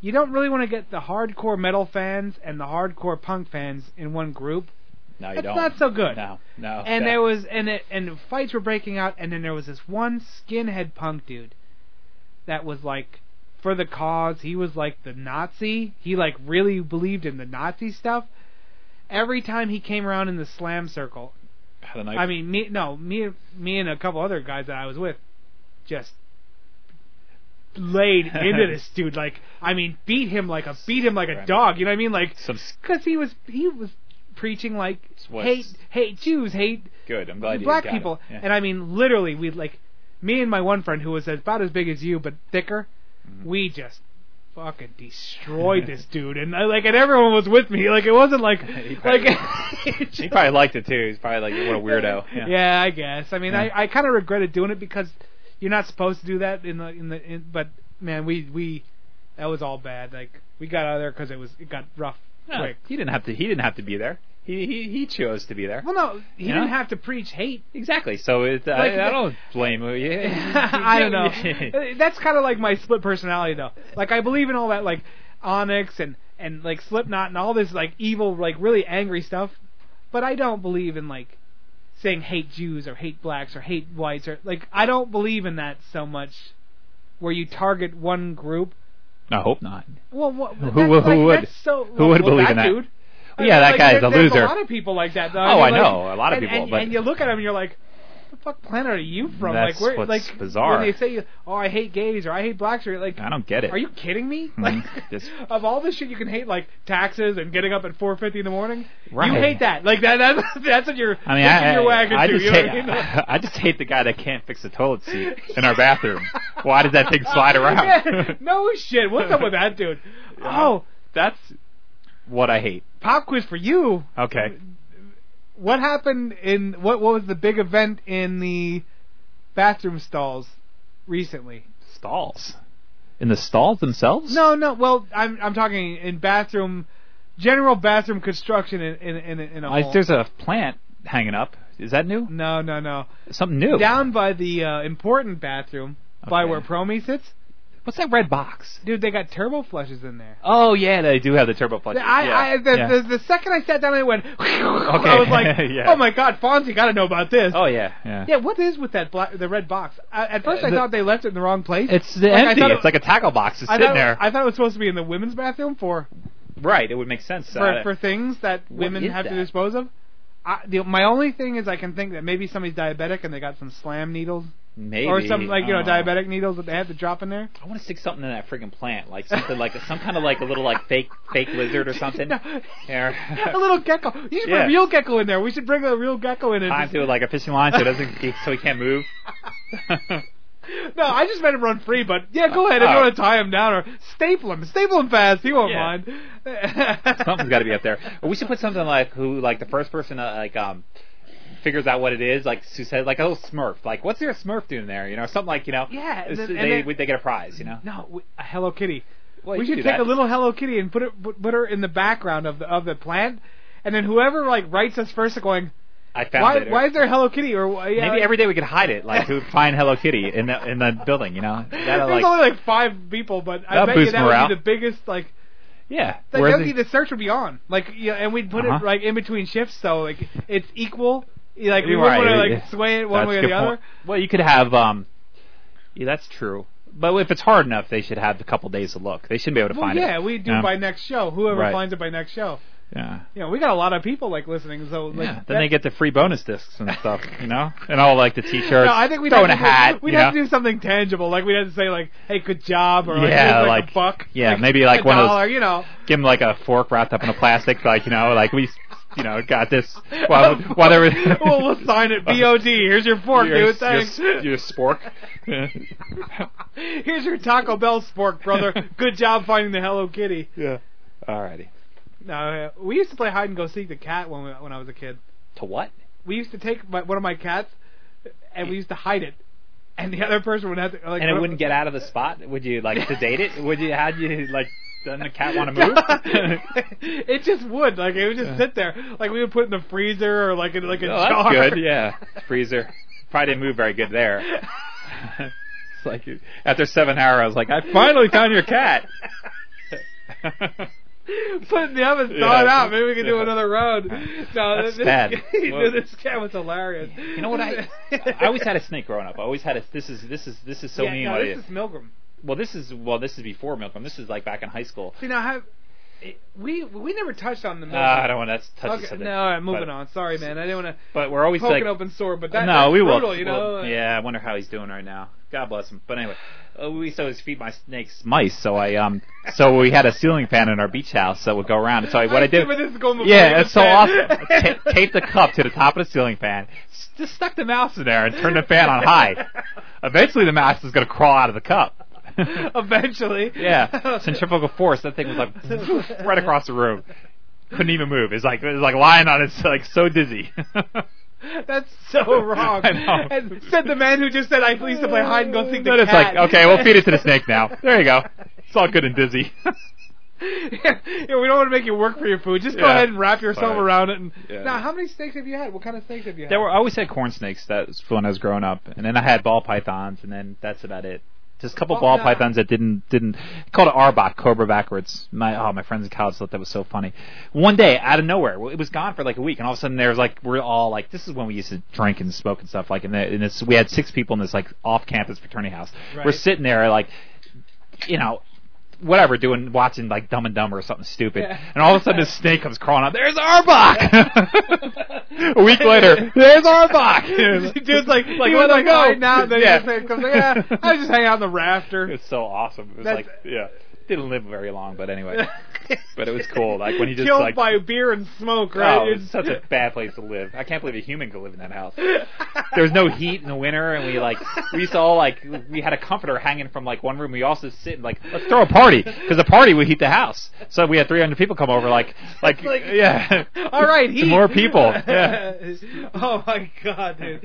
[SPEAKER 8] you don't really want to get the hardcore metal fans and the hardcore punk fans in one group.
[SPEAKER 9] no, you
[SPEAKER 8] That's
[SPEAKER 9] don't.
[SPEAKER 8] not so good.
[SPEAKER 9] No, no.
[SPEAKER 8] And
[SPEAKER 9] that-
[SPEAKER 8] there was and it, and fights were breaking out, and then there was this one skinhead punk dude that was like for the cause. He was like the Nazi. He like really believed in the Nazi stuff. Every time he came around in the slam circle,
[SPEAKER 9] I don't know.
[SPEAKER 8] I mean, me no me me and a couple other guys that I was with just laid into this dude. Like I mean, beat him like a beat him like a
[SPEAKER 9] Right.
[SPEAKER 8] dog. You know what I mean? Like
[SPEAKER 9] some s-
[SPEAKER 8] because he was he was preaching like
[SPEAKER 9] What?
[SPEAKER 8] hate hate Jews hate
[SPEAKER 9] good. I'm glad you
[SPEAKER 8] black
[SPEAKER 9] got
[SPEAKER 8] people.
[SPEAKER 9] It. Yeah.
[SPEAKER 8] And I mean, literally, we like me and my one friend who was about as big as you but thicker.
[SPEAKER 9] Mm-hmm.
[SPEAKER 8] We just fucking destroyed this dude, and I, like, and everyone was with me. Like, it wasn't like like
[SPEAKER 9] probably- he probably liked it too. He's probably like, "What a weirdo." Yeah.
[SPEAKER 8] I guess. I mean,
[SPEAKER 9] Yeah.
[SPEAKER 8] I I kind of regretted doing it because you're not supposed to do that in the in the in, but man, we we that was all bad. Like we got out of there because it was it got rough
[SPEAKER 9] No,
[SPEAKER 8] quick.
[SPEAKER 9] he didn't have to. He didn't have to be there. He he, he chose to be there.
[SPEAKER 8] Well, no, he
[SPEAKER 9] You
[SPEAKER 8] didn't
[SPEAKER 9] know?
[SPEAKER 8] have to preach hate.
[SPEAKER 9] Exactly. So it,
[SPEAKER 8] Like
[SPEAKER 9] I, I
[SPEAKER 8] the-
[SPEAKER 9] don't blame him. Yeah.
[SPEAKER 8] I don't know. Uh, That's kind of like my split personality, though. Like I believe in all that, like Onyx and and like Slipknot and all this like evil, like really angry stuff. But I don't believe in like saying hate Jews or hate blacks or hate whites or like I don't believe in that so much. Where you target one group.
[SPEAKER 9] I hope not.
[SPEAKER 8] Well, what,
[SPEAKER 9] Who-
[SPEAKER 8] that's
[SPEAKER 9] who
[SPEAKER 8] like-
[SPEAKER 9] would-
[SPEAKER 8] that's so,
[SPEAKER 9] who would
[SPEAKER 8] well,
[SPEAKER 9] believe in that?
[SPEAKER 8] Dude, I
[SPEAKER 9] Yeah,
[SPEAKER 8] mean,
[SPEAKER 9] that
[SPEAKER 8] like,
[SPEAKER 9] guy
[SPEAKER 8] there-
[SPEAKER 9] is a
[SPEAKER 8] there's
[SPEAKER 9] loser.
[SPEAKER 8] A lot of people like that. Though.
[SPEAKER 9] Oh,
[SPEAKER 8] mean,
[SPEAKER 9] I
[SPEAKER 8] like-
[SPEAKER 9] know, a lot of
[SPEAKER 8] and-
[SPEAKER 9] people,
[SPEAKER 8] And,
[SPEAKER 9] but-
[SPEAKER 8] and you look at them, and you're like, "What "Fuck planet are you from?" like,
[SPEAKER 9] That's
[SPEAKER 8] we're
[SPEAKER 9] what's
[SPEAKER 8] like
[SPEAKER 9] bizarre.
[SPEAKER 8] When they say, "Oh, I hate gays" or "I hate blacks," or like,
[SPEAKER 9] I don't get it.
[SPEAKER 8] Are you kidding me?
[SPEAKER 9] Mhm.
[SPEAKER 8] Like,
[SPEAKER 9] Just-
[SPEAKER 8] of all the shit you can hate, like taxes and getting up at 4:50 in the morning,
[SPEAKER 9] Right.
[SPEAKER 8] you hate that. Like that. That's, that's what you're.
[SPEAKER 9] I mean,
[SPEAKER 8] hitching
[SPEAKER 9] I,
[SPEAKER 8] your wagon
[SPEAKER 9] I, I
[SPEAKER 8] to,
[SPEAKER 9] just
[SPEAKER 8] you know
[SPEAKER 9] hate,
[SPEAKER 8] what I mean?
[SPEAKER 9] I just hate the guy that can't fix the toilet seat in our bathroom. Why does that thing slide
[SPEAKER 8] Yeah,
[SPEAKER 9] around?
[SPEAKER 8] no shit. What's up with that dude? Oh,
[SPEAKER 9] That's what I hate.
[SPEAKER 8] pop quiz for you.
[SPEAKER 9] Okay.
[SPEAKER 8] What happened in what? What was the big event in the bathroom stalls recently?
[SPEAKER 9] Stalls. In the stalls themselves?
[SPEAKER 8] No, no. Well, I'm I'm talking in bathroom, general bathroom construction in in in, in a
[SPEAKER 9] I,
[SPEAKER 8] whole.
[SPEAKER 9] there's a plant hanging up. Is that new?
[SPEAKER 8] no, no, no.
[SPEAKER 9] Something new.
[SPEAKER 8] Down by the uh, important bathroom, by
[SPEAKER 9] Okay.
[SPEAKER 8] where Promi sits,
[SPEAKER 9] What's that red box?
[SPEAKER 8] dude, they got turbo flushes in there.
[SPEAKER 9] Oh yeah, they do have the turbo flush.
[SPEAKER 8] I,
[SPEAKER 9] yeah.
[SPEAKER 8] I the,
[SPEAKER 9] yeah.
[SPEAKER 8] the the second I sat down, I went. I was like,
[SPEAKER 9] Yeah.
[SPEAKER 8] oh my god, Fonzie, gotta know about this.
[SPEAKER 9] oh yeah, yeah.
[SPEAKER 8] Yeah, what is with that black, the red box? I, at first,
[SPEAKER 9] Uh,
[SPEAKER 8] I
[SPEAKER 9] the-
[SPEAKER 8] thought they left it in the wrong place.
[SPEAKER 9] It's the
[SPEAKER 8] Like, I
[SPEAKER 9] empty.
[SPEAKER 8] thought it-
[SPEAKER 9] it's like a tackle box. It's
[SPEAKER 8] I
[SPEAKER 9] sitting
[SPEAKER 8] thought,
[SPEAKER 9] there.
[SPEAKER 8] I thought it was supposed to be in the women's bathroom for
[SPEAKER 9] right. It would make sense.
[SPEAKER 8] for,
[SPEAKER 9] Uh,
[SPEAKER 8] for things that
[SPEAKER 9] What
[SPEAKER 8] women
[SPEAKER 9] is
[SPEAKER 8] have to
[SPEAKER 9] that?
[SPEAKER 8] dispose of. I, the, my only thing is I can think that maybe somebody's diabetic and they got some slam needles
[SPEAKER 9] maybe
[SPEAKER 8] or some like you know
[SPEAKER 9] uh,
[SPEAKER 8] diabetic needles that they have to drop in there.
[SPEAKER 9] I want to stick something in that friggin' plant, like something like some kind of like a little like fake fake lizard or something.
[SPEAKER 8] No.
[SPEAKER 9] Here.
[SPEAKER 8] a little gecko. You should
[SPEAKER 9] Yeah.
[SPEAKER 8] put a real gecko in there. We should bring a real gecko in. and
[SPEAKER 9] Time
[SPEAKER 8] just-
[SPEAKER 9] to like a fishing line so it doesn't so he can't move.
[SPEAKER 8] no, I just made him run free, but yeah, go ahead. If
[SPEAKER 9] Oh.
[SPEAKER 8] you want to tie him down or staple him, staple him fast. He won't
[SPEAKER 9] Yeah.
[SPEAKER 8] mind.
[SPEAKER 9] Something's got to be up there. Or we should put something like who like the first person uh, like um figures out what it is like Sue said like a little Smurf like what's there a Smurf doing there you know something like you know
[SPEAKER 8] Yeah, and
[SPEAKER 9] it's- they
[SPEAKER 8] then- and then-
[SPEAKER 9] would they get a prize you know
[SPEAKER 8] No, we- a Hello Kitty.
[SPEAKER 9] Well,
[SPEAKER 8] we
[SPEAKER 9] you
[SPEAKER 8] should
[SPEAKER 9] do
[SPEAKER 8] take
[SPEAKER 9] that.
[SPEAKER 8] a little Hello Kitty and put it put, put her in the background of the of the plant, and then whoever like writes us first, going,
[SPEAKER 9] I found
[SPEAKER 8] why
[SPEAKER 9] it. Or-
[SPEAKER 8] why is uh, there Hello Kitty or why- yeah,
[SPEAKER 9] Maybe every day we could hide it, like we would find Hello Kitty in the in the building, you know. That'll,
[SPEAKER 8] There's
[SPEAKER 9] like,
[SPEAKER 8] only like five people, but I
[SPEAKER 9] That'll
[SPEAKER 8] bet you
[SPEAKER 9] boost
[SPEAKER 8] that would
[SPEAKER 9] morale.
[SPEAKER 8] be the biggest like.
[SPEAKER 9] yeah.
[SPEAKER 8] Like,
[SPEAKER 9] Where
[SPEAKER 8] that
[SPEAKER 9] the-
[SPEAKER 8] would be the search would be on, like, yeah, and we'd put
[SPEAKER 9] Uh-huh.
[SPEAKER 8] it like in between shifts, so like it's equal. Like we wouldn't
[SPEAKER 9] You're right.
[SPEAKER 8] want to like
[SPEAKER 9] Yeah.
[SPEAKER 8] sway it one
[SPEAKER 9] That's
[SPEAKER 8] way
[SPEAKER 9] a
[SPEAKER 8] or
[SPEAKER 9] good
[SPEAKER 8] the other.
[SPEAKER 9] point. Well, you could have. um Yeah, that's true. But if it's hard enough, they should have a couple days to look. They shouldn't be able to
[SPEAKER 8] Well,
[SPEAKER 9] find
[SPEAKER 8] yeah,
[SPEAKER 9] it.
[SPEAKER 8] we do
[SPEAKER 9] Yeah.
[SPEAKER 8] by next show. Whoever
[SPEAKER 9] Right.
[SPEAKER 8] finds it by next show.
[SPEAKER 9] Yeah.
[SPEAKER 8] You know, we got a lot of people like listening, so like
[SPEAKER 9] yeah.
[SPEAKER 8] that-
[SPEAKER 9] Then they get the free bonus discs and stuff, you know, and all like the t-shirts.
[SPEAKER 8] No, I think we'd
[SPEAKER 9] throw
[SPEAKER 8] have
[SPEAKER 9] in
[SPEAKER 8] to
[SPEAKER 9] a hat.
[SPEAKER 8] Do, we'd
[SPEAKER 9] you
[SPEAKER 8] have
[SPEAKER 9] know?
[SPEAKER 8] to do something tangible. Like we'd have to say like, "Hey, good job," or like,
[SPEAKER 9] Yeah,
[SPEAKER 8] here's,
[SPEAKER 9] like-
[SPEAKER 8] a buck.
[SPEAKER 9] yeah, maybe, like,
[SPEAKER 8] a
[SPEAKER 9] one of those-
[SPEAKER 8] dollar, you know.
[SPEAKER 9] Give them like a fork wrapped up in a plastic, like you know, like we, you know, got this. While while they were-
[SPEAKER 8] well, we'll sign it. BOD. Here's your fork,
[SPEAKER 9] Your-
[SPEAKER 8] dude. Thanks.
[SPEAKER 9] Your, your spork.
[SPEAKER 8] Here's your Taco Bell spork, brother. Good job finding the Hello Kitty.
[SPEAKER 9] yeah. Alrighty.
[SPEAKER 8] No, uh, we used to play hide and go seek the cat when we, when I was a kid.
[SPEAKER 9] To what?
[SPEAKER 8] We used to take my, one of my cats, and we used to hide it, and the other person would have to like.
[SPEAKER 9] And it wouldn't get out of the spot. Would you like sedate it? Would you? How would you like? Doesn't the cat want to move?
[SPEAKER 8] it just would like it would just sit there like we would put it in the freezer or like in like a
[SPEAKER 9] Oh,
[SPEAKER 8] jar.
[SPEAKER 9] that's good. Yeah. Freezer. Probably didn't move very good there. it's like you- after seven hours, I was like, I finally found your cat.
[SPEAKER 8] Put it in the oven, thaw
[SPEAKER 9] Yeah.
[SPEAKER 8] it out. Maybe we can do
[SPEAKER 9] Yeah.
[SPEAKER 8] another round. No,
[SPEAKER 9] That's
[SPEAKER 8] this,
[SPEAKER 9] bad.
[SPEAKER 8] dude, this cat was hilarious.
[SPEAKER 9] you know what I? I always had a snake growing up. I always had a. This is this is this is so
[SPEAKER 8] yeah,
[SPEAKER 9] mean.
[SPEAKER 8] no,
[SPEAKER 9] what it
[SPEAKER 8] this is
[SPEAKER 9] is.
[SPEAKER 8] Milgram.
[SPEAKER 9] Well, this is well, this is before Milgram. This is like back in high school.
[SPEAKER 8] See now, have it- we we never touched on the
[SPEAKER 9] Uh,
[SPEAKER 8] Milgram.
[SPEAKER 9] I don't want to touch
[SPEAKER 8] Okay,
[SPEAKER 9] something.
[SPEAKER 8] no, all right, moving
[SPEAKER 9] but,
[SPEAKER 8] on. Sorry, man. I didn't want to
[SPEAKER 9] But we're always
[SPEAKER 8] poke
[SPEAKER 9] like
[SPEAKER 8] an open sore, but that,
[SPEAKER 9] no,
[SPEAKER 8] that's
[SPEAKER 9] we
[SPEAKER 8] brutal,
[SPEAKER 9] will.
[SPEAKER 8] you know.
[SPEAKER 9] we'll- yeah, I wonder how he's doing right now. God bless him. But anyway, uh, we used to always feed my snakes mice, so I um, so we had a ceiling fan in our beach house that would go around. And so I, what I,
[SPEAKER 8] see
[SPEAKER 9] did,
[SPEAKER 8] where this is going before you
[SPEAKER 9] yeah, it's so awesome.
[SPEAKER 8] understand.
[SPEAKER 9] I ta- taped the cup to the top of the ceiling fan, s- just stuck the mouse in there, and turned the fan on high. Eventually, the mouse was going to crawl out of the cup.
[SPEAKER 8] Eventually.
[SPEAKER 9] yeah, centrifugal force. That thing was like right across the room. Couldn't even move. It's like it was like lying on its like so dizzy.
[SPEAKER 8] That's so wrong.
[SPEAKER 9] I know.
[SPEAKER 8] And said the man who just said, "I used to play hide and go seek the
[SPEAKER 9] then it's
[SPEAKER 8] cat."
[SPEAKER 9] like, okay, we'll feed it to the snake now. There you go. It's all good and dizzy.
[SPEAKER 8] yeah, we don't want to make you work for your food. Just go
[SPEAKER 9] Yeah.
[SPEAKER 8] ahead and wrap yourself
[SPEAKER 9] Fine.
[SPEAKER 8] around it. And
[SPEAKER 9] Yeah.
[SPEAKER 8] now, how many snakes have you had? What kind of snakes have you had?
[SPEAKER 9] There were I always had corn snakes. That was when I was growing up, and then I had ball pythons, and then that's about it. Just a couple
[SPEAKER 8] Oh,
[SPEAKER 9] ball
[SPEAKER 8] yeah.
[SPEAKER 9] pythons that didn't didn't called an arbok cobra backwards. My oh my friends in college thought that was so funny. One day out of nowhere, well, it was gone for like a week, and all of a sudden there was like we're all like this is when we used to drink and smoke and stuff like in, the, in this we had six people in this like off campus fraternity house. We're
[SPEAKER 8] Right.
[SPEAKER 9] sitting there like you know whatever doing watching like Dumb and Dumber or something stupid,
[SPEAKER 8] Yeah.
[SPEAKER 9] and all of a sudden this snake comes crawling up. There's Arbok. a week later, there's Arbok.
[SPEAKER 8] Dude's like,
[SPEAKER 9] Like,
[SPEAKER 8] he
[SPEAKER 9] where'd
[SPEAKER 8] was
[SPEAKER 9] I
[SPEAKER 8] like
[SPEAKER 9] go?
[SPEAKER 8] hiding out, and then
[SPEAKER 9] Yeah.
[SPEAKER 8] he just comes like, yeah, I just hang out on the rafter.
[SPEAKER 9] It's so awesome. It was
[SPEAKER 8] That's-
[SPEAKER 9] like, yeah, didn't live very long, but anyway, Oh, but it was cool. Like when he just
[SPEAKER 8] Killed
[SPEAKER 9] like,
[SPEAKER 8] by beer and smoke, right?
[SPEAKER 9] oh, it's such a bad place to live. I can't believe a human could live in that house. There
[SPEAKER 8] There's
[SPEAKER 9] was no heat in the winter, and we like we used to all like we had a comforter hanging from like one room. We also sit and like let's throw a party because the party would heat the house. So we had 300 people come over, like like,
[SPEAKER 8] Like,
[SPEAKER 9] yeah,
[SPEAKER 8] All right,
[SPEAKER 9] The
[SPEAKER 8] heat.
[SPEAKER 9] more people, yeah. Uh,
[SPEAKER 8] oh my god, dude.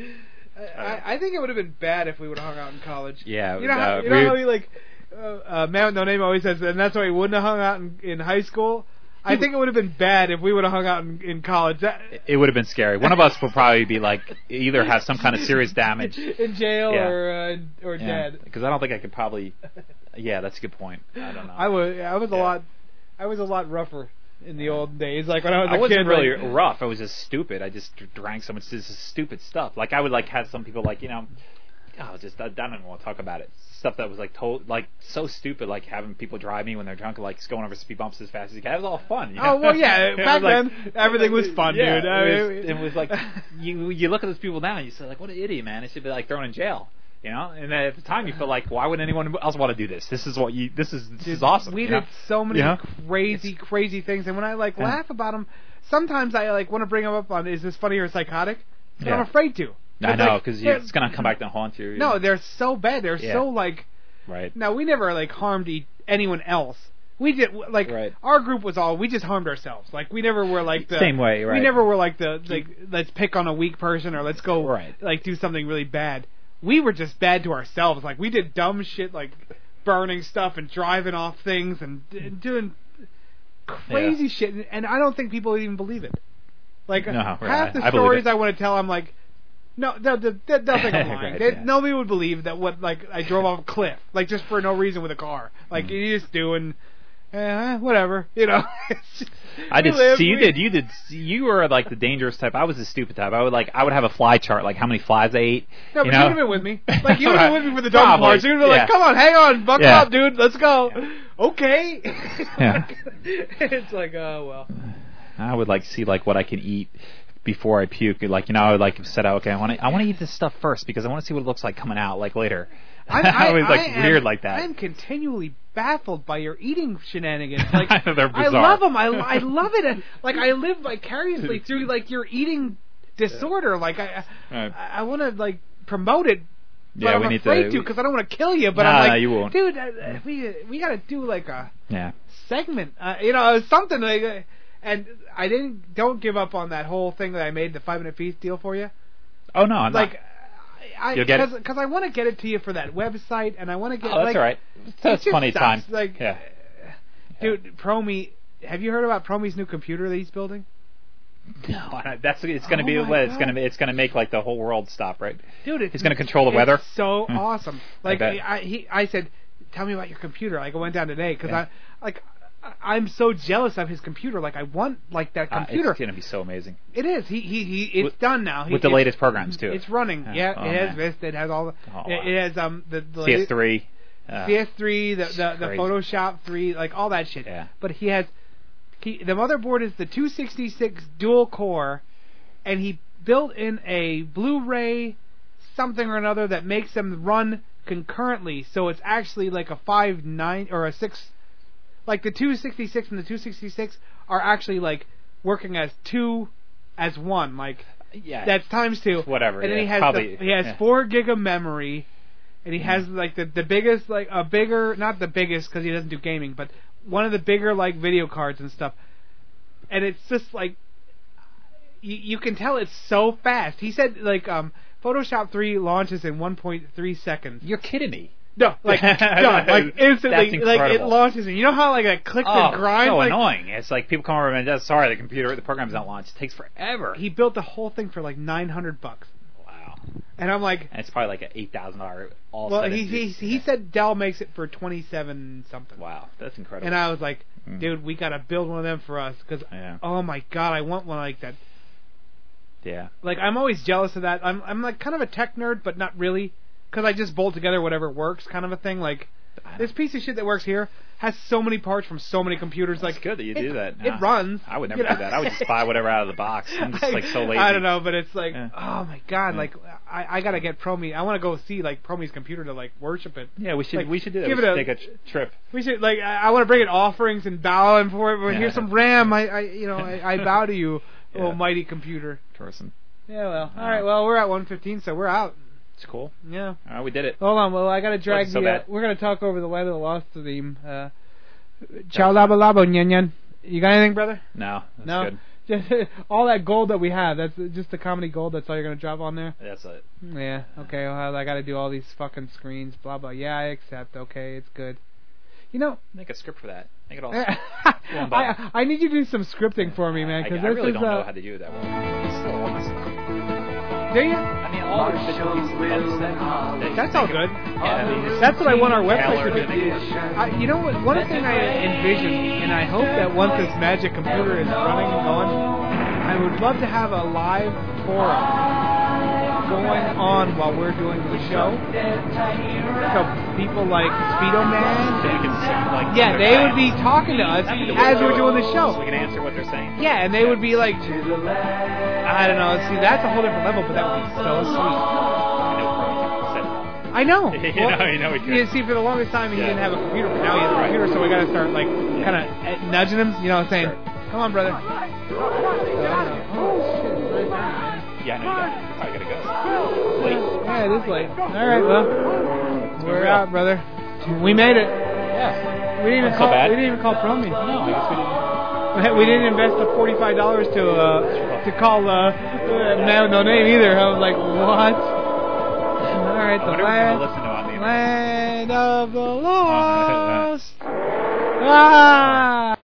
[SPEAKER 8] I- I, I think it would have been bad if we would have hung out in college.
[SPEAKER 9] Yeah,
[SPEAKER 8] you know,
[SPEAKER 9] uh,
[SPEAKER 8] how, you
[SPEAKER 9] we-
[SPEAKER 8] know how we like uh, uh, man with no name always says, and that's why he wouldn't have hung out in, in high school. I think it would have been bad if we would have hung out in, in college. That,
[SPEAKER 9] It would have been scary. One of us would probably be like either have some kind of serious damage
[SPEAKER 8] in jail
[SPEAKER 9] Yeah.
[SPEAKER 8] or uh, or dead.
[SPEAKER 9] Because I don't think I could probably. Yeah, that's a good point. I don't know.
[SPEAKER 8] I was I was a
[SPEAKER 9] Yeah.
[SPEAKER 8] lot I was a lot rougher in the old days. Like when I was a
[SPEAKER 9] I wasn't
[SPEAKER 8] kid,
[SPEAKER 9] really
[SPEAKER 8] like-
[SPEAKER 9] rough. I was just stupid. I just dr- drank so much this is stupid stuff. Like I would like have some people like you know, oh, just I, I don't want to talk about it. Stuff that was like told like so stupid. Like having people drive me when they're drunk, like just going over speed bumps as fast as you can. It was all fun. You know?
[SPEAKER 8] Oh well, yeah.
[SPEAKER 9] It was
[SPEAKER 8] Back
[SPEAKER 9] like-
[SPEAKER 8] then, everything was fun,
[SPEAKER 9] yeah,
[SPEAKER 8] dude. I
[SPEAKER 9] it, was,
[SPEAKER 8] mean,
[SPEAKER 9] it was like you you look at those people now, and you say like, what an idiot, man! They should be like thrown in jail. You know, and then at the time you feel like, why would anyone else want to do this? This is what you. This is this is awesome.
[SPEAKER 8] We
[SPEAKER 9] you
[SPEAKER 8] did
[SPEAKER 9] know?
[SPEAKER 8] so many
[SPEAKER 9] Yeah.
[SPEAKER 8] crazy, crazy things, and when I like
[SPEAKER 9] Yeah.
[SPEAKER 8] laugh about them, sometimes I like want to bring them up on is this funny or psychotic, but
[SPEAKER 9] Yeah.
[SPEAKER 8] I'm afraid to.
[SPEAKER 9] I
[SPEAKER 8] It's
[SPEAKER 9] know
[SPEAKER 8] like,
[SPEAKER 9] because
[SPEAKER 8] they're-
[SPEAKER 9] it's gonna come back to haunt you. you
[SPEAKER 8] No,
[SPEAKER 9] know?
[SPEAKER 8] they're so bad. They're
[SPEAKER 9] Yeah.
[SPEAKER 8] so like.
[SPEAKER 9] right.
[SPEAKER 8] Now we never like harmed e- anyone else. We did like
[SPEAKER 9] Right.
[SPEAKER 8] our group was all we just harmed ourselves. Like we never were like the
[SPEAKER 9] Same way, right.
[SPEAKER 8] We never were like the like let's pick on a weak person or let's go
[SPEAKER 9] Right.
[SPEAKER 8] like do something really bad. We were just bad to ourselves. Like we did dumb shit like burning stuff and driving off things and d- doing crazy shit. And- And I don't think people would even believe it. Like
[SPEAKER 9] No,
[SPEAKER 8] half
[SPEAKER 9] right.
[SPEAKER 8] the
[SPEAKER 9] I believe
[SPEAKER 8] stories
[SPEAKER 9] it.
[SPEAKER 8] I want to tell, I'm like, no, they'll, they'll, they'll think I'm lying.
[SPEAKER 9] Right,
[SPEAKER 8] They-
[SPEAKER 9] yeah.
[SPEAKER 8] Nobody would believe that what like I drove off a cliff, like just for no reason with a car. Like
[SPEAKER 9] Mm-hmm.
[SPEAKER 8] you're just doing, eh, whatever, you know. It's just-
[SPEAKER 9] I
[SPEAKER 8] we
[SPEAKER 9] did.
[SPEAKER 8] live,
[SPEAKER 9] see, you
[SPEAKER 8] we-
[SPEAKER 9] did. You did. You were like the dangerous type. I was the stupid type. I would like. I would have a fly chart, like how many flies I ate.
[SPEAKER 8] No, but you,
[SPEAKER 9] you know?
[SPEAKER 8] would have been with me. Like you would have been with me for the dog
[SPEAKER 9] Probably,
[SPEAKER 8] march. You'd have been
[SPEAKER 9] yeah.
[SPEAKER 8] like, "Come on, hang on, buckle
[SPEAKER 9] Yeah.
[SPEAKER 8] up, dude, let's go." Okay.
[SPEAKER 9] Yeah.
[SPEAKER 8] it's like, oh well.
[SPEAKER 9] I would like see like what I can eat before I puke. Like you know, I would like set out. Okay, I want to. I want to eat this stuff first because I want to see what it looks like coming out like later.
[SPEAKER 8] I'm, I,
[SPEAKER 9] was like
[SPEAKER 8] I am-
[SPEAKER 9] weird like that.
[SPEAKER 8] I'm continually baffled by your eating shenanigans. Like
[SPEAKER 9] They're
[SPEAKER 8] I
[SPEAKER 9] bizarre.
[SPEAKER 8] love them. I, I love it. And, Like I live vicariously through like your eating disorder. Like I
[SPEAKER 9] Right.
[SPEAKER 8] I, I want to like promote it. But
[SPEAKER 9] yeah,
[SPEAKER 8] I'm
[SPEAKER 9] we need
[SPEAKER 8] afraid
[SPEAKER 9] to.
[SPEAKER 8] because I don't want to kill you. But
[SPEAKER 9] Nah,
[SPEAKER 8] I'm
[SPEAKER 9] nah,
[SPEAKER 8] like,
[SPEAKER 9] you won't.
[SPEAKER 8] dude, uh, uh, we we gotta do like a
[SPEAKER 9] yeah.
[SPEAKER 8] segment, uh, you know, something like. uh, And I didn't don't give up on that whole thing that I made the five minute feast deal for you
[SPEAKER 9] Oh no, I'm
[SPEAKER 8] like
[SPEAKER 9] Not.
[SPEAKER 8] I
[SPEAKER 9] You'll get it.
[SPEAKER 8] because I want to get it to you for that website, and I want to get.
[SPEAKER 9] Oh, that's
[SPEAKER 8] like,
[SPEAKER 9] all right.
[SPEAKER 8] it
[SPEAKER 9] That's
[SPEAKER 8] just
[SPEAKER 9] funny
[SPEAKER 8] sucks.
[SPEAKER 9] time.
[SPEAKER 8] Like,
[SPEAKER 9] yeah.
[SPEAKER 8] dude, Promi, have you heard about Promi's new computer that he's building?
[SPEAKER 9] No, I- that's it's going to
[SPEAKER 8] Oh
[SPEAKER 9] be
[SPEAKER 8] my
[SPEAKER 9] what it's
[SPEAKER 8] God.
[SPEAKER 9] going to it's going to make like the whole world stop, right?
[SPEAKER 8] Dude, it's,
[SPEAKER 9] He's gonna control the
[SPEAKER 8] it's
[SPEAKER 9] weather?
[SPEAKER 8] So
[SPEAKER 9] Hmm.
[SPEAKER 8] awesome. Like
[SPEAKER 9] bet.
[SPEAKER 8] I, he, I said, tell me about your computer. Like I went down today because
[SPEAKER 9] Yeah.
[SPEAKER 8] I, like, I- I'm so jealous of his computer. Like I want like that
[SPEAKER 9] Uh,
[SPEAKER 8] computer.
[SPEAKER 9] it's going to be so amazing.
[SPEAKER 8] It is. He he he. It's
[SPEAKER 9] With-
[SPEAKER 8] done now. He,
[SPEAKER 9] with the
[SPEAKER 8] it's-
[SPEAKER 9] latest programs, too.
[SPEAKER 8] It's running.
[SPEAKER 9] Yeah.
[SPEAKER 8] Yeah,
[SPEAKER 9] Oh,
[SPEAKER 8] it has
[SPEAKER 9] man.
[SPEAKER 8] Vista. It has all. The,
[SPEAKER 9] Oh,
[SPEAKER 8] it, it has um the, the latest-
[SPEAKER 9] CS3. Uh,
[SPEAKER 8] PS3, the the, the
[SPEAKER 9] crazy.
[SPEAKER 8] Photoshop 3, like all that shit.
[SPEAKER 9] Yeah.
[SPEAKER 8] But he has he, the motherboard is the 266 dual core, and he built in a Blu-ray something or another that makes them run concurrently. So it's actually like a five nine or a six, like the 266 and the 266 are actually like working as two, as one. Like
[SPEAKER 9] yeah.
[SPEAKER 8] that's times two.
[SPEAKER 9] Whatever,
[SPEAKER 8] And then
[SPEAKER 9] yeah,
[SPEAKER 8] he has
[SPEAKER 9] probably,
[SPEAKER 8] the, he has
[SPEAKER 9] yeah. Mm-hmm.
[SPEAKER 8] four gig of memory, and he has like the the biggest like a bigger not the biggest because he doesn't do gaming, but one of the bigger like video cards and stuff. And it's just like you, you can tell it's so fast. He said like um Photoshop 3 launches in 1.3 seconds.
[SPEAKER 9] You're kidding me.
[SPEAKER 8] No, like done, like
[SPEAKER 9] That's
[SPEAKER 8] instantly, like it
[SPEAKER 9] incredible.
[SPEAKER 8] launches. And you know how like I click
[SPEAKER 9] oh,
[SPEAKER 8] and grind.
[SPEAKER 9] so
[SPEAKER 8] like,
[SPEAKER 9] annoying. It's like people come over and that's sorry, the computer, the program's not launched. It takes forever.
[SPEAKER 8] He built the whole thing for like nine hundred bucks,
[SPEAKER 9] Wow.
[SPEAKER 8] and I'm like,
[SPEAKER 9] And it's probably like an eight thousand dollar all.
[SPEAKER 8] well,
[SPEAKER 9] set
[SPEAKER 8] he
[SPEAKER 9] into-
[SPEAKER 8] he, he said Dell makes it for twenty seven something.
[SPEAKER 9] Wow, that's incredible.
[SPEAKER 8] And I was like,
[SPEAKER 9] Mm.
[SPEAKER 8] dude, we gotta build one of them for us because
[SPEAKER 9] Yeah.
[SPEAKER 8] oh my god, I want one like that.
[SPEAKER 9] yeah.
[SPEAKER 8] Like I'm always jealous of that. I'm I'm like kind of a tech nerd, but not really, because I just bolt together whatever works, kind of a thing. Like this piece of shit that works here has so many parts from so many computers.
[SPEAKER 9] It's
[SPEAKER 8] like
[SPEAKER 9] good that you
[SPEAKER 8] it-
[SPEAKER 9] do that.
[SPEAKER 8] It
[SPEAKER 9] Nah,
[SPEAKER 8] runs.
[SPEAKER 9] I would never
[SPEAKER 8] you know?
[SPEAKER 9] do that. I would just buy whatever out of the box. I'm just like so lazy.
[SPEAKER 8] I don't know, but it's like,
[SPEAKER 9] Yeah.
[SPEAKER 8] oh my god,
[SPEAKER 9] Yeah.
[SPEAKER 8] like I, I gotta get Promi. I want to go see like Promi's computer to like worship it.
[SPEAKER 9] Yeah, we should
[SPEAKER 8] Like,
[SPEAKER 9] we should do that.
[SPEAKER 8] give
[SPEAKER 9] we
[SPEAKER 8] it
[SPEAKER 9] should
[SPEAKER 8] a-
[SPEAKER 9] take a tr- trip.
[SPEAKER 8] We should like I, I want to bring in offerings and bow and for it. But
[SPEAKER 9] Yeah.
[SPEAKER 8] here's some RAM. I, I you know I, I bow to you,
[SPEAKER 9] Yeah.
[SPEAKER 8] oh mighty computer.
[SPEAKER 9] Torsen.
[SPEAKER 8] Yeah, well, all right. Well, we're at 115, so we're out.
[SPEAKER 9] It's cool.
[SPEAKER 8] Yeah.
[SPEAKER 9] All right, we did it.
[SPEAKER 8] Hold on. Well, I gotta drag
[SPEAKER 9] Wasn't so
[SPEAKER 8] the. uh,
[SPEAKER 9] bad.
[SPEAKER 8] we're gonna talk over the Light of the Lost theme. Uh, Ciao labo labo nyan nyan. You got anything, brother?
[SPEAKER 9] No, that's
[SPEAKER 8] no.
[SPEAKER 9] good.
[SPEAKER 8] Just all that gold that we have. That's just the comedy gold. That's all you're gonna drop on there.
[SPEAKER 9] That's it.
[SPEAKER 8] Yeah. Okay. Well, I gotta do all these fucking screens. Blah blah. Yeah, I accept. Okay, it's good. You know,
[SPEAKER 9] Make a script for that. Make it all. on, bud.
[SPEAKER 8] I, I need you to do some scripting for me, man.
[SPEAKER 9] I,
[SPEAKER 8] Because
[SPEAKER 9] I really
[SPEAKER 8] is,
[SPEAKER 9] don't
[SPEAKER 8] uh,
[SPEAKER 9] know how to do that. Well, it's still all myself.
[SPEAKER 8] Do you?
[SPEAKER 9] I mean, all the individual pieces of puzzles that- that you
[SPEAKER 8] That's all
[SPEAKER 9] think of-
[SPEAKER 8] good.
[SPEAKER 9] Yeah, you just
[SPEAKER 8] That's what I want our
[SPEAKER 9] tailor
[SPEAKER 8] website to
[SPEAKER 9] and make it work.
[SPEAKER 8] I, you know what? One thing I envision, and I hope that once this magic computer is running and going, I would love to have a live forum going on while we're doing the show. So people like Speedo
[SPEAKER 9] So we
[SPEAKER 8] Man,
[SPEAKER 9] can sit, like,
[SPEAKER 8] yeah,
[SPEAKER 9] sit
[SPEAKER 8] they
[SPEAKER 9] down.
[SPEAKER 8] would be talking to us
[SPEAKER 9] That'd be the way
[SPEAKER 8] as
[SPEAKER 9] to
[SPEAKER 8] we're
[SPEAKER 9] do
[SPEAKER 8] doing
[SPEAKER 9] it.
[SPEAKER 8] the
[SPEAKER 9] So we
[SPEAKER 8] show.
[SPEAKER 9] can answer what they're saying.
[SPEAKER 8] Yeah, and they would be like, I don't know. See, that's a whole different level, but that would be so sweet.
[SPEAKER 9] I know Chrome can set it up.
[SPEAKER 8] I know.
[SPEAKER 9] You
[SPEAKER 8] Well,
[SPEAKER 9] know, you know we could.
[SPEAKER 8] see, for the longest time he
[SPEAKER 9] Yeah.
[SPEAKER 8] didn't have a computer, but now he has a
[SPEAKER 9] Right.
[SPEAKER 8] computer, so we gotta start like kind of nudging him. You know what I'm saying?
[SPEAKER 9] Sure.
[SPEAKER 8] Come on, brother. Oh, shit.
[SPEAKER 9] Yeah, I know you got it. You probably gotta go. Late.
[SPEAKER 8] Yeah, it is late. All right, well, we're
[SPEAKER 9] real.
[SPEAKER 8] out, brother. We made it.
[SPEAKER 9] Yeah.
[SPEAKER 8] We didn't even
[SPEAKER 9] Not so
[SPEAKER 8] call.
[SPEAKER 9] bad.
[SPEAKER 8] We didn't even call Promi.
[SPEAKER 9] No, I guess we didn't.
[SPEAKER 8] We didn't invest the forty-five dollars to uh, to call uh, uh, no no name either. I was like, what? All right,
[SPEAKER 9] I
[SPEAKER 8] the
[SPEAKER 9] wonder if we're gonna
[SPEAKER 8] last
[SPEAKER 9] listen to it on the internet. Uh,
[SPEAKER 8] land of the lost. ah.